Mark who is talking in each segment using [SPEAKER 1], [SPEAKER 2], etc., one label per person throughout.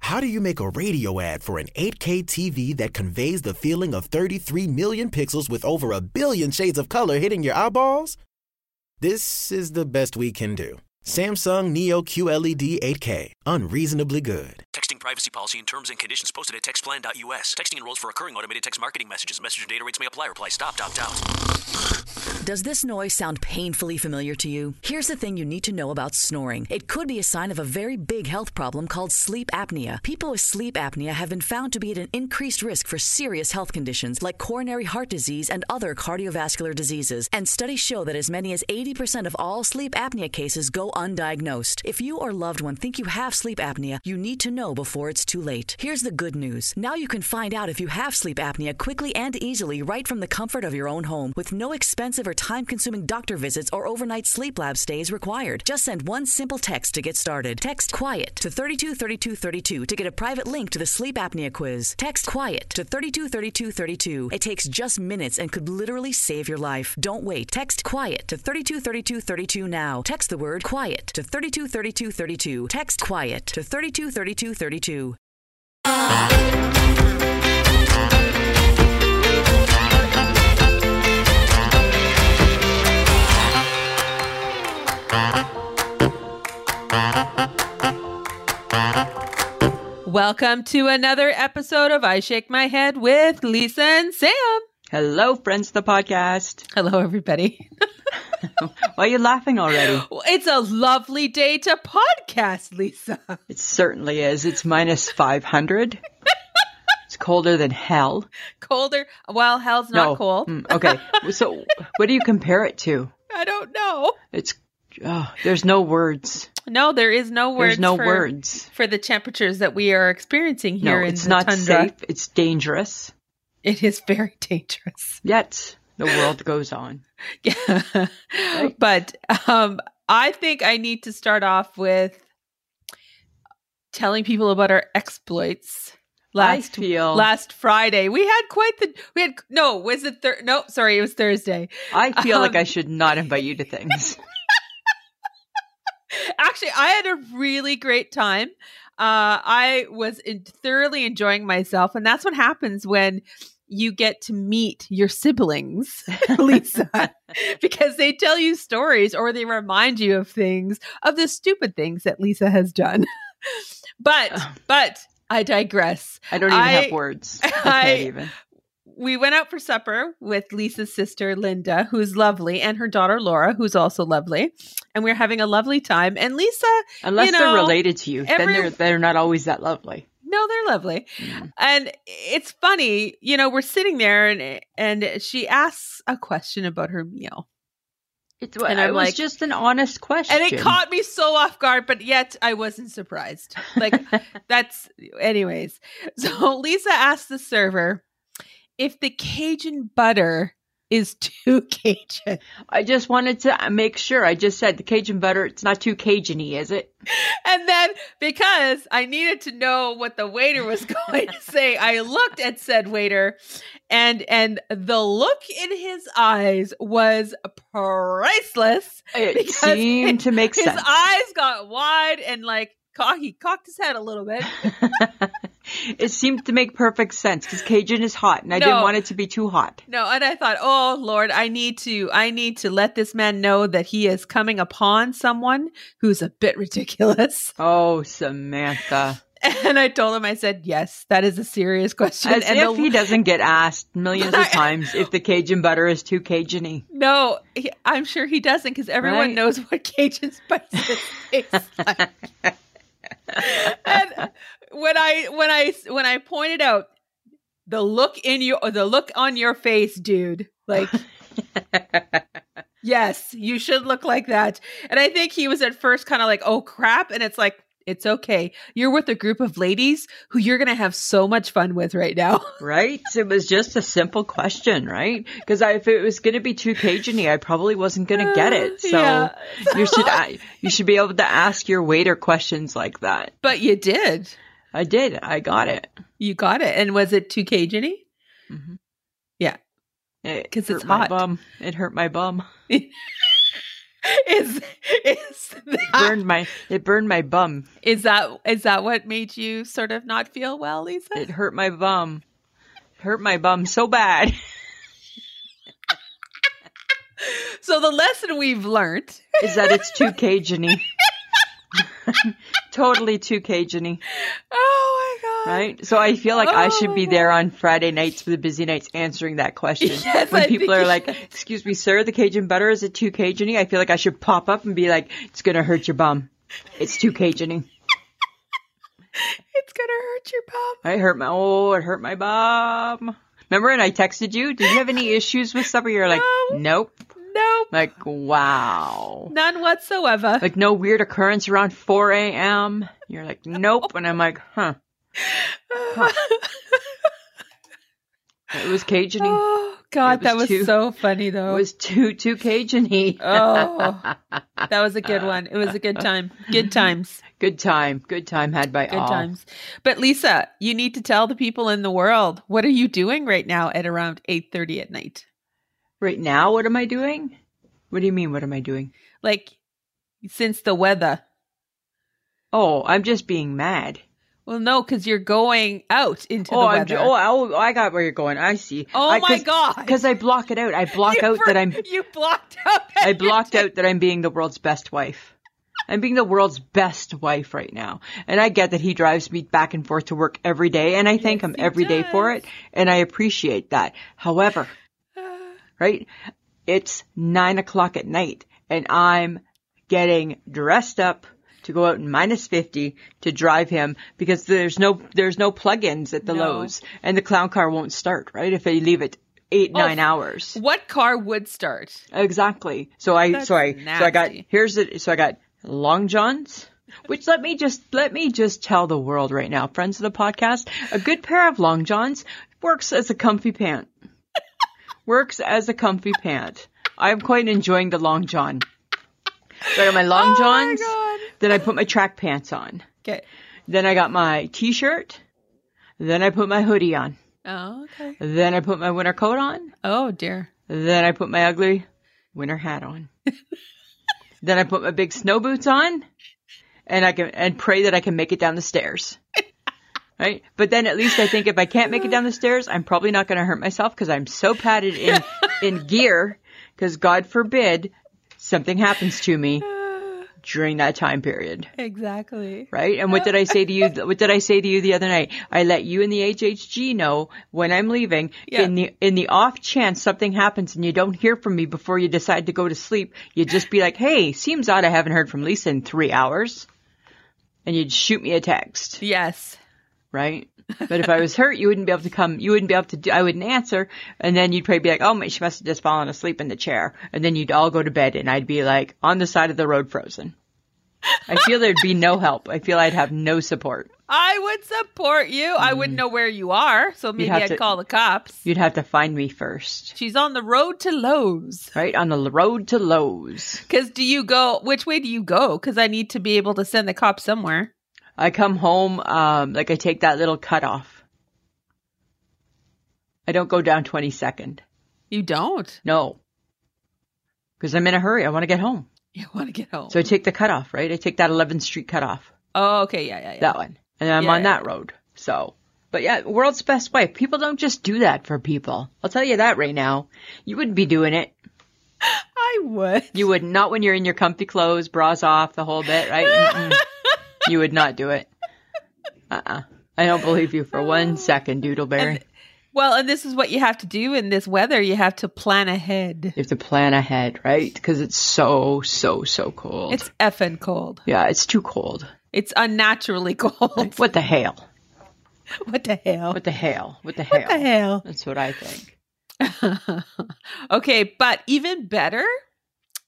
[SPEAKER 1] How do you make a radio ad for an 8K TV that conveys the feeling of 33 million pixels with over a billion shades of color hitting your eyeballs? This is the best we can do. Samsung Neo E QLED 8K, unreasonably good.
[SPEAKER 2] Texting privacy policy and terms and conditions posted at textplan.us. Texting enrolls for recurring automated text marketing messages. Message and data rates may apply. Reply stop, opt out.
[SPEAKER 3] Does this noise sound painfully familiar to you? Here's the thing you need to know about snoring. It could be a sign of a very big health problem called sleep apnea. People with sleep apnea have been found to be at an increased risk for serious health conditions like coronary heart disease and other cardiovascular diseases. And studies show that as many as 80% of all sleep apnea cases go undiagnosed. If you or loved one think you have sleep apnea, you need to know before it's too late. Here's the good news. Now you can find out if you have sleep apnea quickly and easily right from the comfort of your own home with no expensive or time consuming doctor visits or overnight sleep lab stays required. Just send one simple text to get started. Text QUIET to 323232 to get a private link to the sleep apnea quiz. Text QUIET to 323232. It takes just minutes and could literally save your life. Don't wait. Text QUIET to 323232 now. Text the word QUIET to 323232. Text QUIET to 323232.
[SPEAKER 4] Welcome to another episode of I Shake My Head with Lisa and Sam.
[SPEAKER 5] Hello, friends of the podcast.
[SPEAKER 4] Hello, everybody.
[SPEAKER 5] Why are you laughing already?
[SPEAKER 4] It's a lovely day to podcast, Lisa.
[SPEAKER 5] It certainly is. It's minus 500. it's colder than hell.
[SPEAKER 4] Colder? Well, hell's not
[SPEAKER 5] no.
[SPEAKER 4] cold.
[SPEAKER 5] Mm, okay. So, what do you compare it to?
[SPEAKER 4] I don't know.
[SPEAKER 5] It's oh, there's no words.
[SPEAKER 4] No, there is no words.
[SPEAKER 5] There's no
[SPEAKER 4] for,
[SPEAKER 5] words
[SPEAKER 4] for the temperatures that we are experiencing here
[SPEAKER 5] no,
[SPEAKER 4] in
[SPEAKER 5] it's
[SPEAKER 4] the
[SPEAKER 5] not
[SPEAKER 4] tundra.
[SPEAKER 5] safe. It's dangerous.
[SPEAKER 4] It is very dangerous.
[SPEAKER 5] Yet the world goes on.
[SPEAKER 4] Yeah. But um, I think I need to start off with telling people about our exploits. Last
[SPEAKER 5] feel-
[SPEAKER 4] last Friday, we had quite the we had no was it thir- no sorry it was Thursday.
[SPEAKER 5] I feel like
[SPEAKER 4] Um,
[SPEAKER 5] I should not invite you to things.
[SPEAKER 4] Actually, I had a really great time. Uh, I was in- thoroughly enjoying myself, and that's what happens when you get to meet your siblings, Lisa, because they tell you stories or they remind you of things, of the stupid things that Lisa has done. but, but I digress.
[SPEAKER 5] I don't even
[SPEAKER 4] I-
[SPEAKER 5] have words. I
[SPEAKER 4] I-
[SPEAKER 5] can't even.
[SPEAKER 4] We went out for supper with Lisa's sister, Linda, who's lovely, and her daughter, Laura, who's also lovely. And we we're having a lovely time. And Lisa
[SPEAKER 5] Unless
[SPEAKER 4] you know,
[SPEAKER 5] they're related to you,
[SPEAKER 4] every-
[SPEAKER 5] then they're they're not always that lovely.
[SPEAKER 4] No, they're lovely.
[SPEAKER 5] Mm.
[SPEAKER 4] And it's funny, you know, we're sitting there and eh, and she asks a question about her meal.
[SPEAKER 5] It's
[SPEAKER 4] And
[SPEAKER 5] it
[SPEAKER 4] I'm
[SPEAKER 5] was
[SPEAKER 4] like-
[SPEAKER 5] just an honest question.
[SPEAKER 4] And it caught me so off guard, but yet I wasn't surprised. Like that's anyways. So Lisa asked the server if the Cajun butter is too Cajun.
[SPEAKER 5] I just wanted to make sure. I just said the Cajun butter. It's not too Cajun-y, is it?
[SPEAKER 4] And then because I needed to know what the waiter was going to say, I looked at said waiter and and the look in his eyes was priceless.
[SPEAKER 5] It
[SPEAKER 4] Because
[SPEAKER 5] seemed to make
[SPEAKER 4] His
[SPEAKER 5] sense.
[SPEAKER 4] eyes got wide and like co- he cocked his head a little bit.
[SPEAKER 5] it seemed to make perfect sense because Cajun is hot, and I
[SPEAKER 4] No.
[SPEAKER 5] didn't want it to be too hot.
[SPEAKER 4] No, and I thought, "Oh Lord, I need to I need to let this man know that he is coming upon someone who's a bit ridiculous."
[SPEAKER 5] Oh, Samantha!
[SPEAKER 4] And I told him I said, "Yes, that is a serious question."
[SPEAKER 5] As
[SPEAKER 4] and
[SPEAKER 5] if
[SPEAKER 4] the-
[SPEAKER 5] he doesn't get asked millions
[SPEAKER 4] I-
[SPEAKER 5] of times if the Cajun butter is too Cajun-y.
[SPEAKER 4] No, he, I'm sure he doesn't because everyone
[SPEAKER 5] Right.
[SPEAKER 4] knows what Cajun spices taste like. and when I when I when I pointed out the look in your the look on your face, dude, like yes, you should look like that. And I think he was at first kind of like, oh crap, and it's like it's okay. You're with a group of ladies who you're gonna have so much fun with right now.
[SPEAKER 5] Right? It was just a simple question, right? Because if it was going to be too Cajun-y, I probably wasn't going to get it. So
[SPEAKER 4] Yeah.
[SPEAKER 5] you should a- you should be able to ask your waiter questions like that.
[SPEAKER 4] But you did.
[SPEAKER 5] I did. I got it.
[SPEAKER 4] You got it. And was it too Cajun-y?
[SPEAKER 5] It
[SPEAKER 4] 'Cause it's
[SPEAKER 5] hurt my
[SPEAKER 4] hot.
[SPEAKER 5] bum. It hurt my bum.
[SPEAKER 4] is is that,
[SPEAKER 5] burned my it burned my bum.
[SPEAKER 4] is that is that what made you sort of not feel well, Lisa?
[SPEAKER 5] It hurt my bum. It hurt my bum so bad.
[SPEAKER 4] So the lesson we've learned
[SPEAKER 5] Is that it's too Cajuny. totally too Cajuny,
[SPEAKER 4] Oh my god.
[SPEAKER 5] right? So I feel like I
[SPEAKER 4] Oh
[SPEAKER 5] should
[SPEAKER 4] my
[SPEAKER 5] be there on Friday nights for the busy nights answering that question.
[SPEAKER 4] Yes,
[SPEAKER 5] when
[SPEAKER 4] I
[SPEAKER 5] people
[SPEAKER 4] think
[SPEAKER 5] are
[SPEAKER 4] you
[SPEAKER 5] like,
[SPEAKER 4] should.
[SPEAKER 5] "Excuse me, sir, the Cajun butter is it too Cajuny?" I feel like I should pop up and be like, "It's gonna hurt your bum. It's too Cajuny."
[SPEAKER 4] It's gonna hurt your bum.
[SPEAKER 5] I hurt my oh, it hurt my bum. Remember, and I texted you. Did you have any issues with supper? You're like,
[SPEAKER 4] No.
[SPEAKER 5] nope.
[SPEAKER 4] Nope.
[SPEAKER 5] Like, wow.
[SPEAKER 4] None whatsoever.
[SPEAKER 5] Like, no weird occurrence around 4 a.m. You're like, nope. And I'm like, huh. It was Cajun
[SPEAKER 4] oh god,
[SPEAKER 5] It was
[SPEAKER 4] that was
[SPEAKER 5] too-
[SPEAKER 4] so funny
[SPEAKER 5] It
[SPEAKER 4] though.
[SPEAKER 5] was too, too Cajun
[SPEAKER 4] oh. That was a good one. It was a good time. Good times.
[SPEAKER 5] Good time. Good time had by
[SPEAKER 4] Good
[SPEAKER 5] all.
[SPEAKER 4] times. But Lisa, you need to tell the people in the world what are you doing right now at around 8:30 at night?
[SPEAKER 5] Right now, what am I doing? What do you mean, what am I doing?
[SPEAKER 4] Like since the weather.
[SPEAKER 5] Oh, I'm just being mad.
[SPEAKER 4] Well, no, cuz you're going out into
[SPEAKER 5] Oh,
[SPEAKER 4] the
[SPEAKER 5] I'm,
[SPEAKER 4] weather.
[SPEAKER 5] ju- oh, oh, I got where you're going. I see.
[SPEAKER 4] Oh
[SPEAKER 5] I,
[SPEAKER 4] my God.
[SPEAKER 5] Because I block it out. I block
[SPEAKER 4] You
[SPEAKER 5] out
[SPEAKER 4] for-
[SPEAKER 5] that I'm
[SPEAKER 4] You blocked out.
[SPEAKER 5] I blocked out that I'm being the world's best wife. I'm being the world's best wife right now. And I get that he drives me back and forth to work every day and I thank him
[SPEAKER 4] he
[SPEAKER 5] every day for
[SPEAKER 4] does.
[SPEAKER 5] it and I appreciate that. However, right? It's nine o'clock at night and I'm getting dressed up to go out in minus 50 to drive him because there's no, there's no plugins at the
[SPEAKER 4] No.
[SPEAKER 5] Lowe's and the clown car won't start, right? If they leave it eight, nine hours.
[SPEAKER 4] What car would start?
[SPEAKER 5] Exactly. So I
[SPEAKER 4] That's
[SPEAKER 5] so I so I got
[SPEAKER 4] nasty.
[SPEAKER 5] here's it. So I got long johns. Which let me just let me just tell the world right now, friends of the podcast, a good pair of long johns works as a comfy pant. works as a comfy pant. I'm quite enjoying the long john. So I got my
[SPEAKER 4] Oh
[SPEAKER 5] long johns. Then I put my track pants on.
[SPEAKER 4] Okay.
[SPEAKER 5] Then I got my t-shirt. Then I put my hoodie on.
[SPEAKER 4] Oh, okay.
[SPEAKER 5] Then I put my winter coat on.
[SPEAKER 4] Oh dear.
[SPEAKER 5] Then I put my ugly winter hat on. then I put my big snow boots on and I can and pray that I can make it down the stairs. Right? But then at least I think if I can't make it down the stairs, I'm probably not going to hurt myself cuz I'm so padded in in gear cuz god forbid something happens to me during that time period
[SPEAKER 4] Exactly.
[SPEAKER 5] right? And what did I say to you? What did I say to you the other night? I let you and the HHG know when I'm leaving.
[SPEAKER 4] Yeah.
[SPEAKER 5] In the in the off chance something happens and you don't hear from me before you decide to go to sleep, you'd just be like, "Hey, seems odd I haven't heard from Lisa in three hours," and you'd shoot me a text,
[SPEAKER 4] Yes.
[SPEAKER 5] right? But if I was hurt, you wouldn't be able to come. You wouldn't be able to. Do, I wouldn't answer, and then you'd probably be like, "Oh, my, she must have just fallen asleep in the chair," and then you'd all go to bed, and I'd be like on the side of the road, frozen. I feel there'd be no help. I feel I'd have no support.
[SPEAKER 4] I would support you. I wouldn't know where you are, so maybe
[SPEAKER 5] Mm. have
[SPEAKER 4] I'd
[SPEAKER 5] to-
[SPEAKER 4] call the cops.
[SPEAKER 5] You'd have to find me first,
[SPEAKER 4] She's on the road to Lowe's.
[SPEAKER 5] right? On the l- road to Lowe's.
[SPEAKER 4] Cause do you go? Which way do you go? Cause I need to be able to send the cops somewhere.
[SPEAKER 5] I come home, um, like I take that little cutoff. I don't go down 22nd.
[SPEAKER 4] You don't.
[SPEAKER 5] No. Because I'm in a hurry. I want to get home.
[SPEAKER 4] You want to get home.
[SPEAKER 5] So I take the cutoff, right? I take that 11th Street cutoff,
[SPEAKER 4] oh, okay. Yeah, yeah, yeah.
[SPEAKER 5] that one. And I'm
[SPEAKER 4] Yeah, yeah.
[SPEAKER 5] on that road. So, but yeah, world's best wife. People don't just do that for people. I'll tell you that right now. You wouldn't be doing it.
[SPEAKER 4] I would.
[SPEAKER 5] You would not when you're in your comfy clothes, bras off, the whole bit, right? Mm-mm. you would not do it. Uh-uh. I don't believe you for one second, Doodleberry.
[SPEAKER 4] Well, and this is what you have to do in this weather. You have to plan ahead.
[SPEAKER 5] you have to plan ahead, right? Because it's so, so, so cold.
[SPEAKER 4] It's effing cold.
[SPEAKER 5] yeah, it's too cold.
[SPEAKER 4] It's unnaturally cold.
[SPEAKER 5] What the hail?
[SPEAKER 4] What the hell?
[SPEAKER 5] What the hail? What the hail?
[SPEAKER 4] What the hell?
[SPEAKER 5] That's what I think.
[SPEAKER 4] okay, but even better,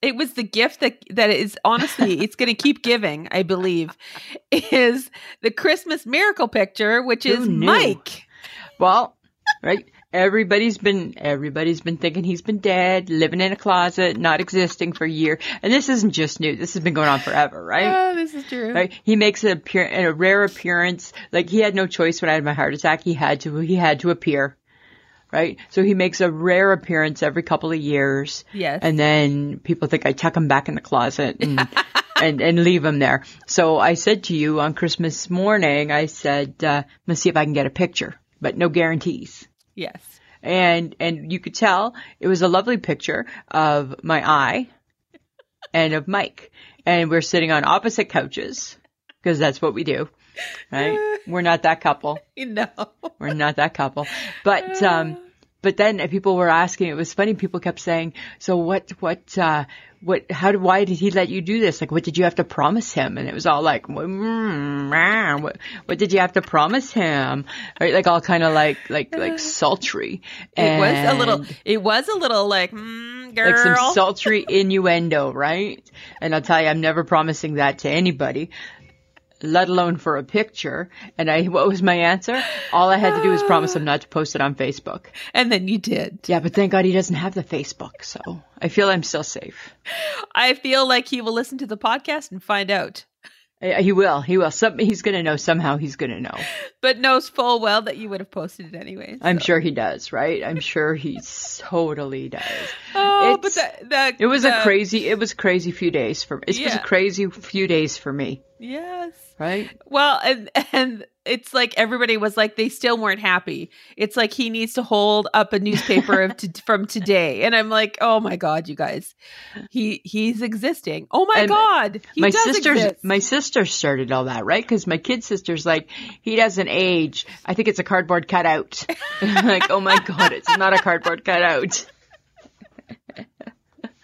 [SPEAKER 4] it was the gift that that is honestly it's going to keep giving. I believe is the Christmas miracle picture, which
[SPEAKER 5] Who
[SPEAKER 4] is
[SPEAKER 5] knew?
[SPEAKER 4] Mike.
[SPEAKER 5] Well, right? Everybody's been everybody's been thinking he's been dead, living in a closet, not existing for a year. And this isn't just new. This has been going on forever, right?
[SPEAKER 4] Oh, this is true.
[SPEAKER 5] Right? He makes an appear a rare appearance. Like he had no choice when I had my heart attack. He had to he had to appear. right? So he makes a rare appearance every couple of years.
[SPEAKER 4] Yes.
[SPEAKER 5] And then people think I tuck him back in the closet and, and, and leave him there. So I said to you on Christmas morning, I said, uh, let's see if I can get a picture, but no guarantees.
[SPEAKER 4] Yes.
[SPEAKER 5] And, and you could tell it was a lovely picture of my eye and of Mike. And we're sitting on opposite couches because that's what we do, right? we're not that couple.
[SPEAKER 4] No.
[SPEAKER 5] We're not that couple. But um but then people were asking it was funny people kept saying, "So what what uh what how did why did he let you do this? Like what did you have to promise him?" And it was all like, mm, rah, what, what did you have to promise him?" Right? Like all kind of like like like sultry.
[SPEAKER 4] Uh. It was a
[SPEAKER 5] And-
[SPEAKER 4] little. It was a little like mm, girl.
[SPEAKER 5] like some sultry innuendo, right? And I'll tell you, I'm never promising that to anybody, let alone for a picture. And I, what was my answer? All I had to do was promise him not to post it on Facebook.
[SPEAKER 4] and then you did.
[SPEAKER 5] Yeah, but thank God he doesn't have the Facebook, so I feel I'm still safe.
[SPEAKER 4] I feel like he will listen to the podcast and find out,
[SPEAKER 5] Eh, He will, he will. Some, he's gonna know somehow. He's gonna know.
[SPEAKER 4] but knows full well that you would have posted it anyways.
[SPEAKER 5] I'm sure he does, right? I'm sure he totally does.
[SPEAKER 4] oh, but
[SPEAKER 5] it's-
[SPEAKER 4] that, that
[SPEAKER 5] It was a
[SPEAKER 4] that-
[SPEAKER 5] crazy, it was crazy few days for. It was
[SPEAKER 4] Yeah.
[SPEAKER 5] a crazy few days for me,
[SPEAKER 4] Yes.
[SPEAKER 5] right?
[SPEAKER 4] Well, and and it's like everybody was like they still weren't happy. It's like he needs to hold up a newspaper of to, from today, and I'm like, oh my god, you guys, he he's existing. Oh my
[SPEAKER 5] And
[SPEAKER 4] god, he
[SPEAKER 5] my
[SPEAKER 4] does
[SPEAKER 5] sister's
[SPEAKER 4] exist.
[SPEAKER 5] my sister started all that, right? Because my kid sister's like, he doesn't age. I think it's a cardboard cutout. like, oh my god, it's not a cardboard cutout.
[SPEAKER 4] Uh,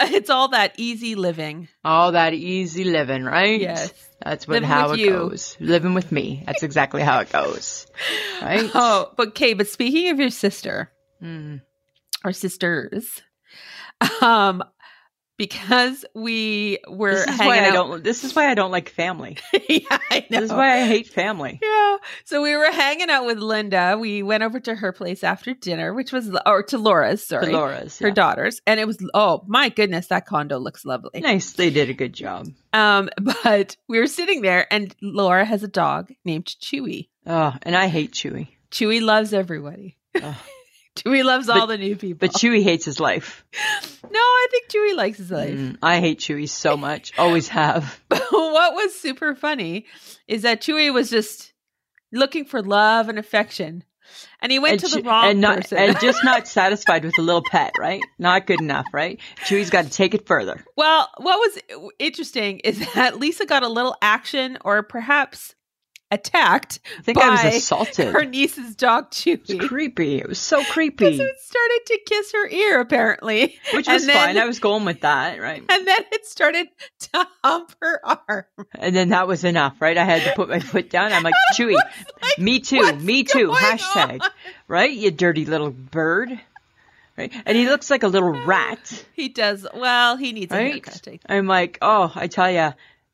[SPEAKER 4] it's all that easy living.
[SPEAKER 5] All that easy living, right?
[SPEAKER 4] Yes.
[SPEAKER 5] That's what
[SPEAKER 4] Living
[SPEAKER 5] how
[SPEAKER 4] with
[SPEAKER 5] it
[SPEAKER 4] you.
[SPEAKER 5] goes. Living with me. That's exactly how it goes. Right? Hmm.
[SPEAKER 4] Oh, but okay. But speaking of your sister or sisters, um, because we were
[SPEAKER 5] This is
[SPEAKER 4] hanging
[SPEAKER 5] why I
[SPEAKER 4] out.
[SPEAKER 5] don't this is why I don't like family.
[SPEAKER 4] yeah, I know.
[SPEAKER 5] This is why I hate family.
[SPEAKER 4] Yeah. So we were hanging out with Linda. We went over to her place after dinner, which was or to Laura's, sorry.
[SPEAKER 5] Dolores.
[SPEAKER 4] Her
[SPEAKER 5] yeah.
[SPEAKER 4] daughter's. And it was oh my goodness, that condo looks lovely.
[SPEAKER 5] Nice. They did a good job.
[SPEAKER 4] Um, but we were sitting there and Laura has a dog named Chewy.
[SPEAKER 5] Oh, and I hate Chewy.
[SPEAKER 4] Chewy loves everybody.
[SPEAKER 5] Ugh.
[SPEAKER 4] Chewy loves all
[SPEAKER 5] But-
[SPEAKER 4] the new people.
[SPEAKER 5] But Chewy hates his life.
[SPEAKER 4] no, I think Chewy likes his life.
[SPEAKER 5] Mm, I hate Chewy so much. Always have.
[SPEAKER 4] But what was super funny is that Chewy was just looking for love and affection. And he went to the
[SPEAKER 5] Che-
[SPEAKER 4] wrong
[SPEAKER 5] and not,
[SPEAKER 4] person.
[SPEAKER 5] and just not satisfied with a little pet, right? Not good enough, right? Chewie's got to take it further.
[SPEAKER 4] Well, what was interesting is that Lisa got a little action or perhaps attacked
[SPEAKER 5] I think I was
[SPEAKER 4] Bye.
[SPEAKER 5] assaulted.
[SPEAKER 4] her
[SPEAKER 5] It
[SPEAKER 4] niece's dog
[SPEAKER 5] was
[SPEAKER 4] Chewy.
[SPEAKER 5] creepy. It was so
[SPEAKER 4] Because
[SPEAKER 5] creepy,
[SPEAKER 4] it started to kiss her ear, apparently.
[SPEAKER 5] which was
[SPEAKER 4] and then-
[SPEAKER 5] fine. I was going with that, right?
[SPEAKER 4] And then it started to hump her arm.
[SPEAKER 5] And then that was enough, right? I had to put my foot down. I'm like, Chewy, me too,
[SPEAKER 4] what's
[SPEAKER 5] me too,
[SPEAKER 4] going
[SPEAKER 5] hashtag,
[SPEAKER 4] on?
[SPEAKER 5] right? You dirty little bird, right? And he looks like a little rat.
[SPEAKER 4] He does. Well, he needs a haircut.
[SPEAKER 5] right? I'm like, oh, I tell ya,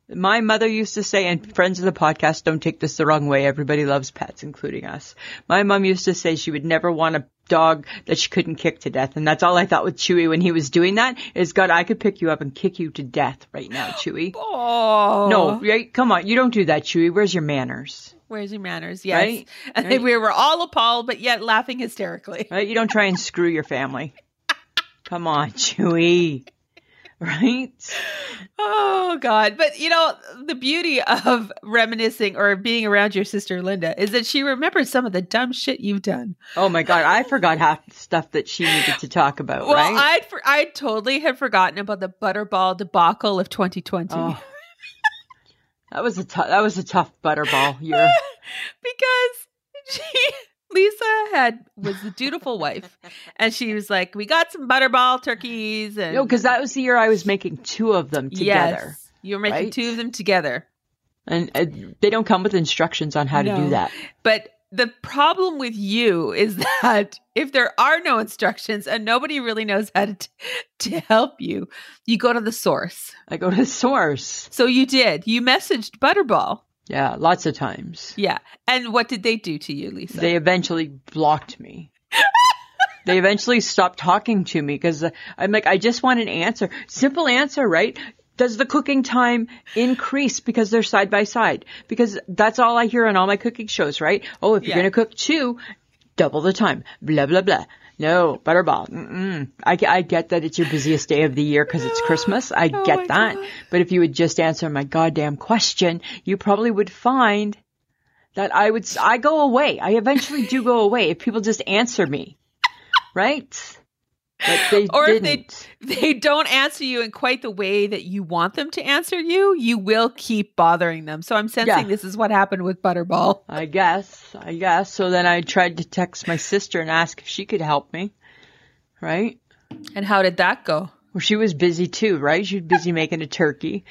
[SPEAKER 5] my mother used to say, and friends of the podcast, don't take this the wrong way. Everybody loves pets, including us. My mom used to say she would never want a dog that she couldn't kick to death, and that's all I thought with Chewy when he was doing that is, God, I could pick you up and kick you to death right now, Chewy.
[SPEAKER 4] Oh.
[SPEAKER 5] No, right? Come on, you don't do that, Chewy. Where's your manners?
[SPEAKER 4] Where's your manners? Yes.
[SPEAKER 5] Right?
[SPEAKER 4] And
[SPEAKER 5] Right.
[SPEAKER 4] we were all appalled, but yet laughing hysterically.
[SPEAKER 5] Right? You don't try and screw your family. Come on, Chewy. Right?
[SPEAKER 4] Oh God! But you know the beauty of reminiscing or being around your sister Linda is that she remembers some of the dumb shit you've done.
[SPEAKER 5] Oh my God, I forgot half the stuff that she needed to talk about.
[SPEAKER 4] Well,
[SPEAKER 5] right?
[SPEAKER 4] I'd for, I totally had forgotten about the butterball debacle of 2020
[SPEAKER 5] Oh. That was a tough. That was a tough butterball year.
[SPEAKER 4] because she Lisa had was the dutiful wife, and she was like, "We got some butterball turkeys and
[SPEAKER 5] no, because that was the year I was making two of them together,
[SPEAKER 4] Yes, you were making
[SPEAKER 5] right?
[SPEAKER 4] two of them together.
[SPEAKER 5] and uh, they don't come with instructions on how to
[SPEAKER 4] No.
[SPEAKER 5] do that.
[SPEAKER 4] But the problem with you is that if there are no instructions and nobody really knows how to, t- to help you, you go to the source.
[SPEAKER 5] I go to the source.
[SPEAKER 4] So you did. You messaged Butterball.
[SPEAKER 5] Yeah, lots of times.
[SPEAKER 4] Yeah. And what did they do to you, Lisa?
[SPEAKER 5] They eventually blocked me. they eventually stopped talking to me because I'm like, I just want an answer. Simple answer, right? Does the cooking time increase because they're side by side? Because that's all I hear on all my cooking shows, right? Oh, if
[SPEAKER 4] Yeah.
[SPEAKER 5] you're going to cook two, double the time, blah, blah, blah. No, butterball. Mm-mm. I, ge- I get that it's your busiest day of the year because it's Christmas. I
[SPEAKER 4] Oh my
[SPEAKER 5] get that.
[SPEAKER 4] God.
[SPEAKER 5] But if you would just answer my goddamn question, you probably would find that I would, s- I go away. I eventually do go away if people just answer me. Right? But they
[SPEAKER 4] Or if
[SPEAKER 5] didn't.
[SPEAKER 4] they- They don't answer you in quite the way that you want them to answer you. You will keep bothering them. So I'm sensing
[SPEAKER 5] Yeah.
[SPEAKER 4] this is what happened with Butterball.
[SPEAKER 5] I guess. I guess. So then I tried to text my sister and ask if she could help me. Right?
[SPEAKER 4] And how did that go?
[SPEAKER 5] Well, she was busy too, right? She was busy making a turkey.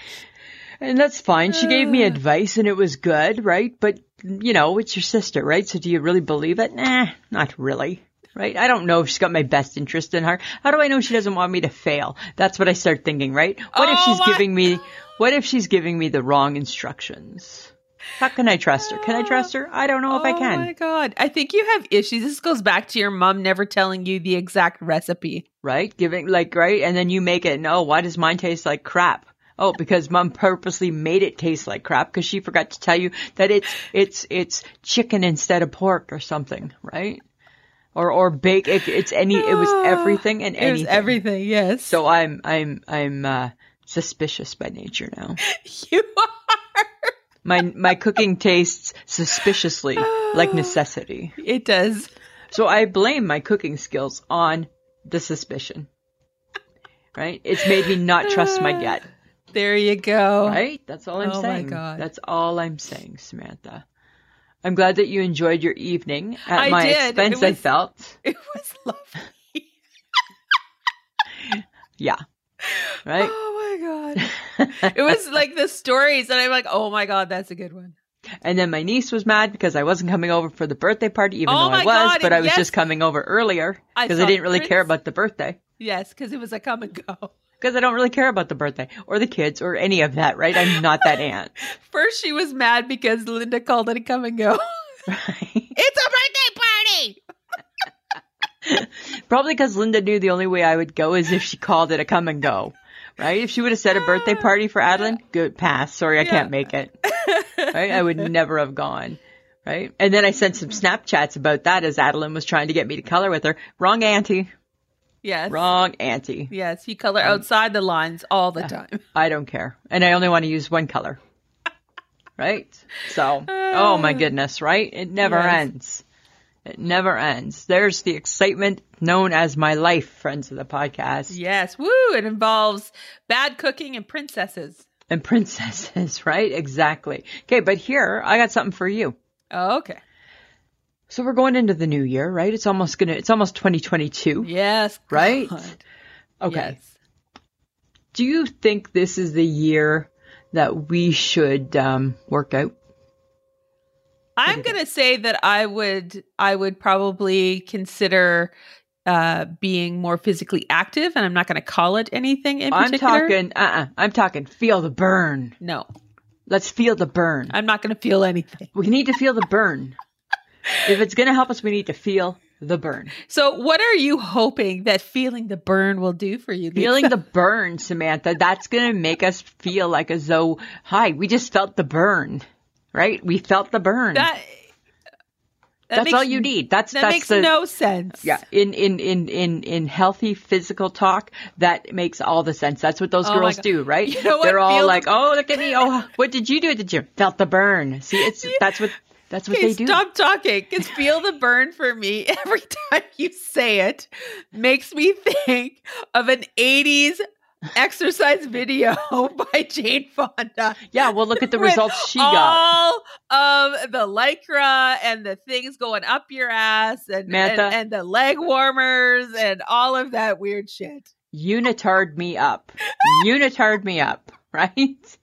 [SPEAKER 5] And that's fine. She gave
[SPEAKER 4] Uh.
[SPEAKER 5] me advice and it was good, right? But, you know, it's your sister, right? So do you really believe it? Nah, not really. Right? I don't know if she's got my best interest in her. How do I know she doesn't want me to fail? That's what I start thinking, right? What if
[SPEAKER 4] Oh
[SPEAKER 5] she's
[SPEAKER 4] my
[SPEAKER 5] giving me, what if she's giving me the wrong instructions? How can I trust her? Can I trust her? I don't know if I
[SPEAKER 4] oh
[SPEAKER 5] can.
[SPEAKER 4] my god. I think you have issues. This goes back to your mom never telling you the exact recipe.
[SPEAKER 5] right? Giving like right, and then you make it. No, why does mine taste like crap? Oh, because mom purposely made it taste like crap because she forgot to tell you that it's it's it's chicken instead of pork or something, right? Or or bake. It, it's any. It was everything and
[SPEAKER 4] It was
[SPEAKER 5] anything.
[SPEAKER 4] everything, yes.
[SPEAKER 5] So I'm I'm I'm uh, suspicious by nature now.
[SPEAKER 4] you are
[SPEAKER 5] My my cooking tastes suspiciously like necessity.
[SPEAKER 4] it does.
[SPEAKER 5] So I blame my cooking skills on the suspicion. Right? It's made me not trust my gut.
[SPEAKER 4] There you go.
[SPEAKER 5] Right? That's all I'm
[SPEAKER 4] Oh my
[SPEAKER 5] saying.
[SPEAKER 4] God.
[SPEAKER 5] That's all I'm saying, Samantha. I'm glad that you enjoyed your evening at
[SPEAKER 4] I
[SPEAKER 5] my
[SPEAKER 4] did. It
[SPEAKER 5] expense, I
[SPEAKER 4] was-
[SPEAKER 5] felt.
[SPEAKER 4] It was lovely.
[SPEAKER 5] Yeah. Right?
[SPEAKER 4] Oh my god. it was like the stories and I'm like, "Oh my god, that's a good one."
[SPEAKER 5] And then my niece was mad because I wasn't coming over for the birthday party, even
[SPEAKER 4] Oh
[SPEAKER 5] though I
[SPEAKER 4] my
[SPEAKER 5] was,
[SPEAKER 4] God,
[SPEAKER 5] but I was
[SPEAKER 4] yes.
[SPEAKER 5] just coming over earlier
[SPEAKER 4] I
[SPEAKER 5] because I,
[SPEAKER 4] saw
[SPEAKER 5] didn't really care
[SPEAKER 4] Prince.
[SPEAKER 5] about the birthday.
[SPEAKER 4] Yes, cuz it was a come and go.
[SPEAKER 5] Because I don't really care about the birthday or the kids or any of that, right? I'm not that aunt.
[SPEAKER 4] First she was mad because Linda called it a come and go.
[SPEAKER 5] Right?
[SPEAKER 4] it's a birthday party.
[SPEAKER 5] Probably because Linda knew the only way I would go is if she called it a come and go, right? If she would have said a birthday party for Adeline, good pass. Sorry, I can't make it. Right? I would never have gone. Right? And then I sent some Snapchats about that as Adeline was trying to get me to color with her. Wrong auntie.
[SPEAKER 4] Yes.
[SPEAKER 5] Wrong auntie.
[SPEAKER 4] Yes, you color outside the lines all the time.
[SPEAKER 5] I don't care. And I only want to use one color. Right? So, oh my goodness, right? It never
[SPEAKER 4] Yes.
[SPEAKER 5] ends. It never ends. There's the excitement known as my life, friends of the podcast.
[SPEAKER 4] Yes, woo! It involves bad cooking and princesses.
[SPEAKER 5] and princesses, right? Exactly. Okay, but here I got something for you.
[SPEAKER 4] Oh, okay.
[SPEAKER 5] So we're going into the new year, right? It's almost gonna, it's almost 2022.
[SPEAKER 4] Yes.
[SPEAKER 5] Right?
[SPEAKER 4] God.
[SPEAKER 5] Okay.
[SPEAKER 4] Yes.
[SPEAKER 5] Do you think this is the year that we should um, work out?
[SPEAKER 4] I'm gonna say that I would I would probably consider uh being more physically active and I'm not gonna call it anything in
[SPEAKER 5] I'm
[SPEAKER 4] particular.
[SPEAKER 5] talking, uh, uh I'm talking. Feel the burn.
[SPEAKER 4] no.
[SPEAKER 5] Let's feel the burn.
[SPEAKER 4] I'm not gonna feel anything.
[SPEAKER 5] We need to feel the burn. if it's gonna help us, we need to feel the burn.
[SPEAKER 4] So what are you hoping that feeling the burn will do for you? Lisa?
[SPEAKER 5] Feeling the burn, Samantha. That's gonna make us feel like as though, hi, we just felt the burn, right? We felt the burn.
[SPEAKER 4] that, that
[SPEAKER 5] that's
[SPEAKER 4] makes-
[SPEAKER 5] all you need. That's
[SPEAKER 4] That
[SPEAKER 5] that's
[SPEAKER 4] makes
[SPEAKER 5] the,
[SPEAKER 4] no sense.
[SPEAKER 5] yeah. In in in in in healthy physical talk, that makes all the sense. That's what those
[SPEAKER 4] Oh my
[SPEAKER 5] girls
[SPEAKER 4] God.
[SPEAKER 5] do, right?
[SPEAKER 4] You know what
[SPEAKER 5] They're all
[SPEAKER 4] feels-
[SPEAKER 5] like, "Oh, look at me! Oh, what did you do at the gym? Felt the burn." See, it's that's what that's what
[SPEAKER 4] Okay,
[SPEAKER 5] they do.
[SPEAKER 4] stop talking. Because feel the burn for me every time you say it makes me think of an 80s exercise video by Jane Fonda.
[SPEAKER 5] Yeah, well, look at the
[SPEAKER 4] with
[SPEAKER 5] results she got.
[SPEAKER 4] All of the lycra and the things going up your ass and, and,
[SPEAKER 5] Mantha.
[SPEAKER 4] and the leg warmers and all of that weird shit.
[SPEAKER 5] Unitard me up. Unitard me up. Right.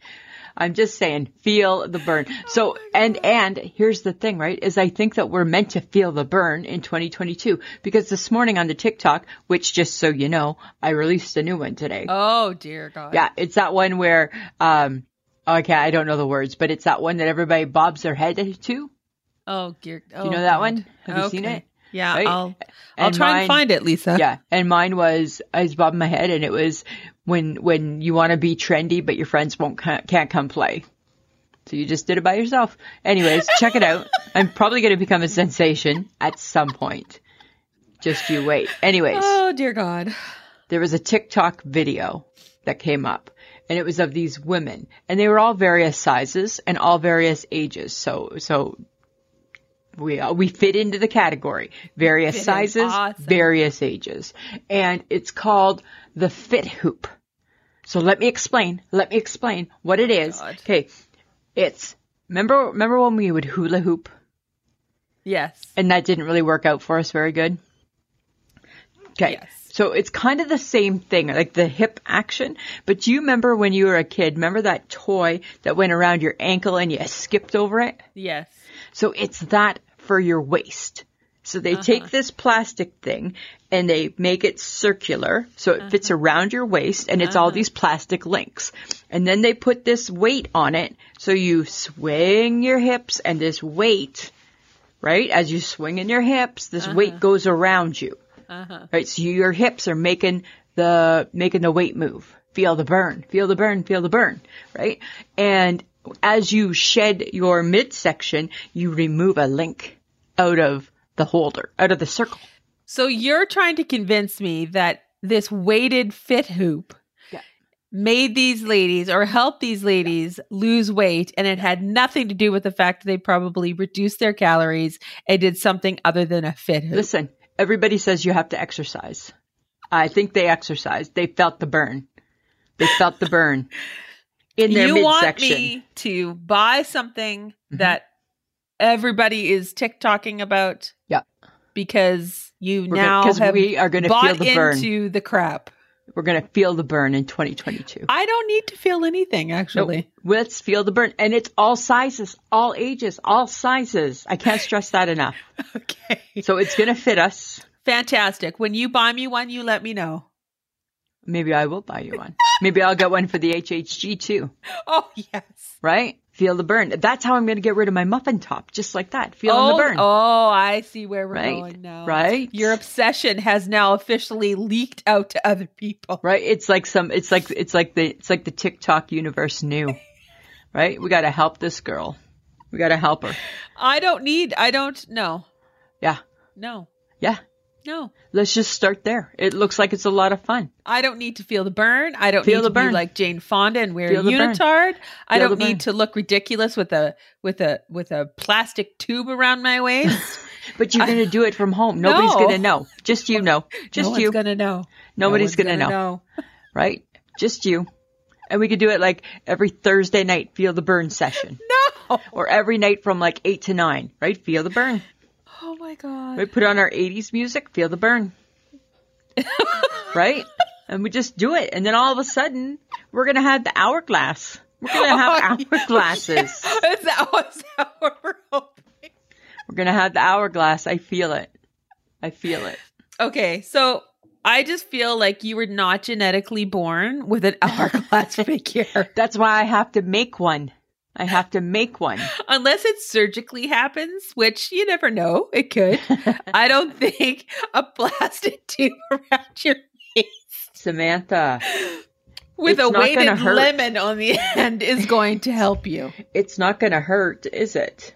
[SPEAKER 5] I'm just saying, feel the burn. So, and, and here's the thing, right? Is I think that we're meant to feel the burn in 2022 because this morning on the TikTok, which just so you know, I released a new one today.
[SPEAKER 4] Oh, dear God.
[SPEAKER 5] Yeah. It's that one where, um, okay, I don't know the words, but it's that one that everybody bobs their head to.
[SPEAKER 4] Oh, dear. Oh,
[SPEAKER 5] You know that
[SPEAKER 4] God.
[SPEAKER 5] one? Have you seen
[SPEAKER 4] Okay.
[SPEAKER 5] it?
[SPEAKER 4] Yeah,
[SPEAKER 5] Right?
[SPEAKER 4] I'll, I'll try and
[SPEAKER 5] mine-
[SPEAKER 4] find it, Lisa.
[SPEAKER 5] yeah and mine was i was bobbing my head and it was when when you want to be trendy but your friends won't can't come play so you just did it by yourself anyways check it out I'm probably going to become a sensation at some point. Just you wait. Anyways,
[SPEAKER 4] Oh dear God.
[SPEAKER 5] there was a TikTok video that came up and it was of these women and they were all various sizes and all various ages. So, so we, uh, we fit into the category, various
[SPEAKER 4] in.
[SPEAKER 5] sizes,
[SPEAKER 4] Awesome.
[SPEAKER 5] various ages. And it's called the fit hoop. So let me explain. Let me explain what it is.
[SPEAKER 4] God.
[SPEAKER 5] Okay. It's, remember, remember when we would hula hoop?
[SPEAKER 4] Yes.
[SPEAKER 5] and that didn't really work out for us very good. Okay.
[SPEAKER 4] Yes.
[SPEAKER 5] So it's kind of the same thing, like the hip action. But do you remember when you were a kid? Remember that toy that went around your ankle and you skipped over it?
[SPEAKER 4] Yes.
[SPEAKER 5] So it's that for your waist. So they take this plastic thing and they make it circular so it fits around your waist and it's all these plastic links. And then they put this weight on it so you swing your hips and this weight, right? As you swing in your hips, this weight goes around you. Right? So your hips are making the making the weight move. Feel the burn. Feel the burn. Feel the burn. Right? And as you shed your midsection, you remove a link out of the holder, out of the circle.
[SPEAKER 4] So you're trying to convince me that this weighted fit hoop
[SPEAKER 5] Yeah.
[SPEAKER 4] made these ladies or helped these ladies lose weight and it had nothing to do with the fact that they probably reduced their calories and did something other than a fit hoop.
[SPEAKER 5] Listen, everybody says you have to exercise. I think they exercised. They felt the burn. They felt the burn in their
[SPEAKER 4] you want
[SPEAKER 5] midsection. Mm-hmm.
[SPEAKER 4] me to buy something that everybody is TikToking about
[SPEAKER 5] Yeah.
[SPEAKER 4] because you
[SPEAKER 5] We're gonna-
[SPEAKER 4] now
[SPEAKER 5] 'cause
[SPEAKER 4] have
[SPEAKER 5] we are gonna feel
[SPEAKER 4] bought
[SPEAKER 5] the burn.
[SPEAKER 4] into the crap.
[SPEAKER 5] We're going to feel the burn in 2022.
[SPEAKER 4] I don't need to feel anything
[SPEAKER 5] No,
[SPEAKER 4] actually.
[SPEAKER 5] let's feel the burn. And it's all sizes, all ages, all sizes. I can't stress that enough.
[SPEAKER 4] Okay.
[SPEAKER 5] So it's going to fit us.
[SPEAKER 4] Fantastic. When you buy me one, you let me know.
[SPEAKER 5] Maybe I will buy you one. Maybe I'll get one for the HHG too,
[SPEAKER 4] Oh yes.
[SPEAKER 5] right? Feel the burn. That's how I'm going to get rid of my muffin top, just like that. Feeling
[SPEAKER 4] oh,
[SPEAKER 5] the burn.
[SPEAKER 4] Oh, I see where we're
[SPEAKER 5] Right,
[SPEAKER 4] going now.
[SPEAKER 5] right.
[SPEAKER 4] Your obsession has now officially leaked out to other people.
[SPEAKER 5] Right? It's like some it's like it's like the it's like the TikTok universe knew. Right? We got to help this girl. We got to help her.
[SPEAKER 4] I don't need I don't no.
[SPEAKER 5] Yeah.
[SPEAKER 4] No.
[SPEAKER 5] Yeah.
[SPEAKER 4] No.
[SPEAKER 5] Let's just start there. It looks like it's a lot of fun.
[SPEAKER 4] I don't need to feel the burn. I don't
[SPEAKER 5] Feel
[SPEAKER 4] need
[SPEAKER 5] the
[SPEAKER 4] to
[SPEAKER 5] burn.
[SPEAKER 4] be like Jane Fonda and wear
[SPEAKER 5] Feel
[SPEAKER 4] a
[SPEAKER 5] the burn.
[SPEAKER 4] unitard. I
[SPEAKER 5] Feel
[SPEAKER 4] don't
[SPEAKER 5] the burn.
[SPEAKER 4] need to look ridiculous with a with a with a plastic tube around my waist.
[SPEAKER 5] But you're going to do it from home. Nobody's
[SPEAKER 4] No.
[SPEAKER 5] going to know. Just you know. Just
[SPEAKER 4] no
[SPEAKER 5] you.
[SPEAKER 4] one's gonna know.
[SPEAKER 5] Nobody's
[SPEAKER 4] no
[SPEAKER 5] going to
[SPEAKER 4] one's
[SPEAKER 5] know. right? Just you. And we could do it like every Thursday night, feel the burn session.
[SPEAKER 4] know. No.
[SPEAKER 5] Or every night from like eight to nine, right? Feel the burn.
[SPEAKER 4] Oh my god.
[SPEAKER 5] We put on our eighties music, feel the burn. right? And we just do it. And then all of a sudden we're gonna have the hourglass. We're gonna have hourglasses.
[SPEAKER 4] Is that what's that what we're hoping?
[SPEAKER 5] We're gonna have the hourglass. I feel it. I feel it.
[SPEAKER 4] Okay, so I just feel like you were not genetically born with an hourglass figure.
[SPEAKER 5] That's why I have to make one. I have to make one.
[SPEAKER 4] Unless it surgically happens, which you never know, it could. I don't think a plastic tube around your
[SPEAKER 5] Samantha.
[SPEAKER 4] with
[SPEAKER 5] It's
[SPEAKER 4] a
[SPEAKER 5] not gonna
[SPEAKER 4] weighted
[SPEAKER 5] hurt.
[SPEAKER 4] lemon on the end is going to help you.
[SPEAKER 5] It's not gonna hurt, is it?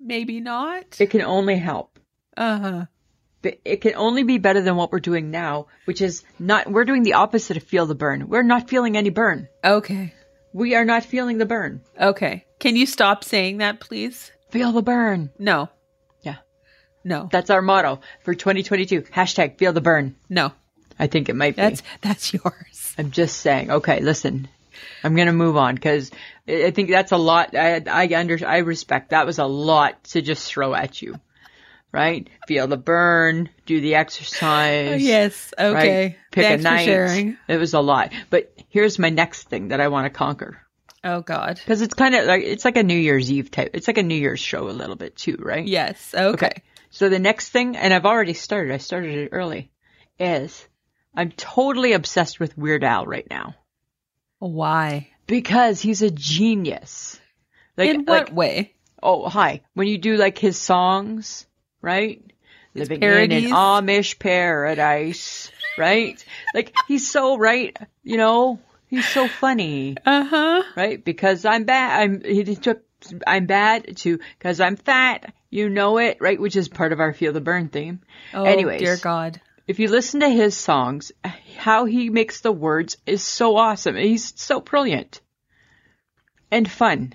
[SPEAKER 4] Maybe not.
[SPEAKER 5] It can only help.
[SPEAKER 4] Uh-huh.
[SPEAKER 5] but it can only be better than what we're doing now, which is not, we're doing the opposite of feel the burn. We're not feeling any burn.
[SPEAKER 4] Okay.
[SPEAKER 5] We are not feeling the burn.
[SPEAKER 4] Okay. Can you stop saying that, please?
[SPEAKER 5] Feel the burn.
[SPEAKER 4] No.
[SPEAKER 5] Yeah.
[SPEAKER 4] No.
[SPEAKER 5] That's our motto for 2022. Hashtag feel the burn.
[SPEAKER 4] no.
[SPEAKER 5] I think it might be.
[SPEAKER 4] That's that's yours.
[SPEAKER 5] I'm just saying. Okay, listen. I'm going to move on because I I think that's a lot. I, I under, I respect that was a lot to just throw at you, right? Feel the burn, do the
[SPEAKER 4] Oh,
[SPEAKER 5] exercise.
[SPEAKER 4] Yes.
[SPEAKER 5] right?
[SPEAKER 4] Okay.
[SPEAKER 5] Pick
[SPEAKER 4] Thanks
[SPEAKER 5] a night.
[SPEAKER 4] for sharing.
[SPEAKER 5] It was a lot. But here's my next thing that I want to conquer.
[SPEAKER 4] Oh God.
[SPEAKER 5] Because it's kind of like, it's like a New Year's Eve type. It's like a New Year's show a little bit too, right?
[SPEAKER 4] Yes. Okay.
[SPEAKER 5] So the next thing, and I've already started, I started it early, is I'm totally obsessed with Weird Al right now
[SPEAKER 4] Why?
[SPEAKER 5] because he's a genius. Like,
[SPEAKER 4] In what
[SPEAKER 5] like-
[SPEAKER 4] way?
[SPEAKER 5] oh, hi. When you do like his songs, right? Living in
[SPEAKER 4] parodies.
[SPEAKER 5] an Amish paradise, right? like he's so right, you know, he's so funny,
[SPEAKER 4] Uh huh.
[SPEAKER 5] right? Because I'm bad. I'm he took I'm bad to because I'm fat. You know it, right? Which is part of our feel the burn theme.
[SPEAKER 4] Oh,
[SPEAKER 5] Anyways,
[SPEAKER 4] dear God.
[SPEAKER 5] if you listen to his songs, how he makes the words is so awesome. He's so brilliant and fun.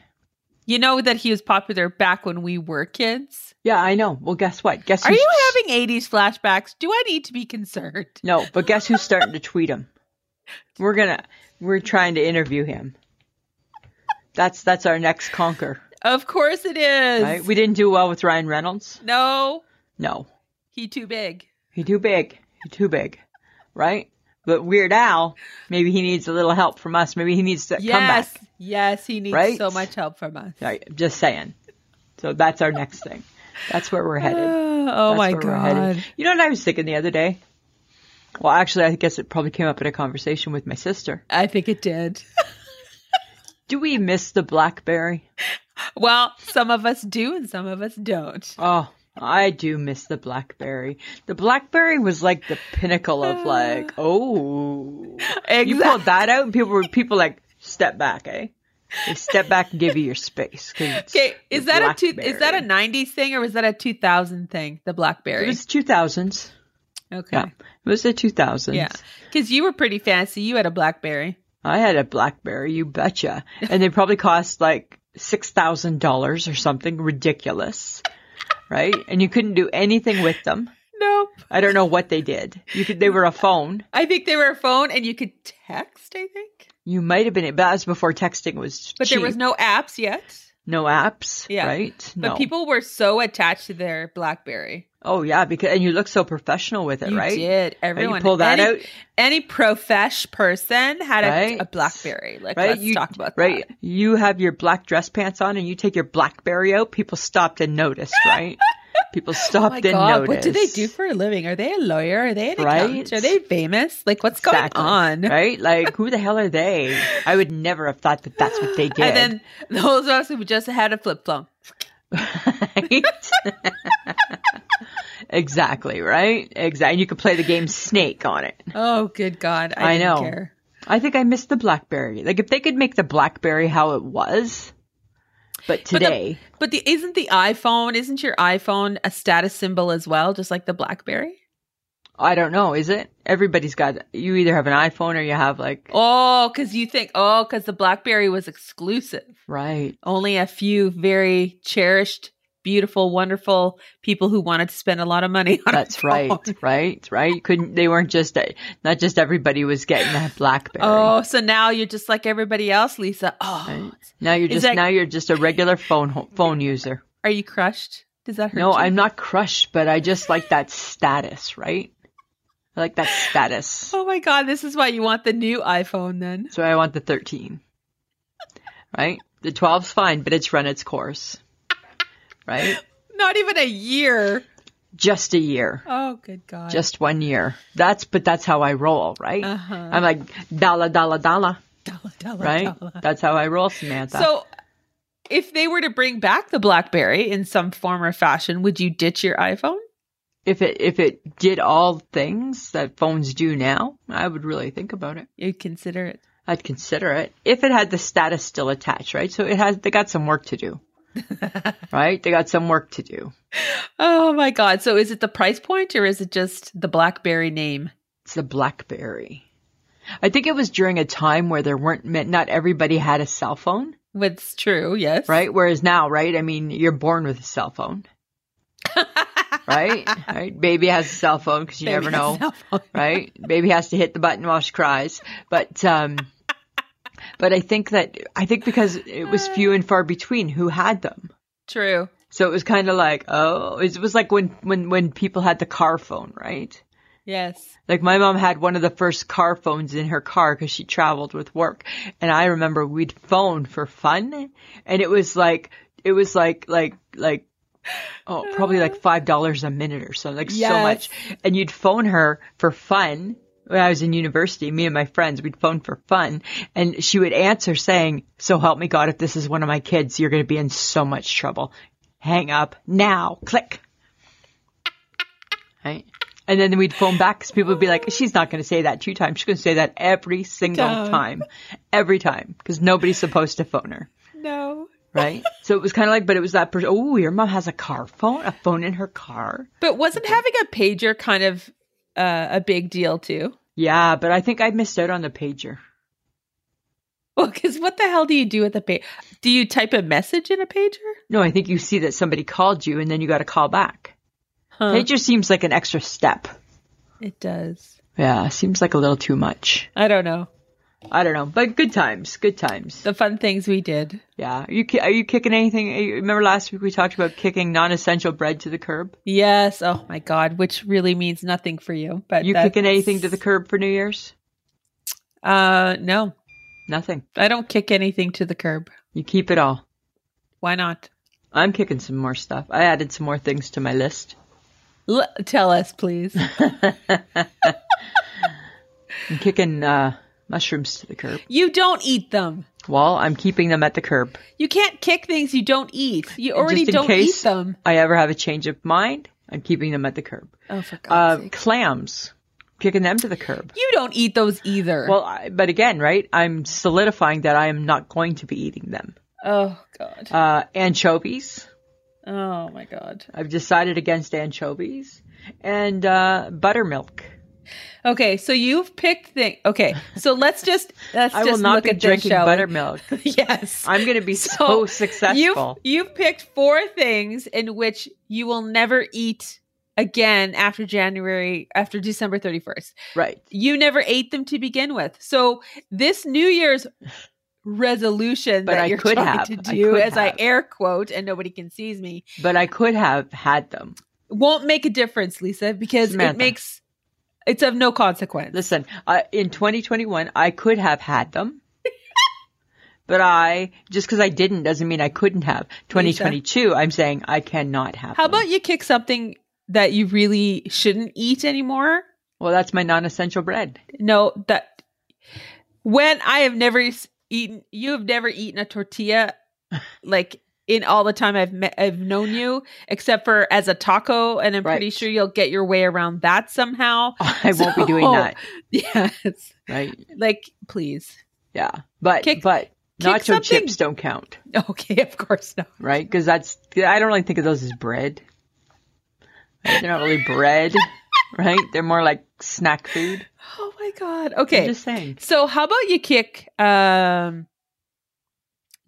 [SPEAKER 4] You know that he was popular back when we were kids.
[SPEAKER 5] Yeah, I know. Well, guess what? Guess
[SPEAKER 4] Are
[SPEAKER 5] who's-
[SPEAKER 4] you having 80s flashbacks? Do I need to be concerned?
[SPEAKER 5] No, but guess who's starting to tweet him? We're gonna we're trying to interview him. That's that's our next conquer.
[SPEAKER 4] Of course it is.
[SPEAKER 5] Right? We didn't do well with Ryan Reynolds.
[SPEAKER 4] no,
[SPEAKER 5] No.
[SPEAKER 4] he too big.
[SPEAKER 5] He too big. He too big. Right? But Weird Al, maybe he needs a little help from us. Maybe he needs that
[SPEAKER 4] Yes,
[SPEAKER 5] comeback.
[SPEAKER 4] yes, he needs
[SPEAKER 5] Right?
[SPEAKER 4] so much help from us.
[SPEAKER 5] Right, I'm just saying. So that's our next thing. That's where we're headed.
[SPEAKER 4] Oh
[SPEAKER 5] That's
[SPEAKER 4] my
[SPEAKER 5] where we're headed.
[SPEAKER 4] god.
[SPEAKER 5] You know what I was thinking the other day? Well, actually, I guess it probably came up in a conversation with my sister.
[SPEAKER 4] I think it did.
[SPEAKER 5] Do we miss the blackberry?
[SPEAKER 4] Well, some of us do and some of us don't.
[SPEAKER 5] Oh, I do miss the blackberry. The blackberry was like the pinnacle of like,
[SPEAKER 4] Uh,
[SPEAKER 5] oh, you pulled that out, and people were people like step back, eh? They step back and give you your space. 'cause it's
[SPEAKER 4] Okay, is that a two, is that a
[SPEAKER 5] Blackberry.
[SPEAKER 4] 90s thing or was that a 2000 thing? The
[SPEAKER 5] It
[SPEAKER 4] BlackBerry.
[SPEAKER 5] was two thousands.
[SPEAKER 4] okay.
[SPEAKER 5] Yeah, it was the two thousands.
[SPEAKER 4] Yeah. Cuz you were pretty fancy. You had a BlackBerry.
[SPEAKER 5] I had a BlackBerry, you betcha, and they probably cost like six thousand dollars or something ridiculous, right? And you couldn't do anything with them.
[SPEAKER 4] Nope.
[SPEAKER 5] I don't know what they did. You could, they were a phone.
[SPEAKER 4] I think they were a phone and you could text, I think.
[SPEAKER 5] You might have been, but that was before texting was.
[SPEAKER 4] But there was
[SPEAKER 5] cheap.
[SPEAKER 4] no apps yet.
[SPEAKER 5] no apps,
[SPEAKER 4] Yeah.
[SPEAKER 5] right?
[SPEAKER 4] But
[SPEAKER 5] no.
[SPEAKER 4] people were so attached to their BlackBerry.
[SPEAKER 5] Oh yeah, because and you look so professional with it,
[SPEAKER 4] you
[SPEAKER 5] right?
[SPEAKER 4] did. Everyone
[SPEAKER 5] pull that
[SPEAKER 4] any,
[SPEAKER 5] out?
[SPEAKER 4] Any profesh person had a,
[SPEAKER 5] Right.
[SPEAKER 4] a BlackBerry. Like
[SPEAKER 5] Right,
[SPEAKER 4] let's
[SPEAKER 5] you,
[SPEAKER 4] talk about
[SPEAKER 5] right.
[SPEAKER 4] that.
[SPEAKER 5] You have your black dress pants on, and you take your BlackBerry out. People stopped and noticed, right? people
[SPEAKER 4] Oh
[SPEAKER 5] stopped
[SPEAKER 4] my
[SPEAKER 5] and
[SPEAKER 4] god,
[SPEAKER 5] noticed.
[SPEAKER 4] what do they do for a living? Are they a lawyer? Are they an accountant?
[SPEAKER 5] Right.
[SPEAKER 4] Are they famous? Like what's
[SPEAKER 5] Exactly,
[SPEAKER 4] going on?
[SPEAKER 5] Right? Like, who the hell are they? I would never have thought that that's what they did.
[SPEAKER 4] And then those of us who just had a flip phone.
[SPEAKER 5] Right? exactly, right? Exactly. And you could play the game Snake on it.
[SPEAKER 4] Oh, good God. I,
[SPEAKER 5] I
[SPEAKER 4] didn't
[SPEAKER 5] know.
[SPEAKER 4] care.
[SPEAKER 5] I think I missed the BlackBerry. Like, if they could make the BlackBerry how it was, but
[SPEAKER 4] But the-
[SPEAKER 5] today,
[SPEAKER 4] But the, isn't the iPhone, isn't your iPhone a status symbol as well, just like the Blackberry?
[SPEAKER 5] I don't know, is it? Everybody's got, you either have an iPhone or you have like,
[SPEAKER 4] Oh, because you think, oh, because the Blackberry was exclusive.
[SPEAKER 5] right.
[SPEAKER 4] Only a few very cherished, beautiful, wonderful people who wanted to spend a lot of money on a
[SPEAKER 5] That's right,
[SPEAKER 4] phone.
[SPEAKER 5] right, right. You couldn't, they weren't just, not just everybody was getting that Blackberry.
[SPEAKER 4] Oh, so now you're just like everybody else, Lisa. Oh,
[SPEAKER 5] Right.
[SPEAKER 4] it's-
[SPEAKER 5] Now you're
[SPEAKER 4] Is
[SPEAKER 5] just
[SPEAKER 4] that-
[SPEAKER 5] now you're just a regular phone ho- phone user.
[SPEAKER 4] are you crushed? Does that hurt?
[SPEAKER 5] No,
[SPEAKER 4] you?
[SPEAKER 5] I'm not crushed, but I just like that status, right? I like that status.
[SPEAKER 4] Oh my God, this is why you want the new iPhone then.
[SPEAKER 5] So I want the 13. Right? The 12's fine, but it's run its course. Right?
[SPEAKER 4] Not even a year.
[SPEAKER 5] Just a year.
[SPEAKER 4] Oh, good God.
[SPEAKER 5] Just one year. That's but that's how I roll, right?
[SPEAKER 4] Uh-huh.
[SPEAKER 5] I'm like dollar dollar dollar,
[SPEAKER 4] Dollar, dollar,
[SPEAKER 5] right?
[SPEAKER 4] dollar.
[SPEAKER 5] That's how I roll, Samantha.
[SPEAKER 4] So, if they were to bring back the BlackBerry in some form or fashion, would you ditch your iPhone?
[SPEAKER 5] if it if it did all things that phones do now, I would really think about it.
[SPEAKER 4] You'd consider it.
[SPEAKER 5] I'd consider it if it had the status still attached, right? So it has, they got some work to do, right? They got some work to do.
[SPEAKER 4] Oh my God. So, is it the price point or is it just the BlackBerry name?
[SPEAKER 5] It's the BlackBerry. I think it was during a time where there weren't, ma- not everybody had a cell phone,
[SPEAKER 4] What's true, yes.
[SPEAKER 5] right? Whereas now, right? I mean, you're born with a cell phone, right? right? Baby has a cell phone because you
[SPEAKER 4] Baby has a
[SPEAKER 5] never know.
[SPEAKER 4] cell phone.
[SPEAKER 5] right? Baby has to hit the button while she cries. But um, but I think that I think because it was few and far between who had them.
[SPEAKER 4] True.
[SPEAKER 5] So it was kind of like, oh, it was like when when when people had the car phone, right?
[SPEAKER 4] Yes.
[SPEAKER 5] Like my mom had one of the first car phones in her car because she traveled with work, and I remember we'd phone for fun, and it was like it was like like like. Oh, probably like five dollars a minute or so, like so
[SPEAKER 4] Yes.
[SPEAKER 5] much. And you'd phone her for fun when I was in university. Me and my friends, we'd phone for fun, and she would answer saying, "So help me God, if this is one of my kids, you're going to be in so much trouble. Hang up now. Click." right? And then we'd phone back because people would be like, she's not going to say that two times. She's going to say that every single
[SPEAKER 4] Done.
[SPEAKER 5] time. Every time. Because nobody's supposed to phone her.
[SPEAKER 4] No.
[SPEAKER 5] right? so it was kind of like, but it was that person. Oh, your mom has a car phone, a phone in her car.
[SPEAKER 4] But wasn't having a pager kind of uh, a big deal too?
[SPEAKER 5] Yeah, but I think I missed out on the pager.
[SPEAKER 4] Well, because what the hell do you do with a pager? Do you type a message in a pager?
[SPEAKER 5] No, I think you see that somebody called you, and then you got to call back.
[SPEAKER 4] Huh,
[SPEAKER 5] Pager seems like an extra step.
[SPEAKER 4] it does.
[SPEAKER 5] Yeah, seems like a little too much.
[SPEAKER 4] I don't know.
[SPEAKER 5] I don't know, but good times, good times.
[SPEAKER 4] The fun things we did.
[SPEAKER 5] Yeah, are you ki- are you kicking anything? you- Remember last week we talked about kicking non-essential bread to the curb.
[SPEAKER 4] Yes. Oh my God, which really means nothing for you. But
[SPEAKER 5] You
[SPEAKER 4] that's-
[SPEAKER 5] kicking anything to the curb for New Year's?
[SPEAKER 4] Uh, no,
[SPEAKER 5] Nothing.
[SPEAKER 4] I don't kick anything to the curb.
[SPEAKER 5] You keep it all.
[SPEAKER 4] Why not?
[SPEAKER 5] I'm kicking some more stuff. I added some more things to my list.
[SPEAKER 4] L- tell us, please.
[SPEAKER 5] I'm kicking uh, mushrooms to the curb.
[SPEAKER 4] you don't eat them.
[SPEAKER 5] Well, I'm keeping them at the curb.
[SPEAKER 4] You can't kick things you don't eat. You already
[SPEAKER 5] Just in
[SPEAKER 4] don't
[SPEAKER 5] case
[SPEAKER 4] eat them.
[SPEAKER 5] I ever have a change of mind, I'm keeping them at the curb.
[SPEAKER 4] Oh, for God's
[SPEAKER 5] Uh,
[SPEAKER 4] sake.
[SPEAKER 5] clams, kicking them to the curb.
[SPEAKER 4] You don't eat those either.
[SPEAKER 5] Well, I, but again, right? I'm solidifying that I am not going to be eating them.
[SPEAKER 4] oh God.
[SPEAKER 5] Uh, anchovies.
[SPEAKER 4] Oh my God.
[SPEAKER 5] I've decided against anchovies and uh, buttermilk.
[SPEAKER 4] Okay, so you've picked thing. Okay, so let's just let's
[SPEAKER 5] I
[SPEAKER 4] just
[SPEAKER 5] will not
[SPEAKER 4] look
[SPEAKER 5] be
[SPEAKER 4] at this,
[SPEAKER 5] drinking
[SPEAKER 4] shall we?
[SPEAKER 5] buttermilk.
[SPEAKER 4] yes.
[SPEAKER 5] I'm going to be so, Oh, successful.
[SPEAKER 4] You've, you've picked four things in which you will never eat again after January, after December 31st.
[SPEAKER 5] Right.
[SPEAKER 4] You never ate them to begin with. So this New Year's resolution
[SPEAKER 5] But
[SPEAKER 4] that
[SPEAKER 5] I
[SPEAKER 4] you're
[SPEAKER 5] could
[SPEAKER 4] trying
[SPEAKER 5] have.
[SPEAKER 4] to
[SPEAKER 5] I
[SPEAKER 4] do,
[SPEAKER 5] could
[SPEAKER 4] as I
[SPEAKER 5] have.
[SPEAKER 4] air quote, and nobody can seize me,
[SPEAKER 5] But I could have had them.
[SPEAKER 4] won't make a difference, Lisa, because
[SPEAKER 5] Samantha.
[SPEAKER 4] it makes it's of no consequence.
[SPEAKER 5] Listen, I, in 2021, I could have had them. But I, just because I didn't doesn't mean I couldn't have. 2022, I'm saying I cannot have.
[SPEAKER 4] How
[SPEAKER 5] them.
[SPEAKER 4] about you kick something that you really shouldn't eat anymore?
[SPEAKER 5] Well, that's my non essential bread.
[SPEAKER 4] No, that when I have never s- eaten, you have never eaten a tortilla like in all the time I've met, I've known you, except for as a taco, and I'm pretty
[SPEAKER 5] Right.
[SPEAKER 4] sure you'll get your way around that somehow.
[SPEAKER 5] I won't be doing
[SPEAKER 4] So-
[SPEAKER 5] that.
[SPEAKER 4] Yes,
[SPEAKER 5] Right.
[SPEAKER 4] like please.
[SPEAKER 5] Yeah. But,
[SPEAKER 4] Kick-
[SPEAKER 5] but nacho
[SPEAKER 4] something-
[SPEAKER 5] chips don't count.
[SPEAKER 4] Okay, of course not.
[SPEAKER 5] right? Because that's I don't really think of those as bread. They're not really bread, right? They're more like snack food.
[SPEAKER 4] Oh my god.
[SPEAKER 5] I'm
[SPEAKER 4] Okay,
[SPEAKER 5] just saying.
[SPEAKER 4] so how about you kick um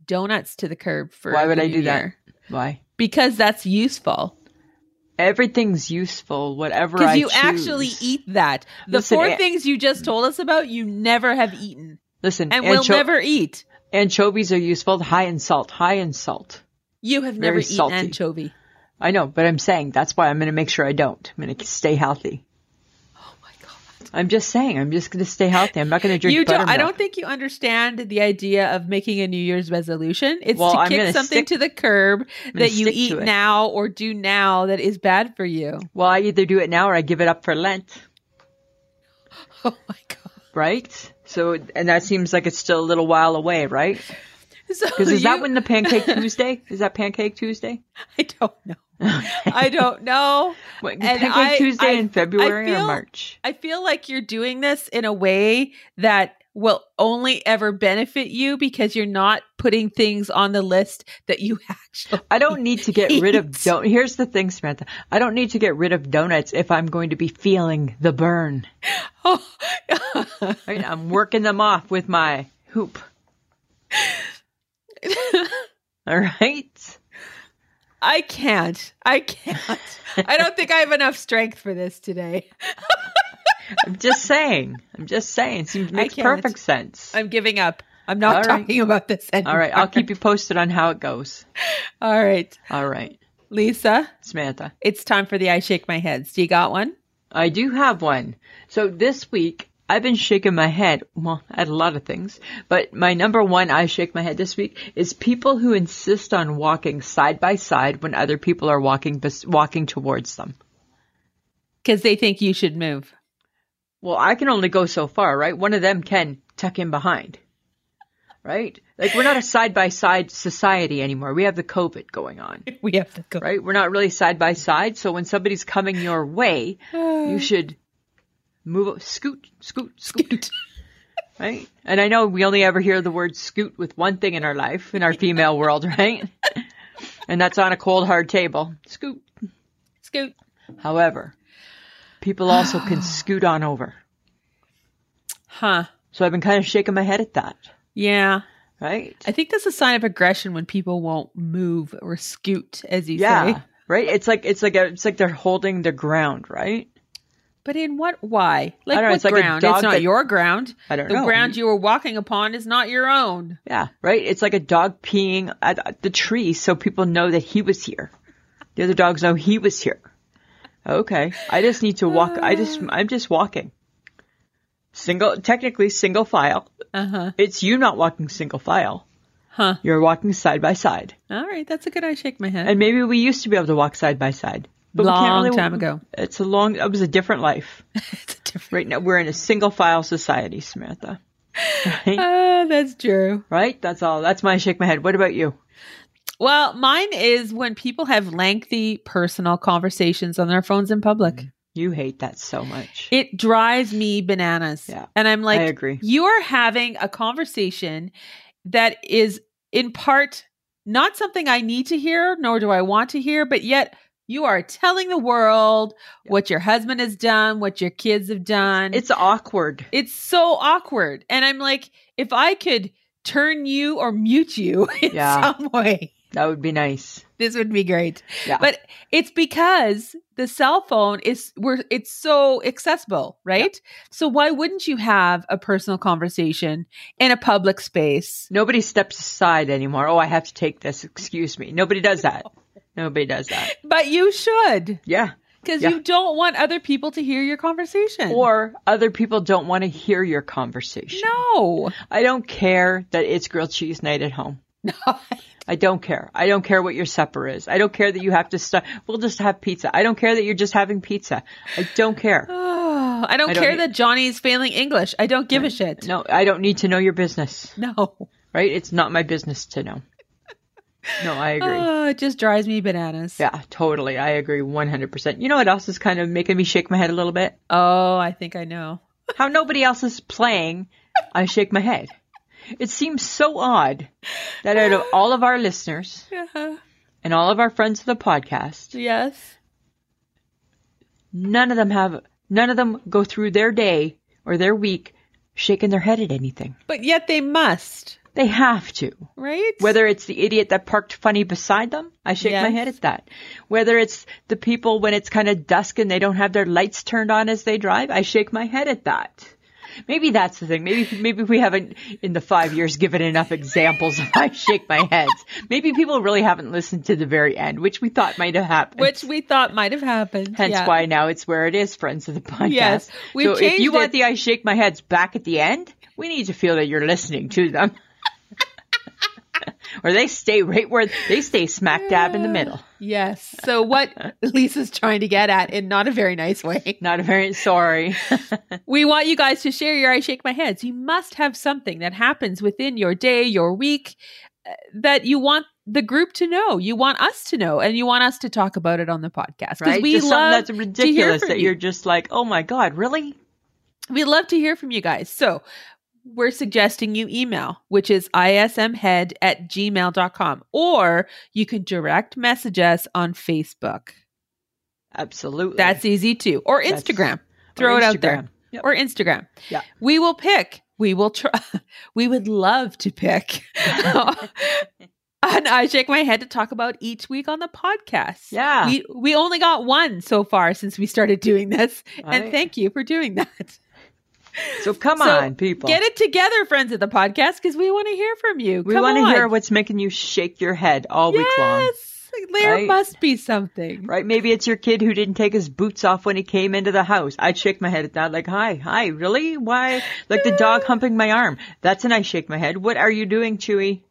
[SPEAKER 4] donuts to the curb for
[SPEAKER 5] Why would
[SPEAKER 4] the
[SPEAKER 5] I
[SPEAKER 4] new
[SPEAKER 5] do that?
[SPEAKER 4] year?
[SPEAKER 5] Why?
[SPEAKER 4] Because that's useful.
[SPEAKER 5] Everything's useful. Whatever I
[SPEAKER 4] Because you
[SPEAKER 5] choose.
[SPEAKER 4] actually eat that. The
[SPEAKER 5] Listen, eh,
[SPEAKER 4] four
[SPEAKER 5] a-
[SPEAKER 4] things you just told us about, you never have eaten
[SPEAKER 5] Listen,
[SPEAKER 4] and will
[SPEAKER 5] ancho-
[SPEAKER 4] never eat.
[SPEAKER 5] anchovies are useful. High in salt. High in salt.
[SPEAKER 4] You have
[SPEAKER 5] Very
[SPEAKER 4] never eaten
[SPEAKER 5] salty.
[SPEAKER 4] anchovy.
[SPEAKER 5] I know, but I'm saying that's why I'm going to make sure I don't. I'm going to stay healthy.
[SPEAKER 4] Oh my god!
[SPEAKER 5] I'm just saying. I'm just going to stay healthy. I'm not going to drink
[SPEAKER 4] You don't,
[SPEAKER 5] buttermilk.
[SPEAKER 4] I don't think you understand the idea of making a New Year's resolution. It's
[SPEAKER 5] Well,
[SPEAKER 4] to
[SPEAKER 5] I'm
[SPEAKER 4] kick
[SPEAKER 5] gonna
[SPEAKER 4] something
[SPEAKER 5] stick-
[SPEAKER 4] to the curb
[SPEAKER 5] gonna
[SPEAKER 4] that you
[SPEAKER 5] stick to
[SPEAKER 4] eat
[SPEAKER 5] it.
[SPEAKER 4] now or do now that is bad for you.
[SPEAKER 5] Well, I either do it now or I give it up for Lent.
[SPEAKER 4] Oh my god!
[SPEAKER 5] Right. So, and that seems like it's still a little while away, right?
[SPEAKER 4] So
[SPEAKER 5] Because is that
[SPEAKER 4] you-
[SPEAKER 5] when the Pancake Tuesday is? That Pancake Tuesday?
[SPEAKER 4] I don't know. I don't know.
[SPEAKER 5] Wait,
[SPEAKER 4] And
[SPEAKER 5] Pancake
[SPEAKER 4] I-
[SPEAKER 5] Tuesday
[SPEAKER 4] I-
[SPEAKER 5] in February
[SPEAKER 4] I feel-
[SPEAKER 5] or March?
[SPEAKER 4] I feel like you're doing this in a way that will only ever benefit you because you're not putting things on the list that you actually.
[SPEAKER 5] I don't need to get rid of
[SPEAKER 4] Eat.
[SPEAKER 5] don't. Here's the thing, Samantha. I don't need to get rid of donuts if I'm going to be feeling the burn.
[SPEAKER 4] Oh.
[SPEAKER 5] Right? I'm working them off with my hoop. All right.
[SPEAKER 4] I can't. I can't. I don't think I have enough strength for this today.
[SPEAKER 5] I'm just saying. I'm just saying. Seems makes
[SPEAKER 4] can't.
[SPEAKER 5] perfect sense.
[SPEAKER 4] I'm giving up. I'm not
[SPEAKER 5] All right.
[SPEAKER 4] talking about this anymore.
[SPEAKER 5] All right. I'll keep you posted on how it goes.
[SPEAKER 4] All right,
[SPEAKER 5] All right,
[SPEAKER 4] Lisa.
[SPEAKER 5] Samantha.
[SPEAKER 4] It's time for the I shake my heads. Do you got one?
[SPEAKER 5] I do have one. So this week, I've been shaking my head, well, at a lot of things, but my number one I shake my head this week is people who insist on walking side by side when other people are walking bes- walking towards them.
[SPEAKER 4] Because they think you should move.
[SPEAKER 5] Well, I can only go so far, right? One of them can tuck in behind. Right? Like we're not a side by side society anymore. We have the COVID going on,
[SPEAKER 4] We have to go.
[SPEAKER 5] right? We're not really side by side, so when somebody's coming your way, you should move scoot, scoot, scoot. right? And I know we only ever hear the word scoot with one thing in our life, in our female world, right? And that's on a cold, hard table. Scoot.
[SPEAKER 4] Scoot.
[SPEAKER 5] However, people also can scoot on over.
[SPEAKER 4] Huh.
[SPEAKER 5] So I've been kind of shaking my head at that,
[SPEAKER 4] Yeah.
[SPEAKER 5] right?
[SPEAKER 4] I think that's a sign of aggression when people won't move or scoot, as you
[SPEAKER 5] Yeah,
[SPEAKER 4] say.
[SPEAKER 5] right. It's like it's like a, it's like they're holding their ground, right?
[SPEAKER 4] But in what? Why? Like
[SPEAKER 5] I don't know,
[SPEAKER 4] what
[SPEAKER 5] it's like a
[SPEAKER 4] ground?
[SPEAKER 5] dog
[SPEAKER 4] it's not
[SPEAKER 5] that-
[SPEAKER 4] your ground.
[SPEAKER 5] I don't
[SPEAKER 4] the
[SPEAKER 5] know.
[SPEAKER 4] ground you were walking upon is not your own.
[SPEAKER 5] Yeah, right. It's like a dog peeing at the tree, so people know that he was here. The other dogs know he was here. Okay, I just need to walk. I just
[SPEAKER 4] Uh.
[SPEAKER 5] I'm just walking. Single, technically single file.
[SPEAKER 4] Uh huh.
[SPEAKER 5] It's you not walking single file.
[SPEAKER 4] Huh.
[SPEAKER 5] You're walking side by side.
[SPEAKER 4] All right. That's a good. I shake my head.
[SPEAKER 5] And maybe we used to be able to walk side by side. But we can't
[SPEAKER 4] Long
[SPEAKER 5] really,
[SPEAKER 4] time ago.
[SPEAKER 5] It's a long. It was a different life.
[SPEAKER 4] it's a different.
[SPEAKER 5] Right now, we're in a single file society, Samantha.
[SPEAKER 4] Ah, that's true.
[SPEAKER 5] Right? That's all. That's my shake my head. What about you?
[SPEAKER 4] Well, mine is when people have lengthy personal conversations on their phones in public.
[SPEAKER 5] You hate that so much.
[SPEAKER 4] It drives me bananas.
[SPEAKER 5] Yeah,
[SPEAKER 4] And I'm like,
[SPEAKER 5] I agree.
[SPEAKER 4] you are having a conversation that is in part not something I need to hear, nor do I want to hear, but yet you are telling the world what your husband has done, what your kids have done.
[SPEAKER 5] It's awkward.
[SPEAKER 4] It's so awkward. And I'm like, if I could turn you or mute you in
[SPEAKER 5] Yeah.
[SPEAKER 4] some way,
[SPEAKER 5] That would be nice.
[SPEAKER 4] this would be great.
[SPEAKER 5] Yeah.
[SPEAKER 4] But it's because the cell phone is where it's so accessible, right? So why wouldn't you have a personal conversation in a public space?
[SPEAKER 5] Nobody steps aside anymore. Oh, I have to take this. Excuse me. Nobody does that. Nobody does that.
[SPEAKER 4] But you should,
[SPEAKER 5] Yeah.
[SPEAKER 4] because
[SPEAKER 5] Yeah.
[SPEAKER 4] you don't want other people to hear your conversation.
[SPEAKER 5] Or other people don't want to hear your conversation.
[SPEAKER 4] no.
[SPEAKER 5] I don't care that it's grilled cheese night at home. I don't care. I don't care what your supper is. I don't care that you have to stop. We'll just have pizza. I don't care that you're just having pizza. I don't care.
[SPEAKER 4] Oh, I don't
[SPEAKER 5] I don't
[SPEAKER 4] care
[SPEAKER 5] need-
[SPEAKER 4] that Johnny's failing English. I don't give a shit.
[SPEAKER 5] No, I don't need to know your business,
[SPEAKER 4] No.
[SPEAKER 5] right? It's not my business to know. No, I agree.
[SPEAKER 4] Oh, it just drives me bananas.
[SPEAKER 5] Yeah, totally. I agree 100%. You know what else is kind of making me shake my head a little bit?
[SPEAKER 4] Oh, I think I know.
[SPEAKER 5] How nobody else is playing, I shake my head. It seems so odd that out of all of our listeners and all of our friends of the podcast,
[SPEAKER 4] Yes.
[SPEAKER 5] none of them have none of them go through their day or their week shaking their head at anything.
[SPEAKER 4] But yet they must,
[SPEAKER 5] They have to.
[SPEAKER 4] right?
[SPEAKER 5] Whether it's the idiot that parked funny beside them, I shake my
[SPEAKER 4] Yes.
[SPEAKER 5] head at that. Whether it's the people when it's kind of dusk and they don't have their lights turned on as they drive, I shake my head at that. Maybe that's the thing. Maybe maybe we haven't in the five years given enough examples of I shake my heads. Maybe people really haven't listened to the very end, which we thought might have happened.
[SPEAKER 4] which we thought might have happened.
[SPEAKER 5] Hence
[SPEAKER 4] yeah.
[SPEAKER 5] why now it's where it is, friends of the podcast.
[SPEAKER 4] Yes, we've
[SPEAKER 5] so if you
[SPEAKER 4] changed it.
[SPEAKER 5] want the I shake my heads back at the end, we need to feel that you're listening to them. or they stay right where they stay smack dab in the middle.
[SPEAKER 4] Yes. So what Lisa's trying to get at in not a very nice way.
[SPEAKER 5] Not a very sorry.
[SPEAKER 4] We want you guys to share your I shake my heads. You must have something that happens within your day, your week uh, that you want the group to know. You want us to know and you want us to talk about it on the podcast. Because
[SPEAKER 5] right?
[SPEAKER 4] we
[SPEAKER 5] just something
[SPEAKER 4] love
[SPEAKER 5] that's
[SPEAKER 4] to hear
[SPEAKER 5] ridiculous
[SPEAKER 4] from
[SPEAKER 5] that
[SPEAKER 4] you.
[SPEAKER 5] you're just like, oh my God, really?
[SPEAKER 4] we love to hear from you guys. So we're suggesting you email, which is ismhead at gmail.com, or you can direct message us on Facebook.
[SPEAKER 5] Absolutely.
[SPEAKER 4] That's easy too. Or
[SPEAKER 5] That's-
[SPEAKER 4] Instagram.
[SPEAKER 5] Or
[SPEAKER 4] Throw it out there.
[SPEAKER 5] Instagram. Yep.
[SPEAKER 4] Or Instagram.
[SPEAKER 5] Yeah.
[SPEAKER 4] We will pick. We will try. We would love to pick. and I shake my head to talk about each week on the podcast.
[SPEAKER 5] Yeah.
[SPEAKER 4] We we only got one so far since we started doing this. And
[SPEAKER 5] Right.
[SPEAKER 4] thank you for doing that.
[SPEAKER 5] So come
[SPEAKER 4] So
[SPEAKER 5] on, people.
[SPEAKER 4] Get it together, friends of the podcast, because we want to hear from you.
[SPEAKER 5] we
[SPEAKER 4] Come
[SPEAKER 5] want to
[SPEAKER 4] on.
[SPEAKER 5] hear what's making you shake your head all week long.
[SPEAKER 4] Yes. There
[SPEAKER 5] Right?
[SPEAKER 4] must be something.
[SPEAKER 5] Right? Maybe it's your kid who didn't take his boots off when he came into the house. I'd shake my head at that, like, hi, hi, really? Why? Like the dog humping my arm. That's an I shake my head. What are you doing, Chewy?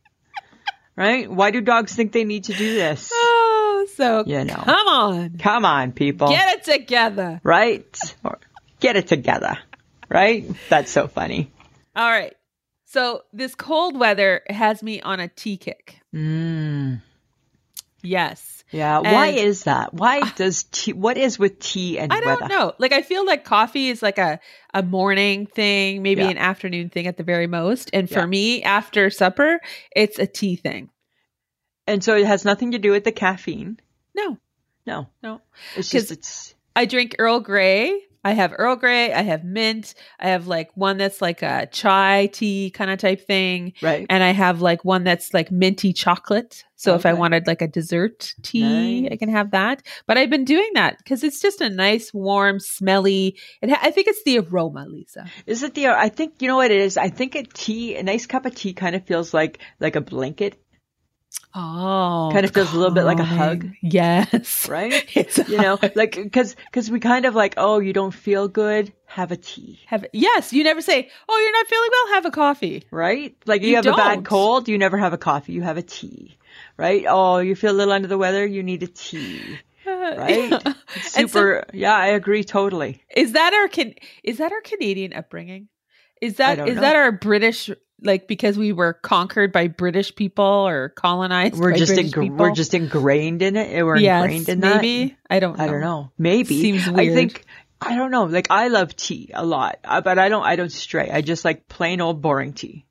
[SPEAKER 5] Right? Why do dogs think they need to do this?
[SPEAKER 4] Oh, so
[SPEAKER 5] You know.
[SPEAKER 4] come on.
[SPEAKER 5] Come on, people.
[SPEAKER 4] Get it together.
[SPEAKER 5] Right? Or Get it together. Right? That's so funny.
[SPEAKER 4] All right. So this cold weather has me on a tea kick.
[SPEAKER 5] Mm.
[SPEAKER 4] Yes.
[SPEAKER 5] Yeah. Why
[SPEAKER 4] Hmm. And-
[SPEAKER 5] is that? Why does tea? What is with tea and
[SPEAKER 4] I don't
[SPEAKER 5] weather?
[SPEAKER 4] know. Like I feel like coffee is like a a morning thing, maybe
[SPEAKER 5] Yeah.
[SPEAKER 4] an afternoon thing at the very most. And for
[SPEAKER 5] Yeah.
[SPEAKER 4] me, after supper, it's a tea thing.
[SPEAKER 5] And so it has nothing to do with the caffeine.
[SPEAKER 4] No,
[SPEAKER 5] No,
[SPEAKER 4] no.
[SPEAKER 5] it's
[SPEAKER 4] 'Cause-
[SPEAKER 5] just it's
[SPEAKER 4] I drink Earl Grey. I have Earl Grey. I have mint. I have like one that's like a chai tea kind of type thing.
[SPEAKER 5] right.
[SPEAKER 4] And I have like one that's like minty chocolate. So if I
[SPEAKER 5] Okay.
[SPEAKER 4] wanted like a dessert tea, I
[SPEAKER 5] Nice.
[SPEAKER 4] can have that. But I've been doing that because it's just a nice, warm, smelly. It ha- I think it's the aroma, Lisa.
[SPEAKER 5] Is it the? I think you know what it is. I think a tea, a nice cup of tea, kind of feels like like a blanket,
[SPEAKER 4] Oh,
[SPEAKER 5] Kind of feels a little bit like a hug.
[SPEAKER 4] calming. Yes,
[SPEAKER 5] right?
[SPEAKER 4] It's a
[SPEAKER 5] you know,
[SPEAKER 4] hug.
[SPEAKER 5] like because because we kind of like, oh, you don't feel good, have a tea,
[SPEAKER 4] Have yes, you never say, "Oh, you're not feeling well. Have a coffee."
[SPEAKER 5] right? Like you,
[SPEAKER 4] You
[SPEAKER 5] have a
[SPEAKER 4] don't.
[SPEAKER 5] bad cold, you never have a coffee, you have a tea, right? Oh, you feel a little under the weather, you need a tea, right?
[SPEAKER 4] Yeah.
[SPEAKER 5] It's
[SPEAKER 4] And so-
[SPEAKER 5] Super. yeah, I agree totally.
[SPEAKER 4] Is that our can? Is that our Canadian upbringing? Is that
[SPEAKER 5] don't
[SPEAKER 4] is
[SPEAKER 5] know.
[SPEAKER 4] that our British like because we were conquered by British people or colonized?
[SPEAKER 5] We're
[SPEAKER 4] by
[SPEAKER 5] just
[SPEAKER 4] British
[SPEAKER 5] engr-
[SPEAKER 4] people?
[SPEAKER 5] we're just ingrained in it. We're
[SPEAKER 4] Yes,
[SPEAKER 5] ingrained in that.
[SPEAKER 4] maybe I don't.
[SPEAKER 5] I don't know. Maybe
[SPEAKER 4] Seems weird.
[SPEAKER 5] I think I don't know. Like I love tea a lot, uh, but I don't. I don't stray. I just like plain old boring tea.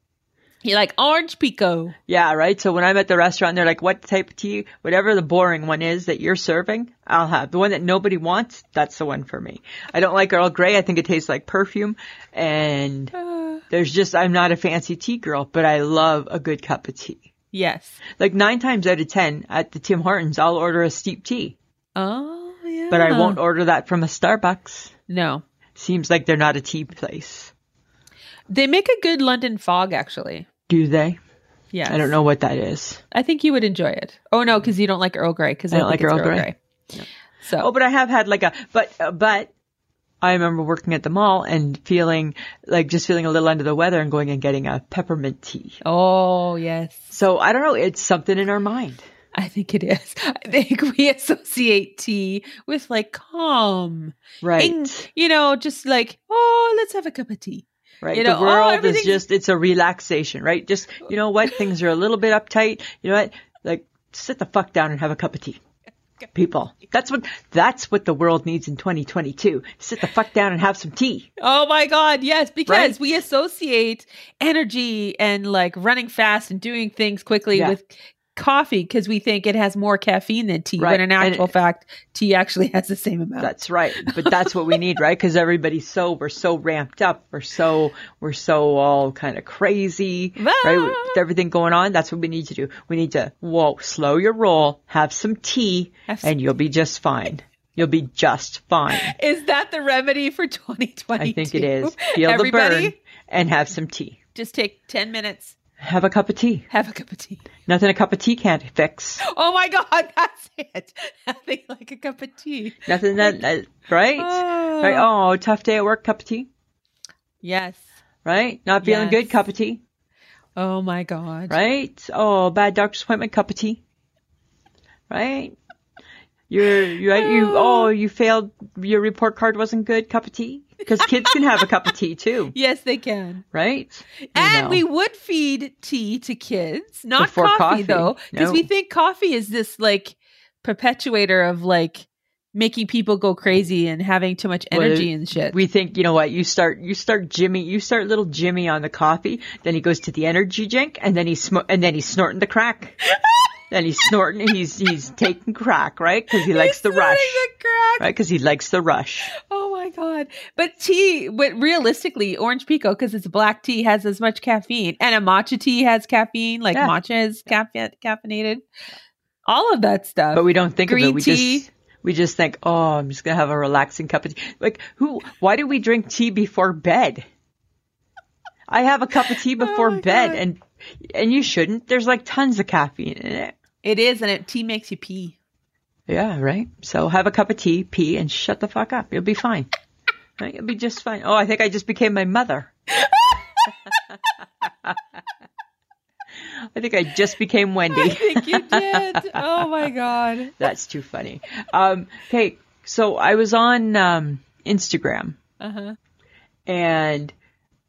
[SPEAKER 4] You're like orange pico.
[SPEAKER 5] Yeah, right. So when I'm at the restaurant, they're like, "What type of tea? Whatever the boring one is that you're serving, I'll have the one that nobody wants. That's the one for me. I don't like Earl Grey. I think it tastes like perfume, and there's just I'm not a fancy tea girl, but I love a good cup of tea.
[SPEAKER 4] Yes.
[SPEAKER 5] Like nine times out of ten at the Tim Hortons, I'll order a steep tea,
[SPEAKER 4] Oh yeah.
[SPEAKER 5] but I won't order that from a Starbucks.
[SPEAKER 4] No.
[SPEAKER 5] Seems like they're not a tea place.
[SPEAKER 4] They make a good London fog, actually.
[SPEAKER 5] Do they?
[SPEAKER 4] Yes.
[SPEAKER 5] I don't know what that is.
[SPEAKER 4] I think you would enjoy it. Oh no, because you don't like Earl Grey. Because I,
[SPEAKER 5] I don't
[SPEAKER 4] think
[SPEAKER 5] like
[SPEAKER 4] it's
[SPEAKER 5] Earl Grey.
[SPEAKER 4] So
[SPEAKER 5] Oh, but I have had like a but uh, but I remember working at the mall and feeling like just feeling a little under the weather and going and getting a peppermint tea.
[SPEAKER 4] oh yes,
[SPEAKER 5] So I don't know, it's something in our mind.
[SPEAKER 4] I think it is. I think we associate tea with like calm,
[SPEAKER 5] Right.
[SPEAKER 4] And, you know, just like oh, let's have a cup of tea.
[SPEAKER 5] right.
[SPEAKER 4] you know, oh,
[SPEAKER 5] the world is
[SPEAKER 4] everything's-
[SPEAKER 5] just it's a relaxation, right? Just you know what? Things are a little bit uptight. You know what? Like sit the fuck down and have a cup of tea. People. That's what that's what the world needs in 2022. Sit the fuck down and have some tea.
[SPEAKER 4] Oh my God, yes, because
[SPEAKER 5] Right.
[SPEAKER 4] we associate energy and like running fast and doing things quickly
[SPEAKER 5] Yeah.
[SPEAKER 4] with coffee because we think it has more caffeine than tea. When
[SPEAKER 5] Right,
[SPEAKER 4] in
[SPEAKER 5] and
[SPEAKER 4] actual
[SPEAKER 5] it-
[SPEAKER 4] fact, tea actually has the same amount.
[SPEAKER 5] That's right. But that's what we need, right? Because everybody's so we're so ramped up. We're so we're so all kind of crazy, right? With everything going on. That's what we need to do. We need to whoa, slow your roll, have some tea,
[SPEAKER 4] Have some
[SPEAKER 5] and you'll be just fine. You'll be just fine.
[SPEAKER 4] Is that the remedy for 2020?
[SPEAKER 5] I think it is. Feel
[SPEAKER 4] Everybody,
[SPEAKER 5] the burn and have some tea.
[SPEAKER 4] just take 10 minutes,
[SPEAKER 5] Have a cup of tea.
[SPEAKER 4] have a cup of tea.
[SPEAKER 5] Nothing a cup of tea can't fix.
[SPEAKER 4] Oh my God, that's it. Nothing like a cup of tea.
[SPEAKER 5] Nothing that, that right?
[SPEAKER 4] Oh.
[SPEAKER 5] Right. Oh, tough day at work. Cup of tea.
[SPEAKER 4] Yes.
[SPEAKER 5] Right. Not feeling
[SPEAKER 4] Yes.
[SPEAKER 5] good. Cup of tea.
[SPEAKER 4] Oh my God.
[SPEAKER 5] right? Oh, bad doctor's appointment, cup of tea, right? You're you right. You oh, you failed. Your report card wasn't good. Cup of tea, because kids can have a cup of tea too,
[SPEAKER 4] Yes, they can.
[SPEAKER 5] right? You
[SPEAKER 4] And
[SPEAKER 5] know.
[SPEAKER 4] we would feed tea to kids, not
[SPEAKER 5] Before
[SPEAKER 4] coffee,
[SPEAKER 5] coffee.
[SPEAKER 4] though, because
[SPEAKER 5] No.
[SPEAKER 4] we think coffee is this like perpetuator of like making people go crazy and having too much
[SPEAKER 5] Well,
[SPEAKER 4] energy and shit.
[SPEAKER 5] we think you know what you start you start Jimmy you start little Jimmy on the coffee, then he goes to the energy drink, and then he's sm- and then he's snorting the crack. Then he's snorting. He's he's taking crack, right? Because he likes the
[SPEAKER 4] Snorting
[SPEAKER 5] rush,
[SPEAKER 4] the crack.
[SPEAKER 5] right? Because he likes the rush.
[SPEAKER 4] Oh my god! But tea, but realistically, orange pico because it's black tea has as much caffeine, and a matcha tea has caffeine. Like
[SPEAKER 5] Yeah.
[SPEAKER 4] matcha is caffe- caffeinated. All of that stuff.
[SPEAKER 5] But we don't think of
[SPEAKER 4] Green
[SPEAKER 5] it. We
[SPEAKER 4] tea.
[SPEAKER 5] just we just think, oh, I'm just gonna have a relaxing cup of tea. Like who? Why do we drink tea before bed? I have a cup of tea before
[SPEAKER 4] Oh my
[SPEAKER 5] bed,
[SPEAKER 4] God.
[SPEAKER 5] and and you shouldn't. There's like tons of caffeine in it.
[SPEAKER 4] it is, and it, tea makes you pee.
[SPEAKER 5] Yeah, right. So have a cup of tea, pee, and shut the fuck up. You'll be fine. Right? You'll be just fine. Oh, I think I just became my mother. I think I just became Wendy.
[SPEAKER 4] I think you did. oh my god!
[SPEAKER 5] That's too funny. Um, okay, so I was on um, Instagram
[SPEAKER 4] Uh-huh.
[SPEAKER 5] and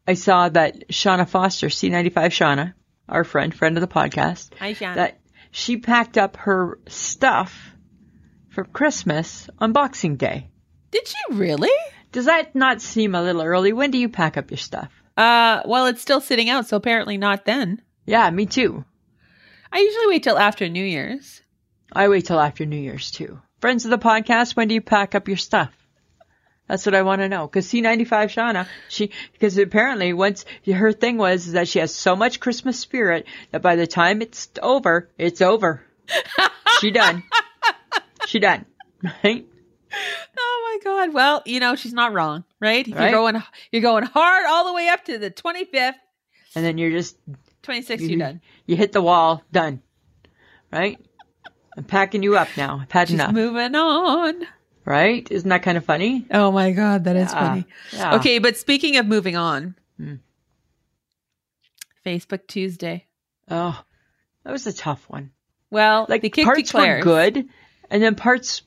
[SPEAKER 5] I saw that Shauna Foster, C95 Shauna, our friend, friend of the podcast,
[SPEAKER 4] Hi, Shauna.
[SPEAKER 5] that she packed up her stuff for Christmas on Boxing Day.
[SPEAKER 4] Did you really?
[SPEAKER 5] Does that not seem a little early? When do you pack up your stuff?
[SPEAKER 4] Uh, well, it's still sitting out, so apparently not then.
[SPEAKER 5] Yeah, me too.
[SPEAKER 4] I usually wait till after New Year's.
[SPEAKER 5] I wait till after New Year's too. Friends of the podcast, when do you pack up your stuff? That's what I want to know. Cause C95 Shauna, she, cause apparently once her thing was that she has so much Christmas spirit that by the time it's over, it's over. she done. She done. Right?
[SPEAKER 4] Oh my god. Well, you know, she's not wrong, right? If
[SPEAKER 5] Right.
[SPEAKER 4] You're going you're going hard all the way up to the 25th,
[SPEAKER 5] And then you're just,
[SPEAKER 4] 26th
[SPEAKER 5] Mm-hmm.
[SPEAKER 4] you're done.
[SPEAKER 5] you hit the wall, done. Right? I'm packing you up now. I've had
[SPEAKER 4] She's
[SPEAKER 5] enough.
[SPEAKER 4] moving on.
[SPEAKER 5] Right? Isn't that kind of funny?
[SPEAKER 4] Oh my god, that is funny.
[SPEAKER 5] yeah. Hmm.
[SPEAKER 4] Okay, but speaking of moving on. Facebook Tuesday.
[SPEAKER 5] Oh, that was a tough one.
[SPEAKER 4] Well,
[SPEAKER 5] Like
[SPEAKER 4] the kick
[SPEAKER 5] parts
[SPEAKER 4] declares.
[SPEAKER 5] were good, and then parts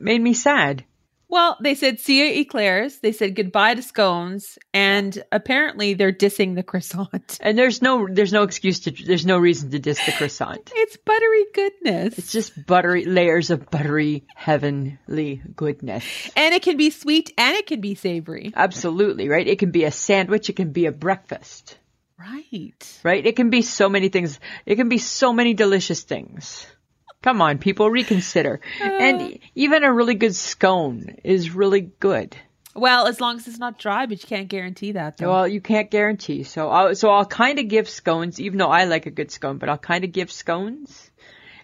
[SPEAKER 5] made me sad.
[SPEAKER 4] Well, they said see you eclairs. They said goodbye to scones, and apparently they're dissing the croissant.
[SPEAKER 5] And there's no there's no excuse to there's no reason to diss the croissant.
[SPEAKER 4] It's buttery goodness,
[SPEAKER 5] It's just buttery layers of buttery heavenly goodness.
[SPEAKER 4] and it can be sweet and it can be savory.
[SPEAKER 5] Absolutely, right? It can be a sandwich, it can be a breakfast,
[SPEAKER 4] Right?
[SPEAKER 5] right? It can be so many things. It can be so many delicious things. Come on, people, reconsider.
[SPEAKER 4] Uh.
[SPEAKER 5] and even a really good scone is really good.
[SPEAKER 4] Well, as long as it's not dry, but you can't guarantee that. Though.
[SPEAKER 5] Well, you can't guarantee. So I'll, so I'll kind of give scones, even though I like a good scone, but I'll kind of give scones.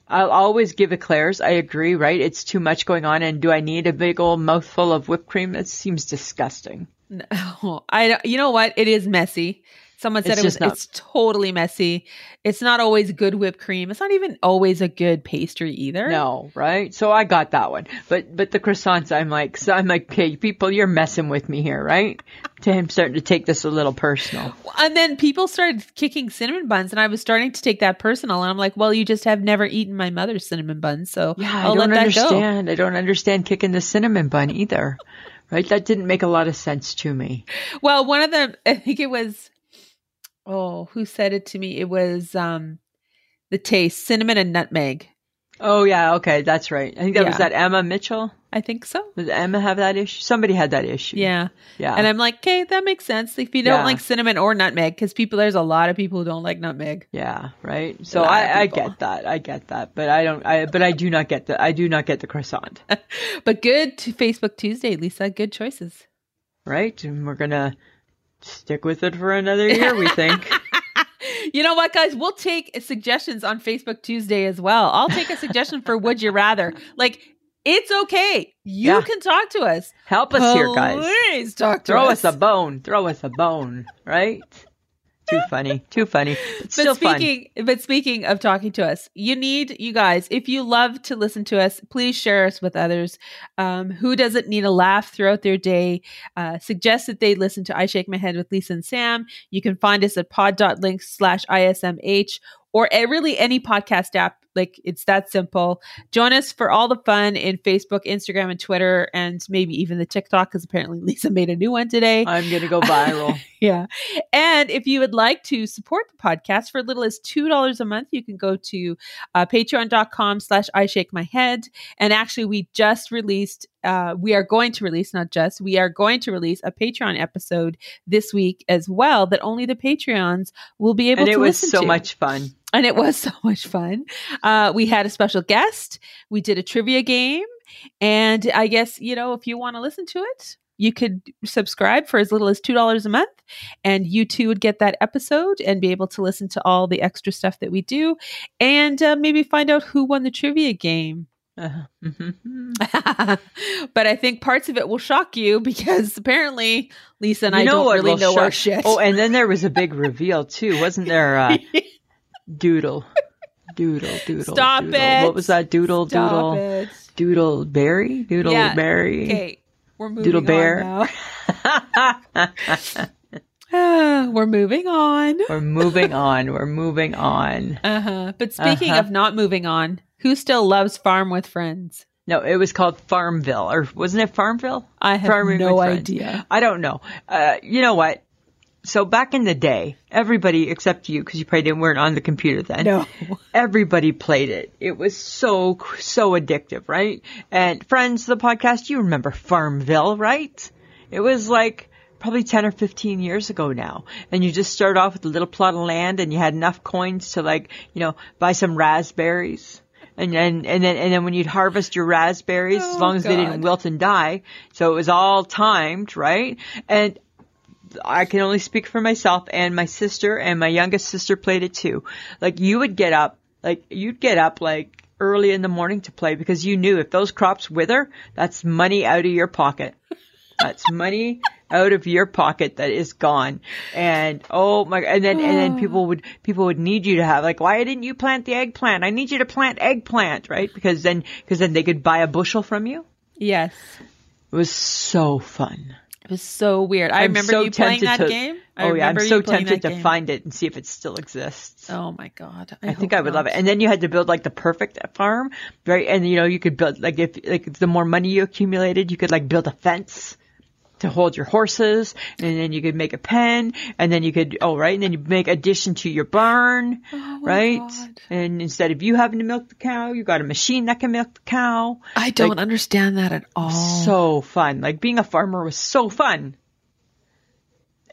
[SPEAKER 5] I'll always give eclairs. I agree, right? It's too much going on. And do I need a big old mouthful of whipped cream? That seems disgusting.
[SPEAKER 4] No, I. don't- You know what? It is messy. Someone said
[SPEAKER 5] It's
[SPEAKER 4] it was.
[SPEAKER 5] just not-
[SPEAKER 4] It's totally messy. It's not always good whipped cream. It's not even always a good pastry either.
[SPEAKER 5] No, right? So I got that one. But, but the croissants, I'm like, so I'm like, okay, people, you're messing with me here, right? I'm starting to take this a little personal.
[SPEAKER 4] And then people started kicking cinnamon buns, and I was starting to take that personal. And I'm like, well, you just have never eaten my mother's cinnamon buns, so
[SPEAKER 5] Yeah, I
[SPEAKER 4] I'll let
[SPEAKER 5] don't
[SPEAKER 4] that go.
[SPEAKER 5] understand. I don't understand kicking the cinnamon bun either, right? That didn't make a lot of sense to me.
[SPEAKER 4] Well, one of them, I think it was, oh, who said it to me? It was um the taste, cinnamon and nutmeg.
[SPEAKER 5] Oh yeah, okay, that's right. I think that was
[SPEAKER 4] Yeah.
[SPEAKER 5] that Emma Mitchell.
[SPEAKER 4] I think so.
[SPEAKER 5] Did Emma have that issue? Somebody had that issue.
[SPEAKER 4] Yeah.
[SPEAKER 5] yeah.
[SPEAKER 4] And I'm like, okay, that makes sense. If you don't
[SPEAKER 5] Yeah.
[SPEAKER 4] like cinnamon or nutmeg, because people, there's a lot of people who don't like nutmeg.
[SPEAKER 5] yeah, right. So
[SPEAKER 4] lot of
[SPEAKER 5] I, I
[SPEAKER 4] people.
[SPEAKER 5] get that. I get that. But I don't. I but I do not get the. I do not get the croissant.
[SPEAKER 4] But good to Facebook Tuesday, Lisa. Good choices.
[SPEAKER 5] Right. And we're gonna stick with it for another year. We think.
[SPEAKER 4] You know what, guys? We'll take suggestions on Facebook Tuesday as well. I'll take a suggestion for Would You Rather. Like, it's okay. You
[SPEAKER 5] Yeah.
[SPEAKER 4] can talk to us.
[SPEAKER 5] Help us here, guys.
[SPEAKER 4] Please talk to
[SPEAKER 5] Throw
[SPEAKER 4] us.
[SPEAKER 5] us a bone. Throw us a bone. Right. Too funny. Too funny. It's still
[SPEAKER 4] but
[SPEAKER 5] fun.
[SPEAKER 4] speaking, but speaking of talking to us, you need you guys. If you love to listen to us, please share us with others. Um, who doesn't need a laugh throughout their day? Uh, suggest that they listen to I Shake My Head with Lisa and Sam. You can find us at pod.link slash ismh or at really any podcast app. Like it's that simple. Join us for all the fun in Facebook, Instagram, and Twitter, and maybe even the TikTok because apparently Lisa made a new one today.
[SPEAKER 5] I'm gonna go viral.
[SPEAKER 4] Yeah. And if you would like to support the podcast for as little as $2 a month, you can go to uh, patreon.com slash I shake my head. And actually, we just released, uh, we are going to release, not just, we are going to release a Patreon episode this week as well that only the Patreons will be able
[SPEAKER 5] and
[SPEAKER 4] to
[SPEAKER 5] it was
[SPEAKER 4] listen
[SPEAKER 5] so
[SPEAKER 4] to.
[SPEAKER 5] much fun.
[SPEAKER 4] And it was so much fun. Uh, we had a special guest. We did a trivia game. And I guess, you know, if you want to listen to it, you could subscribe for as little as $2 a month. And you too would get that episode and be able to listen to all the extra stuff that we do and uh, maybe find out who won the trivia game.
[SPEAKER 5] Uh, mhm.
[SPEAKER 4] but I think parts of it will shock you because apparently Lisa and I don't
[SPEAKER 5] what
[SPEAKER 4] really
[SPEAKER 5] will
[SPEAKER 4] know our
[SPEAKER 5] shock-
[SPEAKER 4] shit.
[SPEAKER 5] Oh, and then there was a big reveal too, wasn't there? Uh, doodle, doodle, doodle.
[SPEAKER 4] Stop
[SPEAKER 5] doodle.
[SPEAKER 4] it.
[SPEAKER 5] What was that? Doodle,
[SPEAKER 4] Stop
[SPEAKER 5] doodle,
[SPEAKER 4] it.
[SPEAKER 5] doodle berry, doodle
[SPEAKER 4] Yeah,
[SPEAKER 5] berry.
[SPEAKER 4] Okay, we're moving
[SPEAKER 5] Doodle
[SPEAKER 4] on
[SPEAKER 5] bear.
[SPEAKER 4] now. Ah, we're moving on.
[SPEAKER 5] We're moving on. We're moving on.
[SPEAKER 4] Uh-huh. But speaking
[SPEAKER 5] Uh-huh.
[SPEAKER 4] of not moving on, who still loves Farm with Friends?
[SPEAKER 5] No, it was called Farmville, or wasn't it Farmville?
[SPEAKER 4] I have
[SPEAKER 5] Farming
[SPEAKER 4] no
[SPEAKER 5] with Friends.
[SPEAKER 4] idea.
[SPEAKER 5] I don't know. Uh, you know what? So back in the day, everybody except you, because you probably didn't weren't on the computer then.
[SPEAKER 4] No.
[SPEAKER 5] Everybody played it. It was so so addictive, right? And friends, the podcast. You remember Farmville, right? It was like probably 10 or 15 years ago now. And you just start off with a little plot of land and you had enough coins to like, you know, buy some raspberries. And then, and then, and then when you'd harvest your raspberries, as
[SPEAKER 4] Oh,
[SPEAKER 5] long as they
[SPEAKER 4] God.
[SPEAKER 5] didn't wilt and die. So it was all timed, right? And I can only speak for myself and my sister and my youngest sister played it too. Like you would get up, like you'd get up like early in the morning to play because you knew if those crops wither, that's money out of your pocket. That's uh, money out of your pocket that is gone. And oh my, and then, and then people would, people would need you to have like, why didn't you plant the eggplant? I need you to plant eggplant, right? Because then, because then they could buy a bushel from you.
[SPEAKER 4] Yes.
[SPEAKER 5] It was so fun.
[SPEAKER 4] It was so weird. I
[SPEAKER 5] I'm
[SPEAKER 4] remember
[SPEAKER 5] so
[SPEAKER 4] you playing
[SPEAKER 5] tempted
[SPEAKER 4] that
[SPEAKER 5] to-
[SPEAKER 4] game. I
[SPEAKER 5] oh yeah, I'm
[SPEAKER 4] remember you
[SPEAKER 5] so
[SPEAKER 4] playing
[SPEAKER 5] tempted
[SPEAKER 4] that
[SPEAKER 5] to
[SPEAKER 4] game.
[SPEAKER 5] find it and see if it still exists.
[SPEAKER 4] Oh my god!
[SPEAKER 5] I think I would love it. And then you had to build like the perfect farm, right? And you know, you could build like if like the more money you accumulated, you could like build a fence to hold your horses, and then you could make a pen, and then you could oh right, and then you make addition to your barn, right?
[SPEAKER 4] God.
[SPEAKER 5] And instead of you having to milk the cow, you got a machine that can milk the cow.
[SPEAKER 4] I don't understand that at all.
[SPEAKER 5] So fun! Like being a farmer was so fun.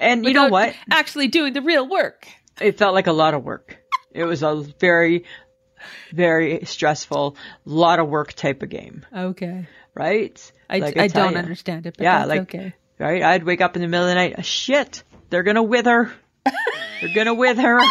[SPEAKER 5] And you know
[SPEAKER 4] Without
[SPEAKER 5] what?
[SPEAKER 4] Actually, doing the real work.
[SPEAKER 5] it felt like a lot of work. It was a very, very stressful, lot of work type of game,
[SPEAKER 4] Okay.
[SPEAKER 5] right?
[SPEAKER 4] I,
[SPEAKER 5] Like
[SPEAKER 4] I
[SPEAKER 5] tell
[SPEAKER 4] don't
[SPEAKER 5] ya.
[SPEAKER 4] understand it. But
[SPEAKER 5] Yeah,
[SPEAKER 4] that's
[SPEAKER 5] like
[SPEAKER 4] okay.
[SPEAKER 5] right. I'd wake up in the middle of the night. Shit, they're gonna wither. they're gonna wither,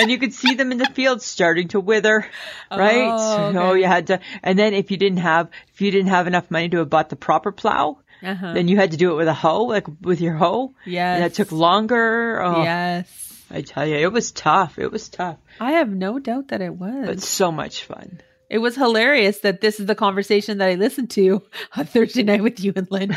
[SPEAKER 5] and you could see them in the field starting to wither, right?
[SPEAKER 4] Oh, okay.
[SPEAKER 5] you had to. And then if you didn't have, if you didn't have enough money to have bought the proper plow.
[SPEAKER 4] Uh-huh.
[SPEAKER 5] Then you had to do it with a hoe, like with your hoe.
[SPEAKER 4] Yes.
[SPEAKER 5] And that took longer. Oh,
[SPEAKER 4] Yes.
[SPEAKER 5] I tell you, it was tough. It was tough.
[SPEAKER 4] I have no doubt that it was.
[SPEAKER 5] but so much fun.
[SPEAKER 4] It was hilarious that this is the conversation that I listened to on Thursday night with you and Linda.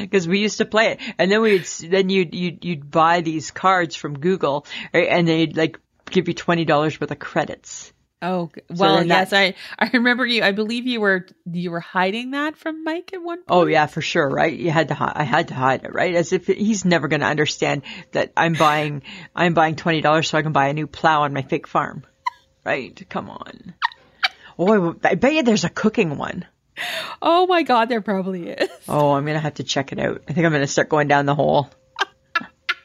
[SPEAKER 5] Because we used to play it, and then we'd then you'd you'd, you'd buy these cards from Google, right? and they'd like give you twenty dollars worth of credits.
[SPEAKER 4] Oh g- well,
[SPEAKER 5] then
[SPEAKER 4] yes,
[SPEAKER 5] that-
[SPEAKER 4] I I remember you. I believe you were you were hiding that from Mike at one point.
[SPEAKER 5] Oh yeah, for sure, right? You had to hi- I had to hide it, right? As if he's never going to understand that I'm buying I'm buying twenty dollars so I can buy a new plow on my fake farm, right? Come on. Oh, I, I bet you there's a cooking one.
[SPEAKER 4] Oh my God, there probably is.
[SPEAKER 5] Oh, I'm gonna have to check it out. I think I'm gonna start going down the hole.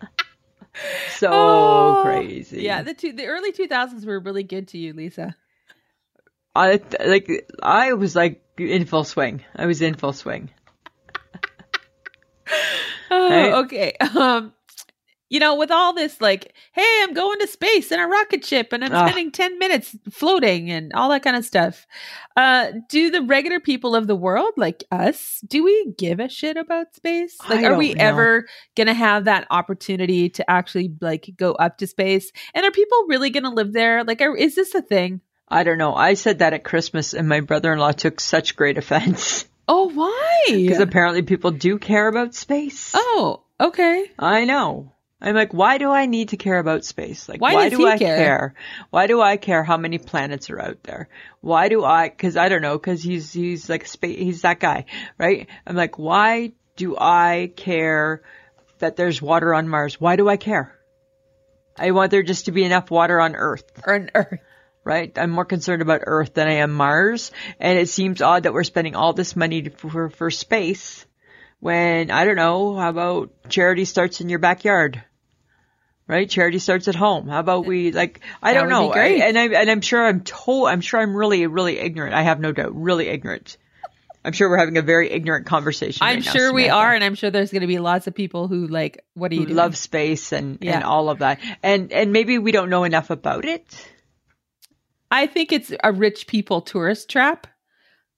[SPEAKER 5] so
[SPEAKER 4] Oh,
[SPEAKER 5] crazy.
[SPEAKER 4] Yeah, the two the early two thousands were really good to you, Lisa.
[SPEAKER 5] I th- like I was like in full swing. I was in full swing.
[SPEAKER 4] Oh,
[SPEAKER 5] Right.
[SPEAKER 4] okay. Um, you know, with all this, like, hey, I'm going to space in a rocket ship, and I'm
[SPEAKER 5] Ugh.
[SPEAKER 4] spending ten minutes floating, and all that kind of stuff. Uh, do the regular people of the world, like us, do we give a shit about space?
[SPEAKER 5] I
[SPEAKER 4] Like, are
[SPEAKER 5] don't
[SPEAKER 4] we
[SPEAKER 5] know.
[SPEAKER 4] ever gonna have that opportunity to actually like go up to space? And are people really gonna live there? Like, are, is this a thing?
[SPEAKER 5] I don't know. I said that at Christmas, and my brother-in-law took such great offense
[SPEAKER 4] Oh, why?
[SPEAKER 5] because apparently people do care about space.
[SPEAKER 4] oh, okay.
[SPEAKER 5] I know. I'm like, why do I need to care about space? Like,
[SPEAKER 4] Why
[SPEAKER 5] why,
[SPEAKER 4] does
[SPEAKER 5] do
[SPEAKER 4] he
[SPEAKER 5] I
[SPEAKER 4] care?
[SPEAKER 5] care? Why do I care how many planets are out there? Why do I? Because I don't know. Because he's he's like space. He's that guy, right? I'm like, why do I care that there's water on Mars? Why do I care? I want there just to be enough water on Earth
[SPEAKER 4] Or an Earth.
[SPEAKER 5] right? I'm more concerned about Earth than I am Mars. And it seems odd that we're spending all this money to- for, for space when, I don't know, how about charity starts in your backyard? Right? Charity starts at home. How about we, like, I
[SPEAKER 4] That
[SPEAKER 5] don't
[SPEAKER 4] would be
[SPEAKER 5] know.
[SPEAKER 4] great.
[SPEAKER 5] I, and I'm, and I'm sure I'm told, I'm sure I'm really, really ignorant. I have no doubt, really ignorant. I'm sure we're having a very ignorant conversation.
[SPEAKER 4] I'm
[SPEAKER 5] right now,
[SPEAKER 4] sure we
[SPEAKER 5] Samantha
[SPEAKER 4] are, and I'm sure there's going to be lots of people who like. What do you
[SPEAKER 5] who
[SPEAKER 4] doing?
[SPEAKER 5] love space and,
[SPEAKER 4] Yeah.
[SPEAKER 5] and all of that. And, and maybe we don't know enough about it.
[SPEAKER 4] I think it's a rich people tourist trap.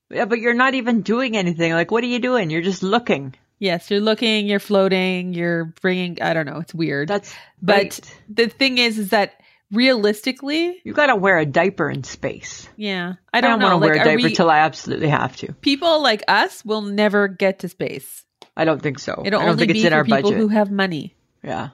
[SPEAKER 5] Yeah, but you're not even doing anything. Like, what are you doing? You're just looking.
[SPEAKER 4] Yes, you're looking, you're floating, you're bringing. I don't know. It's weird.
[SPEAKER 5] That's
[SPEAKER 4] but
[SPEAKER 5] right.
[SPEAKER 4] the thing is, is that realistically,
[SPEAKER 5] you got to wear a diaper in space.
[SPEAKER 4] yeah, I
[SPEAKER 5] I
[SPEAKER 4] don't,
[SPEAKER 5] don't,
[SPEAKER 4] know.
[SPEAKER 5] want to
[SPEAKER 4] Like,
[SPEAKER 5] wear a
[SPEAKER 4] are
[SPEAKER 5] diaper
[SPEAKER 4] we
[SPEAKER 5] till I absolutely have to.
[SPEAKER 4] people like us will never get to space?
[SPEAKER 5] I don't think so.
[SPEAKER 4] It'll
[SPEAKER 5] I don't
[SPEAKER 4] only
[SPEAKER 5] think
[SPEAKER 4] be
[SPEAKER 5] it's in
[SPEAKER 4] for
[SPEAKER 5] our
[SPEAKER 4] people
[SPEAKER 5] budget.
[SPEAKER 4] who have money.
[SPEAKER 5] yeah.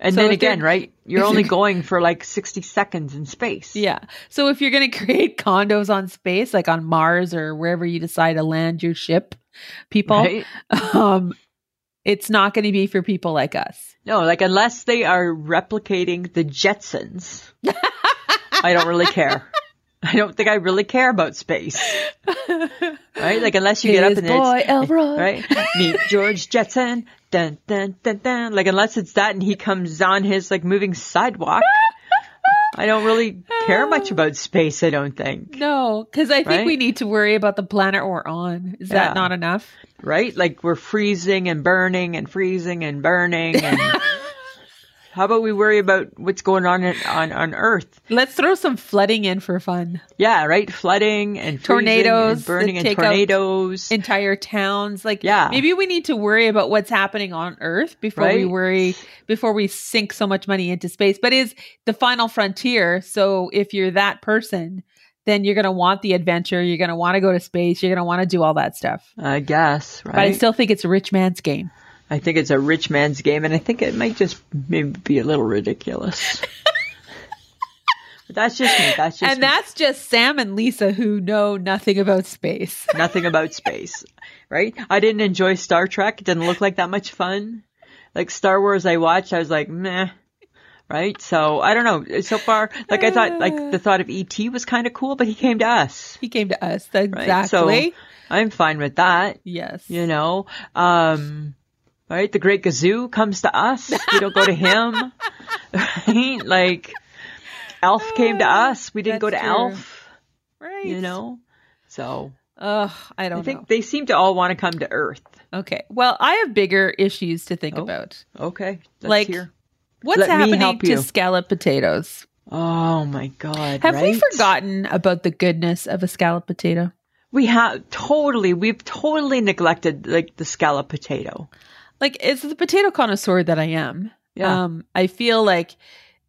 [SPEAKER 5] And
[SPEAKER 4] So
[SPEAKER 5] then
[SPEAKER 4] if they're-
[SPEAKER 5] again, right? You're only going for like 60 seconds in space.
[SPEAKER 4] Yeah. So if you're going to create condos on space, like on Mars or wherever you decide to land your ship, people,
[SPEAKER 5] Right?
[SPEAKER 4] um It's not going to be for people like us.
[SPEAKER 5] No, like unless they are replicating the Jetsons, I don't really care. I don't think I really care about space. Right? Like unless you get up
[SPEAKER 4] His
[SPEAKER 5] and
[SPEAKER 4] boy
[SPEAKER 5] it's
[SPEAKER 4] Elroy.
[SPEAKER 5] right. Meet George Jetson. Dun dun dun dun. Like unless it's that and he comes on his like moving sidewalk. I don't really care much about space. I don't think.
[SPEAKER 4] No, because I think
[SPEAKER 5] Right?
[SPEAKER 4] we need to worry about the planet we're on. Is
[SPEAKER 5] Yeah.
[SPEAKER 4] that not enough?
[SPEAKER 5] Right? Like we're freezing and burning and freezing and burning. And how about we worry about what's going on in, on on Earth?
[SPEAKER 4] Let's throw some flooding in for fun.
[SPEAKER 5] Yeah, right. Flooding and freezing
[SPEAKER 4] Tornadoes
[SPEAKER 5] and burning
[SPEAKER 4] that
[SPEAKER 5] and
[SPEAKER 4] take out
[SPEAKER 5] tornadoes.
[SPEAKER 4] Entire towns, like
[SPEAKER 5] Yeah.
[SPEAKER 4] Maybe we need to worry about what's happening on Earth before we
[SPEAKER 5] Right.
[SPEAKER 4] worry before we sink so much money into space. But is the final frontier? So if you're that person, then you're going to want the adventure. You're going to want to go to space. You're going to want to do all that stuff.
[SPEAKER 5] I guess. Right.
[SPEAKER 4] But I still think it's a rich man's game.
[SPEAKER 5] I think it's a rich man's game, and I think it might just maybe be a little ridiculous. but that's just me. That's just
[SPEAKER 4] and
[SPEAKER 5] me.
[SPEAKER 4] that's just Sam and Lisa who know nothing about space.
[SPEAKER 5] nothing about space, right? I didn't enjoy Star Trek. It didn't look like that much fun. Like Star Wars, I watched. I was like, meh. Right, so I don't know. So far, like I thought, like the thought of ET was kind of cool, but he came to us.
[SPEAKER 4] he came to us. Exactly.
[SPEAKER 5] Right? So I'm fine with that.
[SPEAKER 4] yes.
[SPEAKER 5] you know um right the great gazoo comes to us we don't go to him right? like elf came to us we didn't go to
[SPEAKER 4] Ah, That's true.
[SPEAKER 5] elf
[SPEAKER 4] Right.
[SPEAKER 5] you know so
[SPEAKER 4] Ugh, I
[SPEAKER 5] i,
[SPEAKER 4] don't
[SPEAKER 5] think
[SPEAKER 4] know.
[SPEAKER 5] they seem to all want to come to earth
[SPEAKER 4] Okay. Well, I have bigger issues to think about.
[SPEAKER 5] okay let's
[SPEAKER 4] Like-
[SPEAKER 5] hear.
[SPEAKER 4] What's
[SPEAKER 5] Oh. Let me
[SPEAKER 4] happening
[SPEAKER 5] help
[SPEAKER 4] to
[SPEAKER 5] you.
[SPEAKER 4] scallop potatoes?
[SPEAKER 5] oh my god
[SPEAKER 4] Have we
[SPEAKER 5] right?
[SPEAKER 4] forgotten about the goodness of a scallop potato?
[SPEAKER 5] we have totally we've totally neglected like the scallop potato
[SPEAKER 4] Like, it's the potato connoisseur that I am.
[SPEAKER 5] Yeah.
[SPEAKER 4] Um, I feel like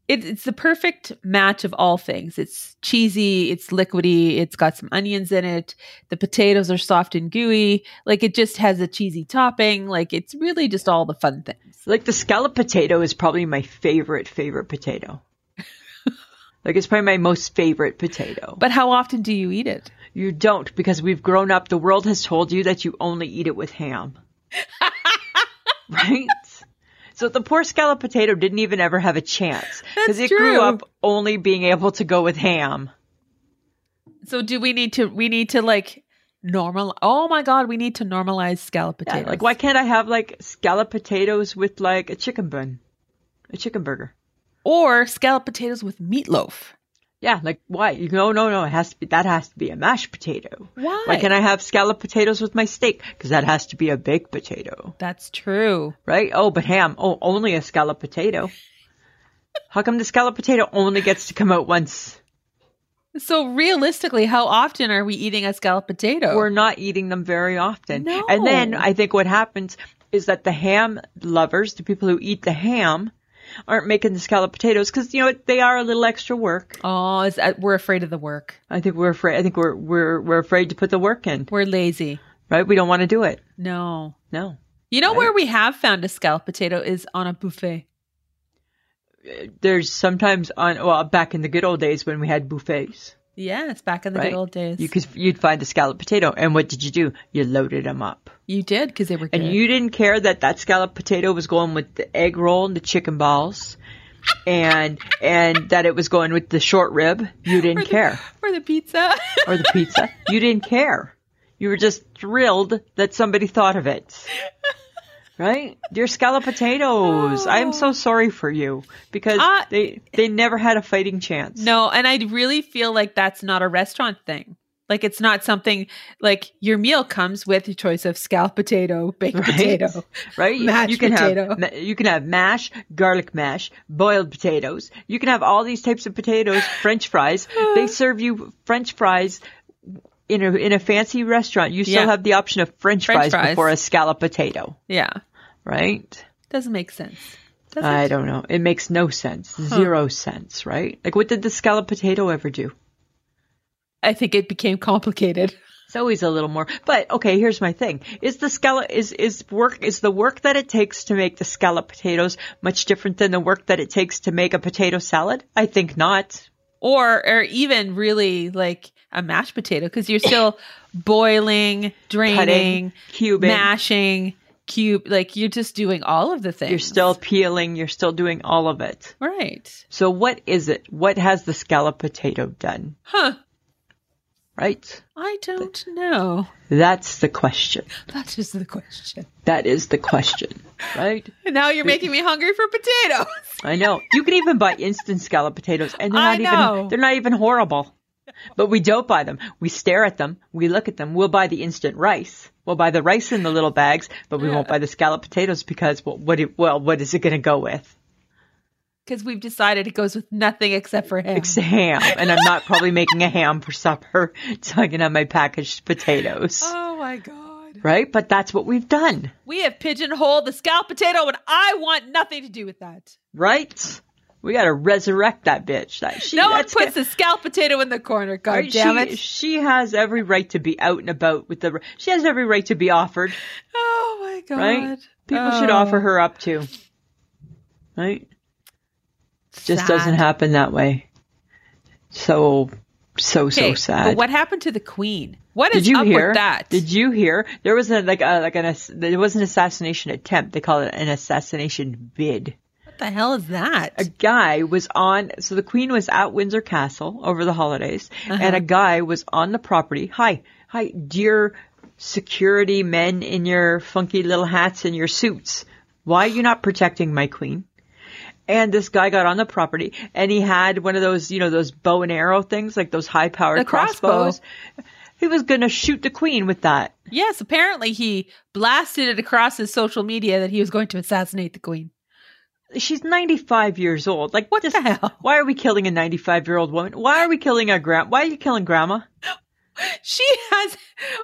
[SPEAKER 4] it, it's the perfect match of all things. It's cheesy, it's liquidy, it's got some onions in it. The potatoes are soft and gooey. Like, it just has a cheesy topping. Like, it's really just all the fun things.
[SPEAKER 5] Like the scallop potato is probably my favorite favorite potato. like it's probably my most favorite potato.
[SPEAKER 4] But how often do you eat it?
[SPEAKER 5] you don't because we've grown up. The world has told you that you only eat it with ham. right? So the poor scallop potato didn't even ever have a chance because
[SPEAKER 4] That's
[SPEAKER 5] it
[SPEAKER 4] true.
[SPEAKER 5] grew up only being able to go with ham.
[SPEAKER 4] So do we need to we need to like normal oh my god, we need to normalize scallop
[SPEAKER 5] Yeah,
[SPEAKER 4] potatoes.
[SPEAKER 5] like why can't I have like scallop potatoes with like a chicken bun, a chicken burger?
[SPEAKER 4] or scallop potatoes with meatloaf.
[SPEAKER 5] Yeah, like why? You go, no, no, it has to be that has to be a mashed potato.
[SPEAKER 4] Why?
[SPEAKER 5] Why can I have scallop potatoes with my steak? Because that has to be a baked potato,
[SPEAKER 4] That's true.
[SPEAKER 5] right? Oh, but ham. Oh, only a scallop potato. How come the scallop potato only gets to come out once?
[SPEAKER 4] So realistically, how often are we eating a scallop potato?
[SPEAKER 5] We're not eating them very often.
[SPEAKER 4] Oh. No.
[SPEAKER 5] And then I think what happens is that the ham lovers, the people who eat the ham, aren't making the scallop potatoes because you know what? They are a little extra work.
[SPEAKER 4] oh, is that, we're afraid of the work.
[SPEAKER 5] I think we're afraid. I think we're we're we're afraid to put the work in,
[SPEAKER 4] We're lazy.
[SPEAKER 5] right? We don't want to do it.
[SPEAKER 4] No.
[SPEAKER 5] No.
[SPEAKER 4] You know where we have found a scallop potato is on a buffet.
[SPEAKER 5] there's sometimes on well back in the good old days when we had buffets
[SPEAKER 4] Yes, back in the
[SPEAKER 5] right
[SPEAKER 4] good old days.
[SPEAKER 5] you could you'd find a scalloped potato and what did you do you loaded them up
[SPEAKER 4] you did because they were good.
[SPEAKER 5] and you didn't care that that scalloped potato was going with the egg roll and the chicken balls and and that it was going with the short rib you didn't care
[SPEAKER 4] for the pizza.
[SPEAKER 5] or the pizza you didn't care you were just thrilled that somebody thought of it Right? Your scalloped potatoes. I'm so sorry for you because
[SPEAKER 4] Ah.
[SPEAKER 5] they they never had a fighting chance.
[SPEAKER 4] No, and I really feel like that's not a restaurant thing. Like it's not something like your meal comes with your choice of scallop potato, baked
[SPEAKER 5] Right.
[SPEAKER 4] potato.
[SPEAKER 5] right?
[SPEAKER 4] Mashed
[SPEAKER 5] you can
[SPEAKER 4] potato.
[SPEAKER 5] have ma- you can have mash, garlic mash, boiled potatoes. You can have all these types of potatoes, French fries. they serve you French fries in a in a fancy restaurant. You
[SPEAKER 4] Yeah.
[SPEAKER 5] still have the option of French,
[SPEAKER 4] French
[SPEAKER 5] fries,
[SPEAKER 4] fries.
[SPEAKER 5] before a scallop potato,
[SPEAKER 4] Yeah.
[SPEAKER 5] right?
[SPEAKER 4] Doesn't make sense. Doesn't
[SPEAKER 5] I don't know. It makes no sense. Zero sense, right? Like what did the scallop potato ever do?
[SPEAKER 4] I think it became complicated.
[SPEAKER 5] It's always a little more. But okay, here's my thing. Is the scallop is is work is the work that it takes to make the scallop potatoes much different than the work that it takes to make a potato salad? I think not.
[SPEAKER 4] Or or even really like a mashed potato because you're still boiling, draining,
[SPEAKER 5] cubing.
[SPEAKER 4] mashing. cube. Like you're just doing all of the things.
[SPEAKER 5] You're still peeling, you're still doing all of it.
[SPEAKER 4] right,
[SPEAKER 5] So what is it? What has the scallop potato done?
[SPEAKER 4] huh?
[SPEAKER 5] Right?
[SPEAKER 4] I don't know.
[SPEAKER 5] That's the question.
[SPEAKER 4] That is the question.
[SPEAKER 5] That is the question. Right?
[SPEAKER 4] And now you're making me hungry for potatoes.
[SPEAKER 5] I know. You can even buy instant scallop potatoes and they're
[SPEAKER 4] I
[SPEAKER 5] not
[SPEAKER 4] know.
[SPEAKER 5] even they're not even horrible. But we don't buy them. We stare at them, we look at them, we'll buy the instant rice. We'll buy the rice in the little bags, but we won't buy the scallop potatoes because well, what do- well, what is it going to go with?
[SPEAKER 4] Because we've decided it goes with nothing except for ham.
[SPEAKER 5] It's ham, and I'm not probably making a ham for supper, so I can have my packaged potatoes.
[SPEAKER 4] oh my god.
[SPEAKER 5] Right? But that's what we've done.
[SPEAKER 4] We have pigeonholed the scallop potato, and I want nothing to do with that.
[SPEAKER 5] Right? We gotta resurrect that bitch. That she
[SPEAKER 4] no one
[SPEAKER 5] that's
[SPEAKER 4] puts the scallop potato in the corner. God
[SPEAKER 5] right?
[SPEAKER 4] Oh, damn
[SPEAKER 5] she,
[SPEAKER 4] it!
[SPEAKER 5] she has every right to be out and about with the she has every right to be offered,
[SPEAKER 4] oh my god.
[SPEAKER 5] right? People should
[SPEAKER 4] Oh.
[SPEAKER 5] offer her up too. Right?
[SPEAKER 4] Sad.
[SPEAKER 5] Just doesn't happen that way. So so so
[SPEAKER 4] Okay,
[SPEAKER 5] sad.
[SPEAKER 4] But what happened to the queen? What is
[SPEAKER 5] Did you
[SPEAKER 4] up
[SPEAKER 5] hear
[SPEAKER 4] with that?
[SPEAKER 5] Did you hear? There was a like a like an ass- there was an assassination attempt. They call it an assassination bid.
[SPEAKER 4] what the hell is that?
[SPEAKER 5] A guy was on. So the queen was at Windsor Castle over the holidays, and
[SPEAKER 4] Uh-huh.
[SPEAKER 5] a guy was on the property. Hi, hi, dear security men in your funky little hats and your suits. Why are you not protecting my queen? And this guy got on the property, and he had one of those, you know, those bow and arrow things, like those high-powered
[SPEAKER 4] The crossbow.
[SPEAKER 5] crossbows. He was gonna shoot the queen with that.
[SPEAKER 4] yes, apparently he blasted it across his social media that he was going to assassinate the queen.
[SPEAKER 5] she's 95 years old. Like,
[SPEAKER 4] What
[SPEAKER 5] just-
[SPEAKER 4] the hell?
[SPEAKER 5] Why are we killing a 95 year old woman? Why are we killing a grand? Why are you killing grandma?
[SPEAKER 4] She has.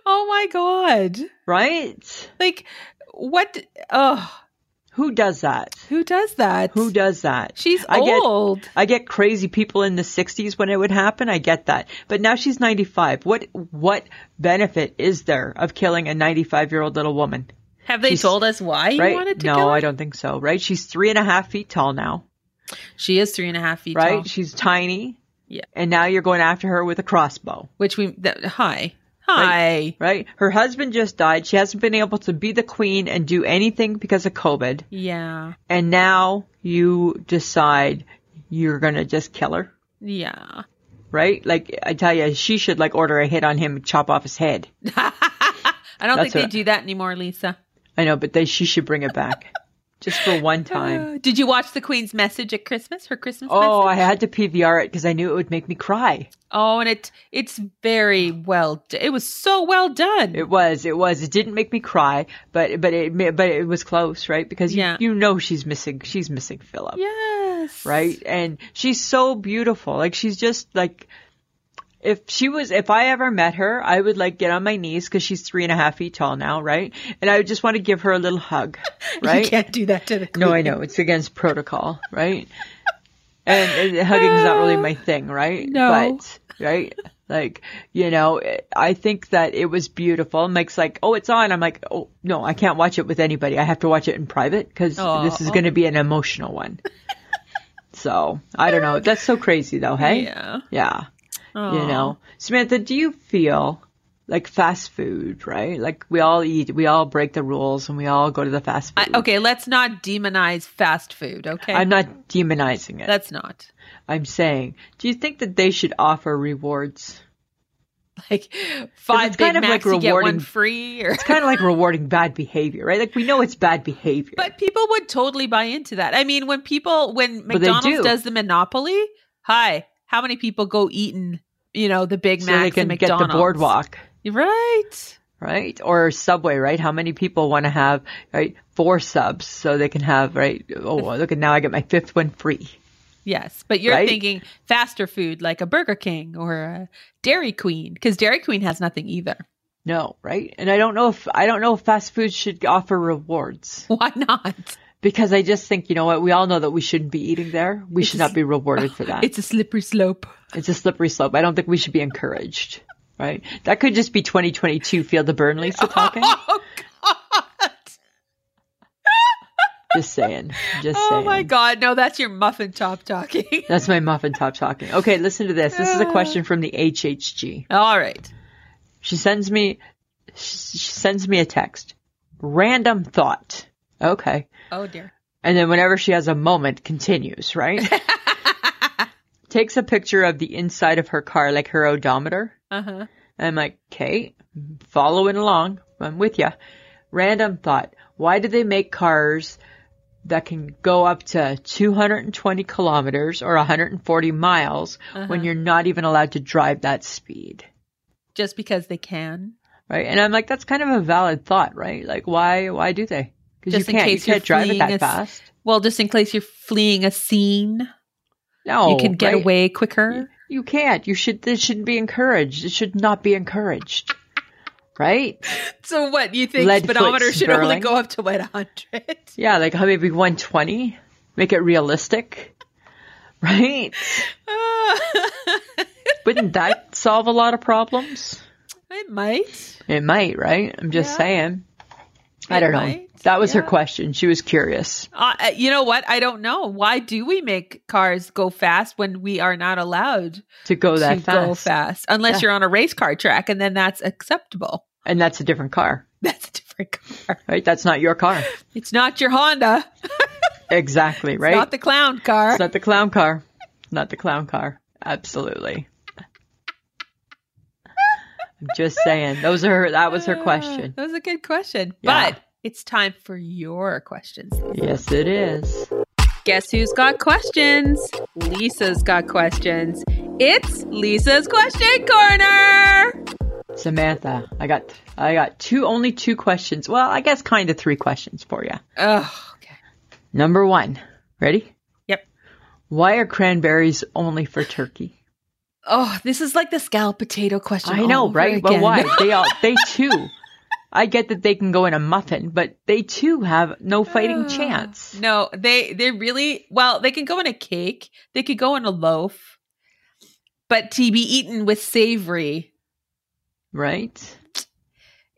[SPEAKER 4] Oh my god!
[SPEAKER 5] Right?
[SPEAKER 4] Like what? Oh,
[SPEAKER 5] Who does that?
[SPEAKER 4] who does that?
[SPEAKER 5] Who does that?
[SPEAKER 4] She's
[SPEAKER 5] I get-
[SPEAKER 4] old.
[SPEAKER 5] I get crazy people in the 60s when it would happen. I get that. But now she's 95. What what benefit is there of killing a 95 year old little woman?
[SPEAKER 4] Have they
[SPEAKER 5] she's-
[SPEAKER 4] told us why you
[SPEAKER 5] right?
[SPEAKER 4] wanted to
[SPEAKER 5] no,
[SPEAKER 4] kill her?
[SPEAKER 5] I don't think so. Right? She's three and a half feet tall now.
[SPEAKER 4] She is three and a half feet
[SPEAKER 5] Right?
[SPEAKER 4] tall.
[SPEAKER 5] She's tiny.
[SPEAKER 4] Yeah.
[SPEAKER 5] And now you're going after her with a crossbow.
[SPEAKER 4] Which we that, hi hi
[SPEAKER 5] right? Her husband just died. She hasn't been able to be the queen and do anything because of COVID.
[SPEAKER 4] yeah
[SPEAKER 5] And now you decide you're going to just kill her,
[SPEAKER 4] yeah.
[SPEAKER 5] right? Like, I tell you, she should like order a hit on him and chop off his head.
[SPEAKER 4] I don't
[SPEAKER 5] That's
[SPEAKER 4] think they
[SPEAKER 5] what-
[SPEAKER 4] do that anymore, Lisa.
[SPEAKER 5] I know, but they, she should bring it back just for one time.
[SPEAKER 4] Uh, Did you watch the Queen's message at Christmas? Her Christmas
[SPEAKER 5] Oh, I
[SPEAKER 4] message.
[SPEAKER 5] had to PVR it because I knew it would make me cry.
[SPEAKER 4] oh, and it it's very well. d- It was so well done.
[SPEAKER 5] It was, it was. It didn't make me cry, but but it ma- but it was close, right? Because you,
[SPEAKER 4] Yeah.
[SPEAKER 5] you know she's missing she's missing Philip.
[SPEAKER 4] yes,
[SPEAKER 5] right? And she's so beautiful. Like she's just like, if she was, if I ever met her, I would like get on my knees because she's three and a half feet tall now, right? And I would just want to give her a little hug,
[SPEAKER 4] You
[SPEAKER 5] right?
[SPEAKER 4] can't do that to the Queen.
[SPEAKER 5] No, I know it's against protocol, right? And, and hugging is not really my thing, right?
[SPEAKER 4] No.
[SPEAKER 5] But right, like you know, it- I think that it was beautiful. Mike's like, "Oh, it's on." I'm like, "Oh no, I can't watch it with anybody. I have to watch it in private because this is
[SPEAKER 4] Aw.
[SPEAKER 5] going to be an emotional one." so I don't know. That's so crazy, though. Hey,
[SPEAKER 4] Yeah.
[SPEAKER 5] yeah. You
[SPEAKER 4] Aw.
[SPEAKER 5] know, Samantha, do you feel like fast food? Right, like we all eat, we all break the rules, and we all go to the fast food.
[SPEAKER 4] I, okay, let's not demonize fast food. Okay,
[SPEAKER 5] I'm not demonizing it.
[SPEAKER 4] That's not
[SPEAKER 5] I'm saying, do you think that they should offer rewards?
[SPEAKER 4] like five
[SPEAKER 5] it's
[SPEAKER 4] Big
[SPEAKER 5] kind of,
[SPEAKER 4] Macs
[SPEAKER 5] like,
[SPEAKER 4] you get one
[SPEAKER 5] rewarding-
[SPEAKER 4] free. Or
[SPEAKER 5] It's kind of like rewarding bad behavior, right? Like we know it's bad behavior.
[SPEAKER 4] but people would totally buy into that. I mean, when people when
[SPEAKER 5] But they
[SPEAKER 4] McDonald's
[SPEAKER 5] do.
[SPEAKER 4] does the monopoly, hi, how many people go eating? You know the Big
[SPEAKER 5] so
[SPEAKER 4] Macs
[SPEAKER 5] they can
[SPEAKER 4] and
[SPEAKER 5] get the
[SPEAKER 4] McDonald's.
[SPEAKER 5] boardwalk,
[SPEAKER 4] Right.
[SPEAKER 5] right? Or Subway, right? How many people want to have right four subs so they can have right? Oh, look at now I get my fifth one free.
[SPEAKER 4] Yes, but you're
[SPEAKER 5] Right?
[SPEAKER 4] thinking faster food like a Burger King or a Dairy Queen because Dairy Queen has nothing either.
[SPEAKER 5] No, right? And I don't know if I don't know if fast food should offer rewards
[SPEAKER 4] Why not?
[SPEAKER 5] because I just think you know what we all know that we shouldn't be eating there. We should not be rewarded for that.
[SPEAKER 4] It's a slippery slope.
[SPEAKER 5] It's a slippery slope. I don't think we should be encouraged, right? That could just be 2022 Field of Burn Lisa talking.
[SPEAKER 4] Oh God!
[SPEAKER 5] just saying. Just
[SPEAKER 4] Oh
[SPEAKER 5] saying.
[SPEAKER 4] my God! No, that's your muffin top talking.
[SPEAKER 5] That's my muffin top talking. Okay, listen to this. This is a
[SPEAKER 4] Uh.
[SPEAKER 5] question from the HHG.
[SPEAKER 4] All right.
[SPEAKER 5] She sends me she sends me a text. Random thought. Okay.
[SPEAKER 4] Oh dear.
[SPEAKER 5] And then whenever she has a moment, continues, right? Takes a picture of the inside of her car, like her odometer.
[SPEAKER 4] Uh huh.
[SPEAKER 5] I'm like, Kate, following along. I'm with ya. Random thought. Why do they make cars that can go up to 220 kilometers or 140 miles
[SPEAKER 4] Uh-huh.
[SPEAKER 5] when you're not even allowed to drive that speed?
[SPEAKER 4] Just because they can.
[SPEAKER 5] Right. And I'm like, that's kind of a valid thought, right? Like, why, why do they? Because
[SPEAKER 4] Just
[SPEAKER 5] you
[SPEAKER 4] in
[SPEAKER 5] can't, you
[SPEAKER 4] case you're
[SPEAKER 5] can't drive it
[SPEAKER 4] fleeing
[SPEAKER 5] that
[SPEAKER 4] a s-
[SPEAKER 5] fast.
[SPEAKER 4] Well, just in case you're fleeing a scene,
[SPEAKER 5] No.
[SPEAKER 4] you can get
[SPEAKER 5] Oh, right?
[SPEAKER 4] away quicker.
[SPEAKER 5] You can't. You should, this shouldn't be encouraged. It should not be encouraged. Right?
[SPEAKER 4] So what you think
[SPEAKER 5] Lead
[SPEAKER 4] speedometer
[SPEAKER 5] foot
[SPEAKER 4] should only
[SPEAKER 5] Sperling.
[SPEAKER 4] go up to what hundred?
[SPEAKER 5] Yeah, like how maybe 120, make it realistic, right? Wouldn't that solve a lot of problems?
[SPEAKER 4] it might.
[SPEAKER 5] It might, right? I'm just
[SPEAKER 4] Yeah.
[SPEAKER 5] saying. I
[SPEAKER 4] It
[SPEAKER 5] don't know.
[SPEAKER 4] might,
[SPEAKER 5] That was her
[SPEAKER 4] yeah.
[SPEAKER 5] question. She was curious.
[SPEAKER 4] Uh, uh, you know what? I don't know. Why do we make cars go fast when we are not allowed
[SPEAKER 5] To go that
[SPEAKER 4] to
[SPEAKER 5] fast.
[SPEAKER 4] go fast? Unless you're on a race car track, and then that's acceptable.
[SPEAKER 5] And that's a different car,
[SPEAKER 4] That's a different car.
[SPEAKER 5] right? That's not your car.
[SPEAKER 4] It's not your Honda.
[SPEAKER 5] Exactly, right?
[SPEAKER 4] It's not the clown car.
[SPEAKER 5] It's not the clown car. It's not the clown car. Absolutely. I'm just saying. Those are her, that was her question.
[SPEAKER 4] Ah, that was a good question.
[SPEAKER 5] Yeah.
[SPEAKER 4] But it's time for your questions.
[SPEAKER 5] Yes, it is.
[SPEAKER 4] Guess who's got questions? Lisa's got questions. It's Lisa's question corner.
[SPEAKER 5] Samantha, I got I got two only two questions. Well, I guess kind of three questions for you.
[SPEAKER 4] Oh, okay.
[SPEAKER 5] Number 1. Ready?
[SPEAKER 4] Yep.
[SPEAKER 5] Why are cranberries only for turkey?
[SPEAKER 4] Oh, this is like the scallop potato question.
[SPEAKER 5] I
[SPEAKER 4] all
[SPEAKER 5] know,
[SPEAKER 4] over
[SPEAKER 5] right? But
[SPEAKER 4] again.
[SPEAKER 5] why? They all they too. I get that they can go in a muffin, but they too have no fighting chance.
[SPEAKER 4] Uh, No, they they really well, they can go in a cake, they could go in a loaf. But to be eaten with savory,
[SPEAKER 5] Right?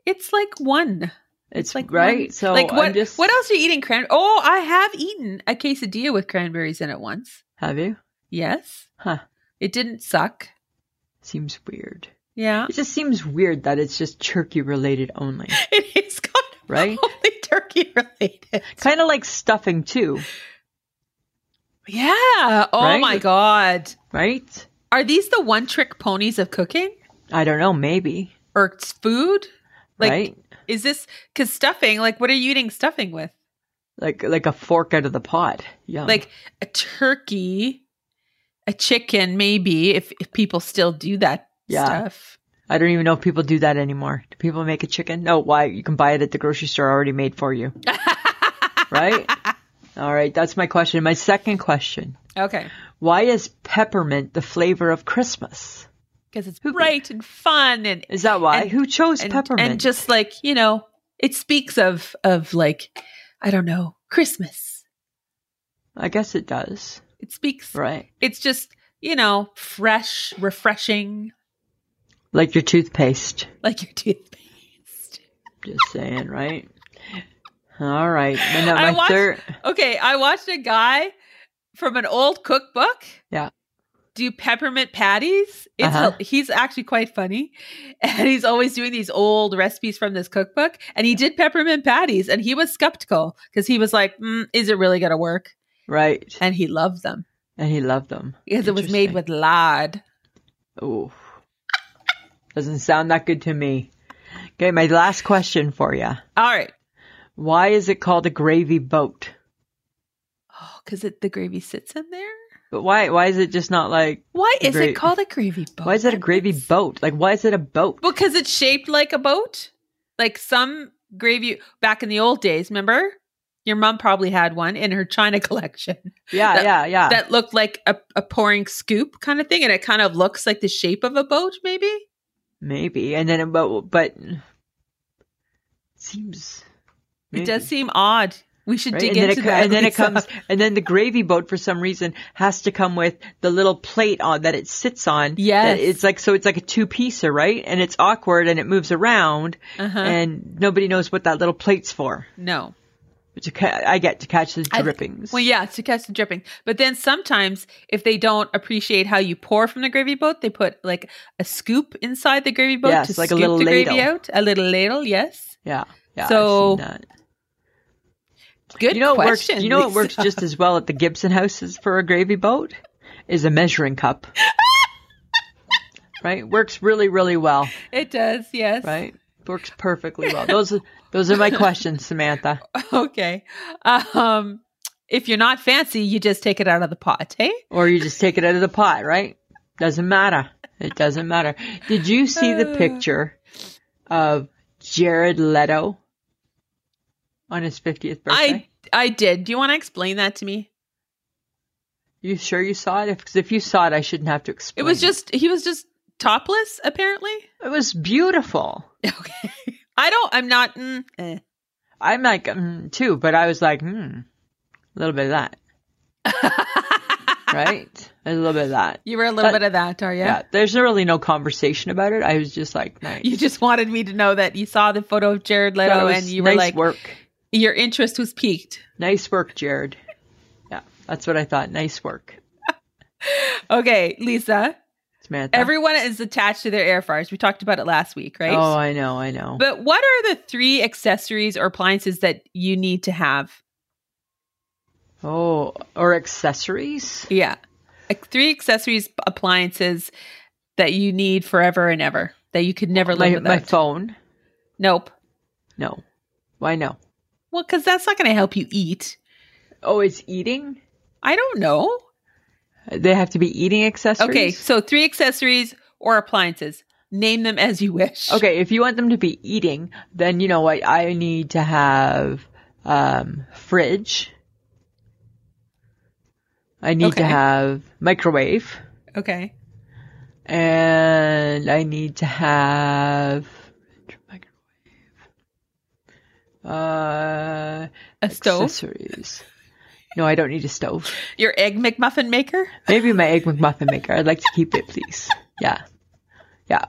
[SPEAKER 4] it's like one.
[SPEAKER 5] It's
[SPEAKER 4] like
[SPEAKER 5] like right.
[SPEAKER 4] one-
[SPEAKER 5] So
[SPEAKER 4] like what?
[SPEAKER 5] I'm just,
[SPEAKER 4] What else are you eating? Cran? Oh, I have eaten a quesadilla with cranberries in it once.
[SPEAKER 5] have you?
[SPEAKER 4] Yes,
[SPEAKER 5] Huh.
[SPEAKER 4] it didn't suck.
[SPEAKER 5] Seems weird.
[SPEAKER 4] Yeah,
[SPEAKER 5] It just seems weird that it's just turkey related only.
[SPEAKER 4] it is kind of
[SPEAKER 5] Right?
[SPEAKER 4] only turkey related.
[SPEAKER 5] kind of like stuffing too,
[SPEAKER 4] Yeah. Oh
[SPEAKER 5] Right?
[SPEAKER 4] my god,
[SPEAKER 5] right?
[SPEAKER 4] are these the one trick ponies of cooking
[SPEAKER 5] I don't know, maybe.
[SPEAKER 4] or it's food? Like,
[SPEAKER 5] right?
[SPEAKER 4] is this because stuffing? Like, what are you eating stuffing with?
[SPEAKER 5] Like like a fork out of the pot. Yeah.
[SPEAKER 4] like a turkey, a chicken, maybe if, if people still do that
[SPEAKER 5] Yeah.
[SPEAKER 4] stuff.
[SPEAKER 5] I don't even know if people do that anymore. Do people make a chicken? No, why? You can buy it at the grocery store already made for you. right? All right, that's my question. My second question.
[SPEAKER 4] Okay.
[SPEAKER 5] Why is peppermint the flavor of Christmas?
[SPEAKER 4] because it's
[SPEAKER 5] Who-
[SPEAKER 4] bright and fun and
[SPEAKER 5] Is that why?
[SPEAKER 4] And-
[SPEAKER 5] Who chose
[SPEAKER 4] and,
[SPEAKER 5] peppermint?
[SPEAKER 4] and just like you know it speaks of of like i don't know christmas
[SPEAKER 5] I guess it does.
[SPEAKER 4] it speaks
[SPEAKER 5] Right.
[SPEAKER 4] it's just you know fresh refreshing
[SPEAKER 5] Like your toothpaste.
[SPEAKER 4] like your toothpaste
[SPEAKER 5] Just saying, right? All right. And then
[SPEAKER 4] I
[SPEAKER 5] my
[SPEAKER 4] watched-
[SPEAKER 5] third.
[SPEAKER 4] okay i watched a guy from an old cookbook
[SPEAKER 5] Yeah.
[SPEAKER 4] do peppermint patties. It's
[SPEAKER 5] Uh-huh.
[SPEAKER 4] hel- he's actually quite funny, and he's always doing these old recipes from this cookbook. And he did peppermint patties, and he was skeptical because he was like, mm, "Is it really going to work?"
[SPEAKER 5] Right.
[SPEAKER 4] And he loved them
[SPEAKER 5] And he loved them.
[SPEAKER 4] because it was made
[SPEAKER 5] Interesting.
[SPEAKER 4] with lard.
[SPEAKER 5] Ooh. Doesn't sound that good to me. Okay, my last question for you.
[SPEAKER 4] All right.
[SPEAKER 5] Why is it called a gravy boat?
[SPEAKER 4] Oh, because the gravy sits in there.
[SPEAKER 5] But why why is it just not like
[SPEAKER 4] Why is
[SPEAKER 5] Gra-
[SPEAKER 4] it called a gravy boat?
[SPEAKER 5] why is it a gravy boat? Like why is it a boat?
[SPEAKER 4] Because it's shaped like a boat. Like some gravy back in the old days. Remember, your mom probably had one in her china collection.
[SPEAKER 5] Yeah,
[SPEAKER 4] that-
[SPEAKER 5] yeah, yeah.
[SPEAKER 4] that looked like a, a pouring scoop kind of thing and it kind of looks like the shape of a boat maybe
[SPEAKER 5] Maybe. And then a boat but seems
[SPEAKER 4] it
[SPEAKER 5] maybe,
[SPEAKER 4] does seem odd we should
[SPEAKER 5] right?
[SPEAKER 4] dig
[SPEAKER 5] and then
[SPEAKER 4] into
[SPEAKER 5] it, co-
[SPEAKER 4] that
[SPEAKER 5] and then it
[SPEAKER 4] Lisa.
[SPEAKER 5] comes and then the gravy boat for some reason has to come with the little plate on that it sits on.
[SPEAKER 4] Yes.
[SPEAKER 5] That It's like so it's like a two piecer, right? And it's awkward and it moves around
[SPEAKER 4] Uh-huh.
[SPEAKER 5] and nobody knows what that little plate's for.
[SPEAKER 4] no
[SPEAKER 5] Which you ca- I get to catch the
[SPEAKER 4] I-
[SPEAKER 5] drippings.
[SPEAKER 4] well yeah to catch the dripping but then sometimes if they don't appreciate how you pour from the gravy boat they put like a scoop inside the gravy boat
[SPEAKER 5] Yes,
[SPEAKER 4] to
[SPEAKER 5] like a
[SPEAKER 4] scoop
[SPEAKER 5] little
[SPEAKER 4] the
[SPEAKER 5] ladle.
[SPEAKER 4] gravy out a little ladle yes
[SPEAKER 5] yeah. Yeah,
[SPEAKER 4] So-
[SPEAKER 5] I've seen that.
[SPEAKER 4] Good
[SPEAKER 5] you know what works?
[SPEAKER 4] question.
[SPEAKER 5] You know what
[SPEAKER 4] Lisa.
[SPEAKER 5] works just as well at the Gibson houses for a gravy boat is a measuring cup. right? Works really, really well.
[SPEAKER 4] It does, yes.
[SPEAKER 5] Right? Works perfectly well. Those are- those are my questions, Samantha.
[SPEAKER 4] Okay. Um, if you're not fancy, you just take it out of the pot, eh?
[SPEAKER 5] Or you just take it out of the pot, right? Doesn't matter. It doesn't matter. Did you see the picture of Jared Leto on his 50th birthday?
[SPEAKER 4] I I did. Do you want to explain that to me?
[SPEAKER 5] You sure you saw it? Because if you saw it, I shouldn't have to
[SPEAKER 4] It
[SPEAKER 5] explain.
[SPEAKER 4] was just he was just topless, apparently.
[SPEAKER 5] It was beautiful.
[SPEAKER 4] Okay. I don't. I'm not. Mm, eh.
[SPEAKER 5] I'm like, mm, too, but I was like, hmm, a little bit of that, right? a little bit of that.
[SPEAKER 4] you were a little
[SPEAKER 5] But-
[SPEAKER 4] bit of that, are you?
[SPEAKER 5] Yeah. There's really no conversation about it. I was just like, nice.
[SPEAKER 4] You just wanted me to know that you saw the photo of Jared
[SPEAKER 5] Thought it
[SPEAKER 4] Leto
[SPEAKER 5] was
[SPEAKER 4] and you
[SPEAKER 5] nice
[SPEAKER 4] were like,
[SPEAKER 5] work.
[SPEAKER 4] your interest was piqued.
[SPEAKER 5] Nice work, Jared. Yeah, that's what I thought. Nice work,
[SPEAKER 4] Okay, Lisa.
[SPEAKER 5] Samantha.
[SPEAKER 4] Everyone is attached to their air fryers. We talked about it last week, right?
[SPEAKER 5] Oh, I know, I know.
[SPEAKER 4] But what are the three accessories or appliances that you need to have?
[SPEAKER 5] oh, or accessories.
[SPEAKER 4] Yeah. Ac- Three accessories, appliances that you need forever and ever, that you could never live
[SPEAKER 5] My,
[SPEAKER 4] without.
[SPEAKER 5] my phone.
[SPEAKER 4] Nope.
[SPEAKER 5] No. Why no?
[SPEAKER 4] Well, because that's not going to help you eat.
[SPEAKER 5] Oh, it's eating.
[SPEAKER 4] I don't know.
[SPEAKER 5] They have to be eating accessories.
[SPEAKER 4] Okay, so three accessories or appliances. Name them as you wish.
[SPEAKER 5] Okay, if you want them to be eating, then you know what? I need to have um fridge. I need
[SPEAKER 4] Okay.
[SPEAKER 5] to have microwave
[SPEAKER 4] Okay.
[SPEAKER 5] and I need to have microwave. Uh
[SPEAKER 4] A stove.
[SPEAKER 5] accessories. No, I don't need a stove.
[SPEAKER 4] Your egg McMuffin maker.
[SPEAKER 5] Maybe my egg McMuffin maker. I'd like to keep it, please. Yeah. Yeah.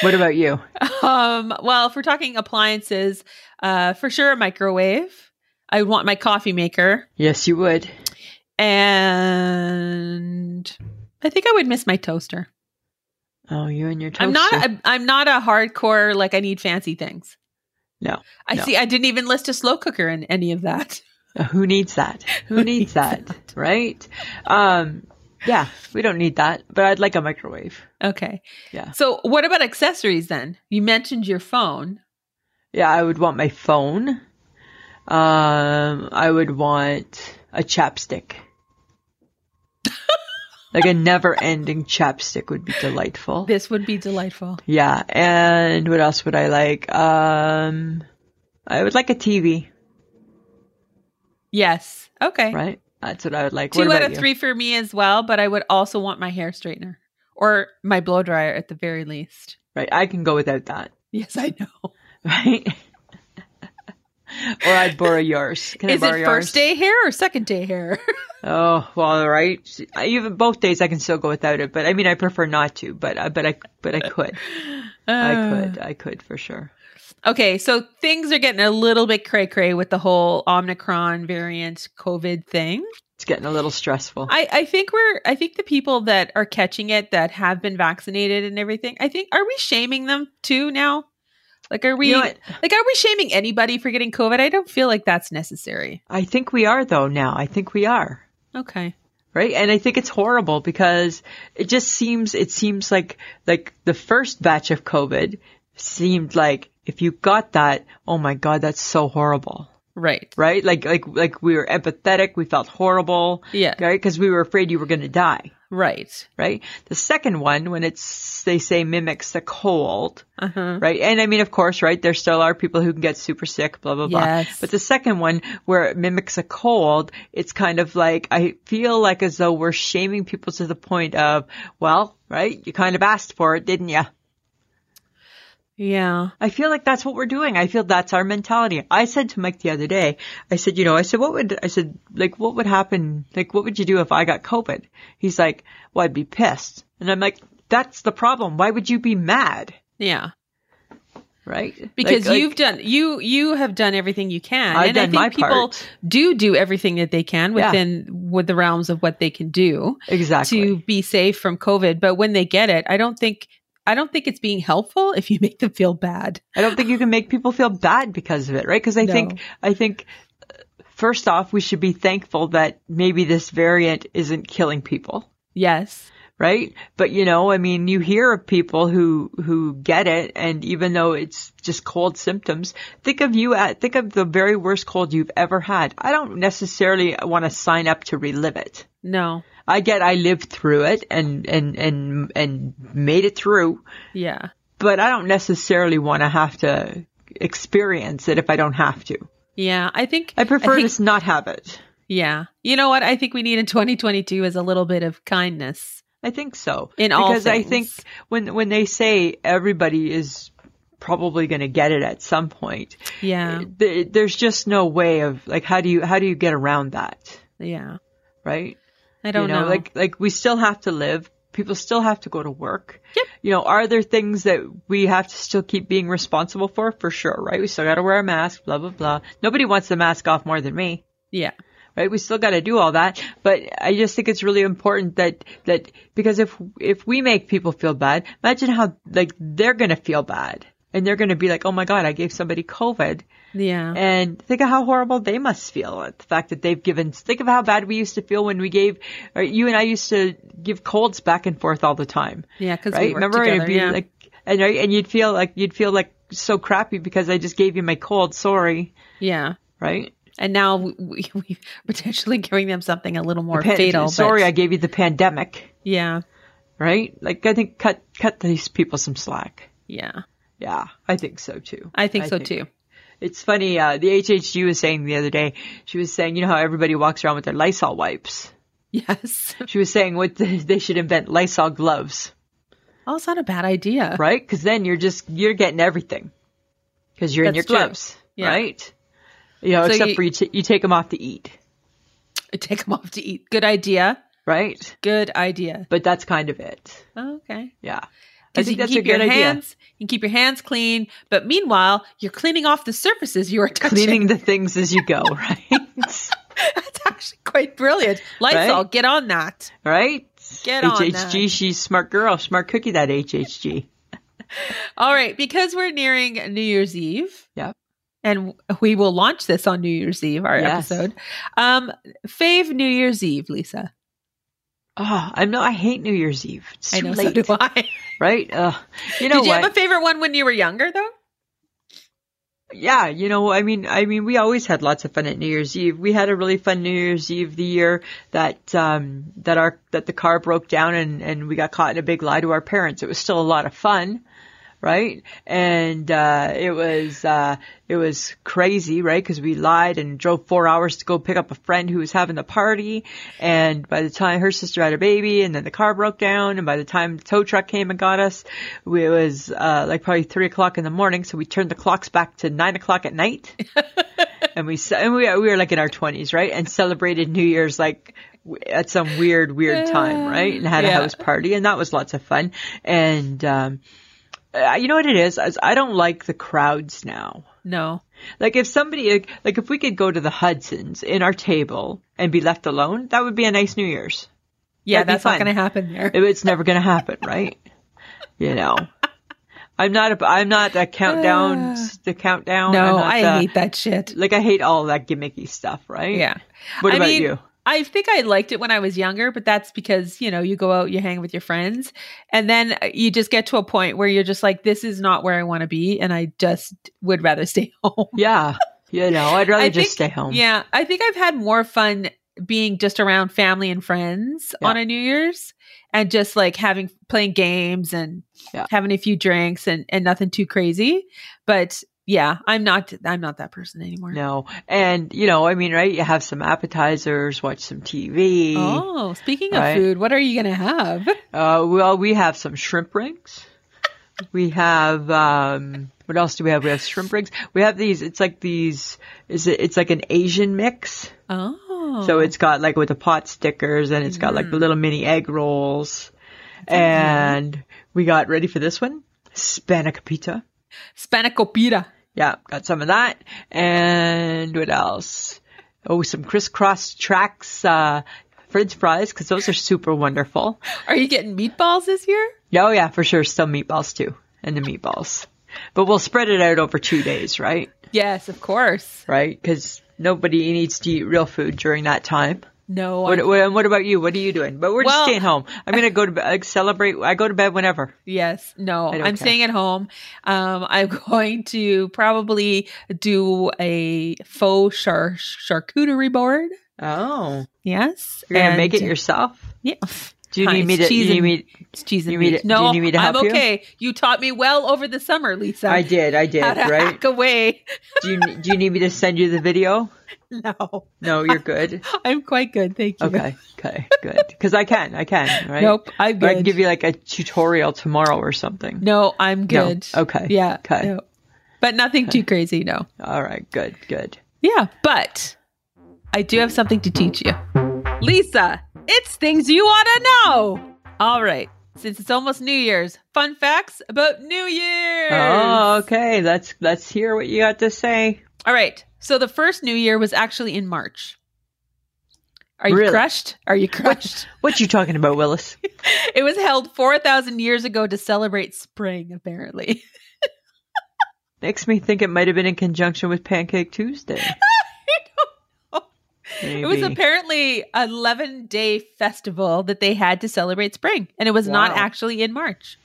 [SPEAKER 5] What about you?
[SPEAKER 4] Um, well, if we're talking appliances, uh, for sure a microwave. I would want my coffee maker.
[SPEAKER 5] Yes, you would.
[SPEAKER 4] And I think I would miss my toaster.
[SPEAKER 5] Oh, you and your toaster.
[SPEAKER 4] I'm not a, I'm not a hardcore like I need fancy things.
[SPEAKER 5] No.
[SPEAKER 4] I
[SPEAKER 5] No.
[SPEAKER 4] see I didn't even list a slow cooker in any of that.
[SPEAKER 5] Uh, Who needs that? Who needs that? Right? Um, yeah, we don't need that, but I'd like a microwave.
[SPEAKER 4] Okay.
[SPEAKER 5] Yeah.
[SPEAKER 4] So what about accessories then? You mentioned your phone.
[SPEAKER 5] Yeah, I would want my phone. Um, I would want a chapstick. like a never ending chapstick would be delightful.
[SPEAKER 4] This would be delightful.
[SPEAKER 5] Yeah, and what else would I like? Um, I would like a TV,
[SPEAKER 4] Yes. Okay.
[SPEAKER 5] right? That's what I would like.
[SPEAKER 4] Two
[SPEAKER 5] what
[SPEAKER 4] out
[SPEAKER 5] about
[SPEAKER 4] of
[SPEAKER 5] you?
[SPEAKER 4] three for me as well, but I would also want my hair straightener or my blow dryer at the very least.
[SPEAKER 5] Right, I can go without that,
[SPEAKER 4] Yes, I know.
[SPEAKER 5] right? or I'd borrow yours. Can I
[SPEAKER 4] Is
[SPEAKER 5] borrow
[SPEAKER 4] it
[SPEAKER 5] yours?
[SPEAKER 4] first day hair or second day hair?
[SPEAKER 5] Oh well, right. I, even both days, I can still go without it, but I mean, I prefer not to. But I, but I, but I could, I
[SPEAKER 4] Uh.
[SPEAKER 5] could, I could for sure.
[SPEAKER 4] Okay, so things are getting a little bit cray cray with the whole Omicron variant COVID thing.
[SPEAKER 5] It's getting a little stressful.
[SPEAKER 4] I, I think we're I think the people that are catching it that have been vaccinated and everything, I think are we shaming them too now? Like are we
[SPEAKER 5] You know what?
[SPEAKER 4] like are we shaming anybody for getting COVID? I don't feel like that's necessary.
[SPEAKER 5] I think we are though now. I think we are.
[SPEAKER 4] Okay.
[SPEAKER 5] right and i think it's horrible because it just seems it seems like like the first batch of covid seemed like if you got that oh my god that's so horrible
[SPEAKER 4] Right.
[SPEAKER 5] right like like like we were empathetic we felt horrible
[SPEAKER 4] Yeah.
[SPEAKER 5] right because we were afraid you were going to die
[SPEAKER 4] Right.
[SPEAKER 5] right the second one when it's they say mimics the cold
[SPEAKER 4] Uh-huh.
[SPEAKER 5] right and i mean of course right there still are people who can get super sick blah blah blah
[SPEAKER 4] Yes.
[SPEAKER 5] but the second one where it mimics a cold it's kind of like i feel like as though we're shaming people to the point of well right you kind of asked for it didn't you
[SPEAKER 4] Yeah.
[SPEAKER 5] I feel like that's what we're doing. I feel that's our mentality. I said to Mike the other day, I said, you know, I said, what would, I said, like, what would happen? Like, what would you do if I got COVID? He's like, well, I'd be pissed. And I'm like, that's the problem. Why would you be mad?
[SPEAKER 4] Yeah.
[SPEAKER 5] Right?
[SPEAKER 4] Because
[SPEAKER 5] Like- like,
[SPEAKER 4] you've done you you have done everything you can.
[SPEAKER 5] I've
[SPEAKER 4] and I
[SPEAKER 5] done
[SPEAKER 4] think
[SPEAKER 5] my
[SPEAKER 4] people
[SPEAKER 5] part.
[SPEAKER 4] do do everything that they can
[SPEAKER 5] Yeah.
[SPEAKER 4] within with the realms of what they can do.
[SPEAKER 5] exactly.
[SPEAKER 4] to be safe from COVID. But when they get it, I don't think I don't think it's being helpful if you make them feel bad.
[SPEAKER 5] I don't think you can make people feel bad because of it, right? Because I
[SPEAKER 4] No.
[SPEAKER 5] think I think uh, first off, we should be thankful that maybe this variant isn't killing people,
[SPEAKER 4] Yes.
[SPEAKER 5] right? But you know, I mean, you hear of people who who get it, and even though it's just cold symptoms, think of you at think of the very worst cold you've ever had. I don't necessarily want to sign up to relive it.
[SPEAKER 4] No.
[SPEAKER 5] I get I lived through it and and and and made it through,
[SPEAKER 4] Yeah.
[SPEAKER 5] but I don't necessarily want to have to experience it if I don't have to.
[SPEAKER 4] Yeah. I think
[SPEAKER 5] I prefer
[SPEAKER 4] think-
[SPEAKER 5] to s- not have it.
[SPEAKER 4] Yeah. You know what I think we need in 2022 is a little bit of kindness.
[SPEAKER 5] I think so.
[SPEAKER 4] In all
[SPEAKER 5] because I think
[SPEAKER 4] things.
[SPEAKER 5] when when they say everybody is probably going to get it at some point,
[SPEAKER 4] Yeah.
[SPEAKER 5] th- there's just no way of like how do you how do you get around that,
[SPEAKER 4] Yeah.
[SPEAKER 5] right?
[SPEAKER 4] I don't
[SPEAKER 5] you know,
[SPEAKER 4] know.
[SPEAKER 5] like like we still have to live. People still have to go to work.
[SPEAKER 4] Yep.
[SPEAKER 5] You know, are there things that we have to still keep being responsible for? For sure, right? We still got to wear a mask, blah blah blah. Nobody wants the mask off more than me,
[SPEAKER 4] yeah.
[SPEAKER 5] right? We still got to do all that, but I just think it's really important that that because if if we make people feel bad, imagine how like they're going to feel bad. And they're going to be like, "Oh my god, I gave somebody COVID."
[SPEAKER 4] Yeah.
[SPEAKER 5] And think of how horrible they must feel at the fact that they've given. Think of how bad we used to feel when we gave, or you and I used to give colds back and forth all the time.
[SPEAKER 4] Yeah, 'cause we
[SPEAKER 5] right?
[SPEAKER 4] worked
[SPEAKER 5] remember
[SPEAKER 4] together,
[SPEAKER 5] it'd be
[SPEAKER 4] yeah.
[SPEAKER 5] like, and right, and you'd feel like you'd feel like so crappy because I just gave you my cold. Sorry,
[SPEAKER 4] yeah.
[SPEAKER 5] right?
[SPEAKER 4] And now we, we, we potentially giving them something a little more
[SPEAKER 5] Pan-
[SPEAKER 4] fatal. but-
[SPEAKER 5] Sorry, I gave you the pandemic.
[SPEAKER 4] yeah.
[SPEAKER 5] Right? Like I think cut cut these people some slack.
[SPEAKER 4] Yeah.
[SPEAKER 5] Yeah, I think so too.
[SPEAKER 4] I think so too.
[SPEAKER 5] It's funny. Uh, the HHG was saying the other day. She was saying, you know how everybody walks around with their Lysol wipes.
[SPEAKER 4] Yes.
[SPEAKER 5] She was saying what the, they should invent Lysol gloves,
[SPEAKER 4] Oh, it's not a bad idea.
[SPEAKER 5] right? Because then you're just you're getting everything because you're in your
[SPEAKER 4] That's true.
[SPEAKER 5] gloves,
[SPEAKER 4] Yeah.
[SPEAKER 5] right? You know,
[SPEAKER 4] So
[SPEAKER 5] except
[SPEAKER 4] you-
[SPEAKER 5] for you, t- you take them off to eat,
[SPEAKER 4] Take them off to eat. Good idea.
[SPEAKER 5] right?
[SPEAKER 4] Good idea.
[SPEAKER 5] But that's kind of it.
[SPEAKER 4] Oh, okay.
[SPEAKER 5] Yeah, I
[SPEAKER 4] Because you can
[SPEAKER 5] think that's a
[SPEAKER 4] keep your
[SPEAKER 5] good idea.
[SPEAKER 4] hands, you can keep your hands clean, but meanwhile, you're cleaning off the surfaces you are touching.
[SPEAKER 5] Cleaning the things as you go, right?
[SPEAKER 4] That's actually quite brilliant. Lysol,
[SPEAKER 5] Right?
[SPEAKER 4] get on that.
[SPEAKER 5] right?
[SPEAKER 4] Get on
[SPEAKER 5] HHG,
[SPEAKER 4] that.
[SPEAKER 5] she's smart girl, smart cookie. That HHG.
[SPEAKER 4] All right, because we're nearing New Year's Eve.
[SPEAKER 5] Yep.
[SPEAKER 4] And we will launch this on New Year's Eve, our
[SPEAKER 5] Yes.
[SPEAKER 4] episode. Um, fave New Year's Eve, Lisa.
[SPEAKER 5] Oh, I know. I hate New Year's Eve. It's
[SPEAKER 4] I
[SPEAKER 5] too
[SPEAKER 4] know,
[SPEAKER 5] late,
[SPEAKER 4] so do I.
[SPEAKER 5] right? Ugh. you know
[SPEAKER 4] Did you
[SPEAKER 5] what?
[SPEAKER 4] have a favorite one when you were younger, though?
[SPEAKER 5] Yeah, you know, I mean, I mean, we always had lots of fun at New Year's Eve. We had a really fun New Year's Eve the year that um, that our that the car broke down and and we got caught in a big lie to our parents. It was still a lot of fun, right? And uh, it was uh, it was crazy, right? Because we lied and drove four hours to go pick up a friend who was having the party, and by the time her sister had a baby, and then the car broke down, and by the time the tow truck came and got us, we- it was uh, like probably three o'clock in the morning. So we turned the clocks back to nine o'clock at night, and we ce- and we, we were like in our twenties, right? And celebrated New Year's like w- at some weird weird time, right? And had
[SPEAKER 4] Yeah.
[SPEAKER 5] a house party, and that was lots of fun. And um, uh, you know what it is? is I don't like the crowds now.
[SPEAKER 4] No.
[SPEAKER 5] Like if somebody like, like if we could go to the Hudsons in our table and be left alone, that would be a nice New Year's.
[SPEAKER 4] Yeah,
[SPEAKER 5] That'd be
[SPEAKER 4] that's not
[SPEAKER 5] fun.
[SPEAKER 4] going to happen there.
[SPEAKER 5] It- It's never going to happen, right? You know. I'm not a I'm not a countdown the countdown. I'm
[SPEAKER 4] No,
[SPEAKER 5] not uh,
[SPEAKER 4] I
[SPEAKER 5] the-
[SPEAKER 4] hate that shit.
[SPEAKER 5] Like I hate all that gimmicky stuff, right?
[SPEAKER 4] Yeah.
[SPEAKER 5] What
[SPEAKER 4] I
[SPEAKER 5] about
[SPEAKER 4] mean,
[SPEAKER 5] you?
[SPEAKER 4] I think I liked it when I was younger, but that's because, you know, you go out, you hang with your friends, and then uh, you just get to a point where you're just like, this is not where I want to be. And I just would rather stay home.
[SPEAKER 5] Yeah. You know, I'd rather just stay
[SPEAKER 4] think-
[SPEAKER 5] home.
[SPEAKER 4] Yeah. I think I've had more fun being just around family and friends
[SPEAKER 5] Yeah.
[SPEAKER 4] on a New Year's and just like having playing games and
[SPEAKER 5] Yeah.
[SPEAKER 4] having a few drinks and, and nothing too crazy. But yeah, I'm not I'm not that person anymore.
[SPEAKER 5] No. And you know, I mean, right? You have some appetizers, watch some TV.
[SPEAKER 4] Oh, speaking of
[SPEAKER 5] Right.
[SPEAKER 4] food, what are you gonna have?
[SPEAKER 5] Uh, well, we have some shrimp rings. We have um, what else do we have? We have shrimp rings. We have these. It's like these. Is it? It's like an Asian mix.
[SPEAKER 4] Oh,
[SPEAKER 5] So it's got like with the pot stickers, and it's got like the little mini egg rolls, and we got ready for this one spanakopita.
[SPEAKER 4] spanakopita.
[SPEAKER 5] Yeah, got some of that. And what else? Oh, some crisscross tracks, uh, French fries, because those are super wonderful.
[SPEAKER 4] Are you getting meatballs this year?
[SPEAKER 5] Oh yeah, for sure. Still meatballs too, and the meatballs. But we'll spread it out over two days, right?
[SPEAKER 4] Yes, of course.
[SPEAKER 5] Right? Because nobody needs to eat real food during that time.
[SPEAKER 4] No,
[SPEAKER 5] What,
[SPEAKER 4] I-
[SPEAKER 5] what, and what about you? What are you doing? But we're just
[SPEAKER 4] Well-
[SPEAKER 5] staying home. I'm gonna go to bed, like, celebrate. I go to bed whenever.
[SPEAKER 4] yes, no.
[SPEAKER 5] I
[SPEAKER 4] I'm
[SPEAKER 5] don't care.
[SPEAKER 4] staying at home. Um, I'm going to probably do a faux char- charcuterie board.
[SPEAKER 5] Oh,
[SPEAKER 4] Yes,
[SPEAKER 5] you're gonna make it
[SPEAKER 4] and-
[SPEAKER 5] yourself?
[SPEAKER 4] Yeah.
[SPEAKER 5] Do you
[SPEAKER 4] Honey,
[SPEAKER 5] need me
[SPEAKER 4] it's
[SPEAKER 5] to?
[SPEAKER 4] cheese
[SPEAKER 5] You need
[SPEAKER 4] and-
[SPEAKER 5] me,
[SPEAKER 4] It's cheese and
[SPEAKER 5] You need
[SPEAKER 4] meat.
[SPEAKER 5] it-
[SPEAKER 4] No,
[SPEAKER 5] you need me to help
[SPEAKER 4] I'm
[SPEAKER 5] you?
[SPEAKER 4] okay. You? taught me well over the summer, Lisa.
[SPEAKER 5] I did. I did.
[SPEAKER 4] How to
[SPEAKER 5] Right?
[SPEAKER 4] hack away.
[SPEAKER 5] do you do you need me to send you the video?
[SPEAKER 4] No,
[SPEAKER 5] No, you're good.
[SPEAKER 4] I'm quite good. Thank you.
[SPEAKER 5] Okay. Okay. Good. Because I can. I can. Right.
[SPEAKER 4] Nope, I'm
[SPEAKER 5] Or I can
[SPEAKER 4] good.
[SPEAKER 5] give you like a tutorial tomorrow or something.
[SPEAKER 4] No, I'm
[SPEAKER 5] No.
[SPEAKER 4] good.
[SPEAKER 5] Okay.
[SPEAKER 4] Yeah.
[SPEAKER 5] Okay.
[SPEAKER 4] no. But nothing too crazy. No.
[SPEAKER 5] All right. Good. Good.
[SPEAKER 4] Yeah. But I do have something to teach you. Lisa, it's things you want to know. All right. Since it's almost New Year's, fun facts about New Year's.
[SPEAKER 5] Oh, okay. Let's let's hear what you got to say.
[SPEAKER 4] All right. So the first New Year was actually in March. Are you
[SPEAKER 5] Really?
[SPEAKER 4] crushed? Are you crushed?
[SPEAKER 5] What you talking about, Willis?
[SPEAKER 4] it was held 4,000 years ago to celebrate spring, apparently.
[SPEAKER 5] Makes me think it might have been in conjunction with Pancake Tuesday.
[SPEAKER 4] It was
[SPEAKER 5] Maybe.
[SPEAKER 4] apparently a 11 day festival that they had to celebrate spring. And it was not
[SPEAKER 5] Wow.
[SPEAKER 4] actually in March,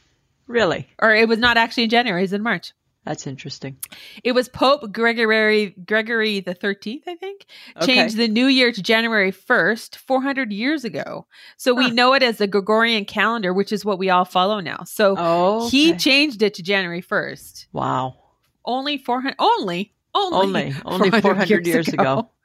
[SPEAKER 5] really.
[SPEAKER 4] or it was not actually in January, it was in March.
[SPEAKER 5] That's interesting.
[SPEAKER 4] It was Pope Gregory Gregory the 13th, I think, changed the new year to January 1st 400 years ago. So we
[SPEAKER 5] Huh.
[SPEAKER 4] know it as the Gregorian calendar, which is what we all follow now. So
[SPEAKER 5] Oh,
[SPEAKER 4] he
[SPEAKER 5] okay.
[SPEAKER 4] changed it to January 1st.
[SPEAKER 5] wow.
[SPEAKER 4] Only 400 only only
[SPEAKER 5] Only only four hundred years ago.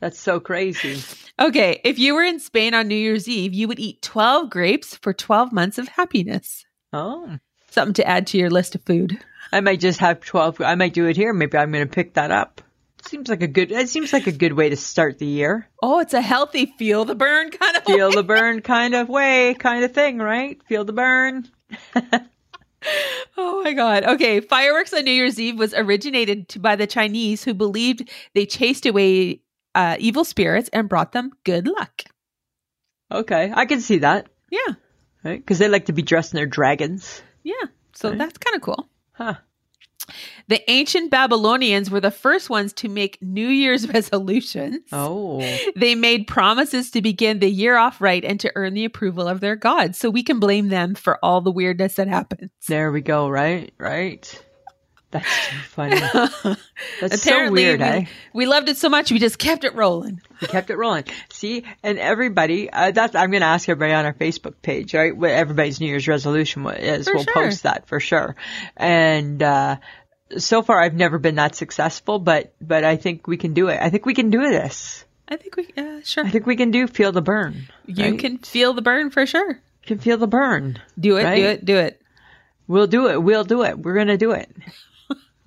[SPEAKER 5] That's so crazy.
[SPEAKER 4] Okay, if you were in Spain on New Year's Eve, you would eat 12 grapes for 12 months of happiness.
[SPEAKER 5] Oh.
[SPEAKER 4] Something to add to your list of food.
[SPEAKER 5] I might just have twelve. I might do it here. Maybe I'm going to pick that up. Seems like a good. It seems like a good way to start the year.
[SPEAKER 4] Oh, it's a healthy feel the burn kind of
[SPEAKER 5] Feel the burn kind of way, kind of thing, right? Feel the burn.
[SPEAKER 4] Oh my God. Okay. Fireworks on New Year's Eve was originated to, by the Chinese who believed they chased away uh, evil spirits and brought them good luck.
[SPEAKER 5] Okay, I can see that.
[SPEAKER 4] Yeah.
[SPEAKER 5] Right? Because they like to be dressed in their dragons.
[SPEAKER 4] Yeah. So that's kind of cool.
[SPEAKER 5] Huh.
[SPEAKER 4] The ancient Babylonians were the first ones to make New Year's resolutions.
[SPEAKER 5] Oh.
[SPEAKER 4] They made promises to begin the year off right and to earn the approval of their gods. So we can blame them for all the weirdness that happens.
[SPEAKER 5] There we go, right? Right. That's too funny. That's so
[SPEAKER 4] Apparently,
[SPEAKER 5] weird,
[SPEAKER 4] we,
[SPEAKER 5] eh?
[SPEAKER 4] we loved it so much, we just kept it rolling.
[SPEAKER 5] We kept it rolling. See, and everybody, uh, that's, I'm going to ask everybody on our Facebook page, right? What everybody's New Year's resolution wa- is.
[SPEAKER 4] For
[SPEAKER 5] we'll
[SPEAKER 4] sure.
[SPEAKER 5] post that for sure. And, uh, so far I've never been that successful, but, but I think we can do it. I think we can do this.
[SPEAKER 4] I think we, uh, sure.
[SPEAKER 5] I think we can do feel the burn.
[SPEAKER 4] You
[SPEAKER 5] right?
[SPEAKER 4] can feel the burn for sure.
[SPEAKER 5] can feel the burn.
[SPEAKER 4] Do it,
[SPEAKER 5] Right.
[SPEAKER 4] do it, do it.
[SPEAKER 5] We'll do it. We'll do it. We're going to do it.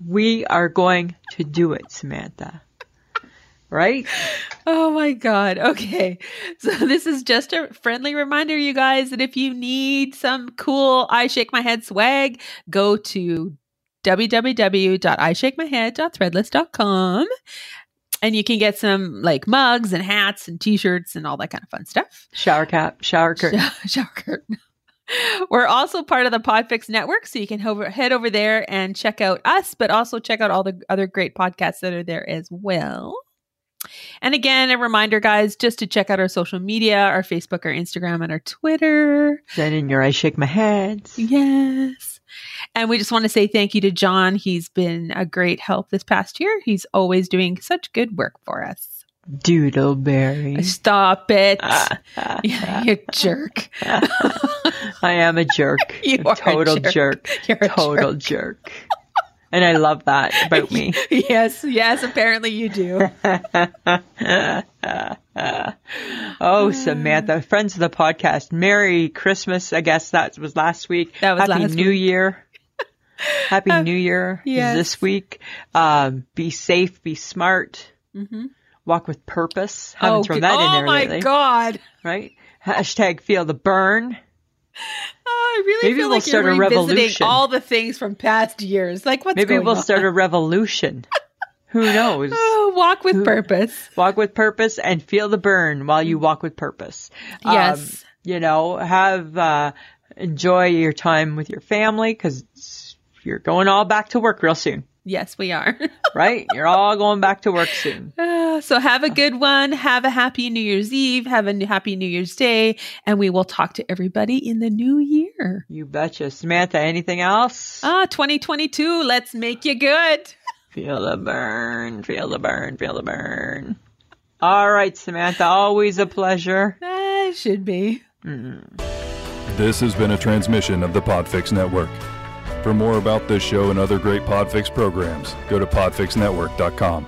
[SPEAKER 5] we are going to do it, Samantha. Right?
[SPEAKER 4] Oh my God. Okay. So, this is just a friendly reminder, you guys, that if you need some cool I Shake My Head swag, go to www.ishakemyhead.threadless.com and you can get some like mugs and hats and t shirts and all that kind of fun stuff.
[SPEAKER 5] Shower cap, shower curtain.
[SPEAKER 4] Shower curtain. We're also part of the Podfix network, so you can hover, head over there and check out us, but also check out all the other great podcasts that are there as well. And again, a reminder, guys, just to check out our social media, our Facebook, our Instagram, and our Twitter.
[SPEAKER 5] Then in your I shake my head.
[SPEAKER 4] Yes. And we just want to say thank you to John. He's been a great help this past year. He's always doing such good work for us.
[SPEAKER 5] Doodleberry.
[SPEAKER 4] Stop it.
[SPEAKER 5] Ah, ah,
[SPEAKER 4] Yeah, you jerk.
[SPEAKER 5] I am a jerk.
[SPEAKER 4] You
[SPEAKER 5] A
[SPEAKER 4] are a
[SPEAKER 5] total
[SPEAKER 4] jerk.
[SPEAKER 5] jerk.
[SPEAKER 4] You're a
[SPEAKER 5] total jerk. And I love that about me.
[SPEAKER 4] yes, yes, apparently you do.
[SPEAKER 5] Oh, Samantha, friends of the podcast, Merry Christmas. I guess that was last week.
[SPEAKER 4] That was
[SPEAKER 5] Happy
[SPEAKER 4] last Uh,
[SPEAKER 5] New Year. Happy New Year is
[SPEAKER 4] yes.
[SPEAKER 5] this week. Um, be safe, be smart, walk with purpose. Haven't thrown
[SPEAKER 4] good-
[SPEAKER 5] that in
[SPEAKER 4] Mm-hmm. oh
[SPEAKER 5] there
[SPEAKER 4] my
[SPEAKER 5] lately,
[SPEAKER 4] god!
[SPEAKER 5] right? Hashtag feel the burn.
[SPEAKER 4] Oh, I really
[SPEAKER 5] Maybe
[SPEAKER 4] feel
[SPEAKER 5] we'll
[SPEAKER 4] like
[SPEAKER 5] start a
[SPEAKER 4] you're revisiting
[SPEAKER 5] revolution.
[SPEAKER 4] all the things from past years. Like what's
[SPEAKER 5] Maybe
[SPEAKER 4] going
[SPEAKER 5] we'll
[SPEAKER 4] on?
[SPEAKER 5] start a revolution. Who knows?
[SPEAKER 4] Oh, walk with purpose.
[SPEAKER 5] Walk with purpose and feel the burn while you walk with purpose. Um,
[SPEAKER 4] Yes.
[SPEAKER 5] you know, have uh, Enjoy your time with your family because you're going all back to work real soon,
[SPEAKER 4] Yes, we are.
[SPEAKER 5] right? you're all going back to work soon.
[SPEAKER 4] Ah, so have a good one. Have a happy New Year's Eve. Have a n- happy New Year's Day. And we will talk to everybody in the new year.
[SPEAKER 5] You betcha. Samantha, anything else?
[SPEAKER 4] Ah, 2022. Let's make you good.
[SPEAKER 5] Feel the burn, feel the burn, feel the burn. All right, Samantha, always a pleasure.
[SPEAKER 4] Ah, should be.
[SPEAKER 6] This has been a transmission of the Podfix Network. For more about this show and other great Podfix programs, go to podfixnetwork.com.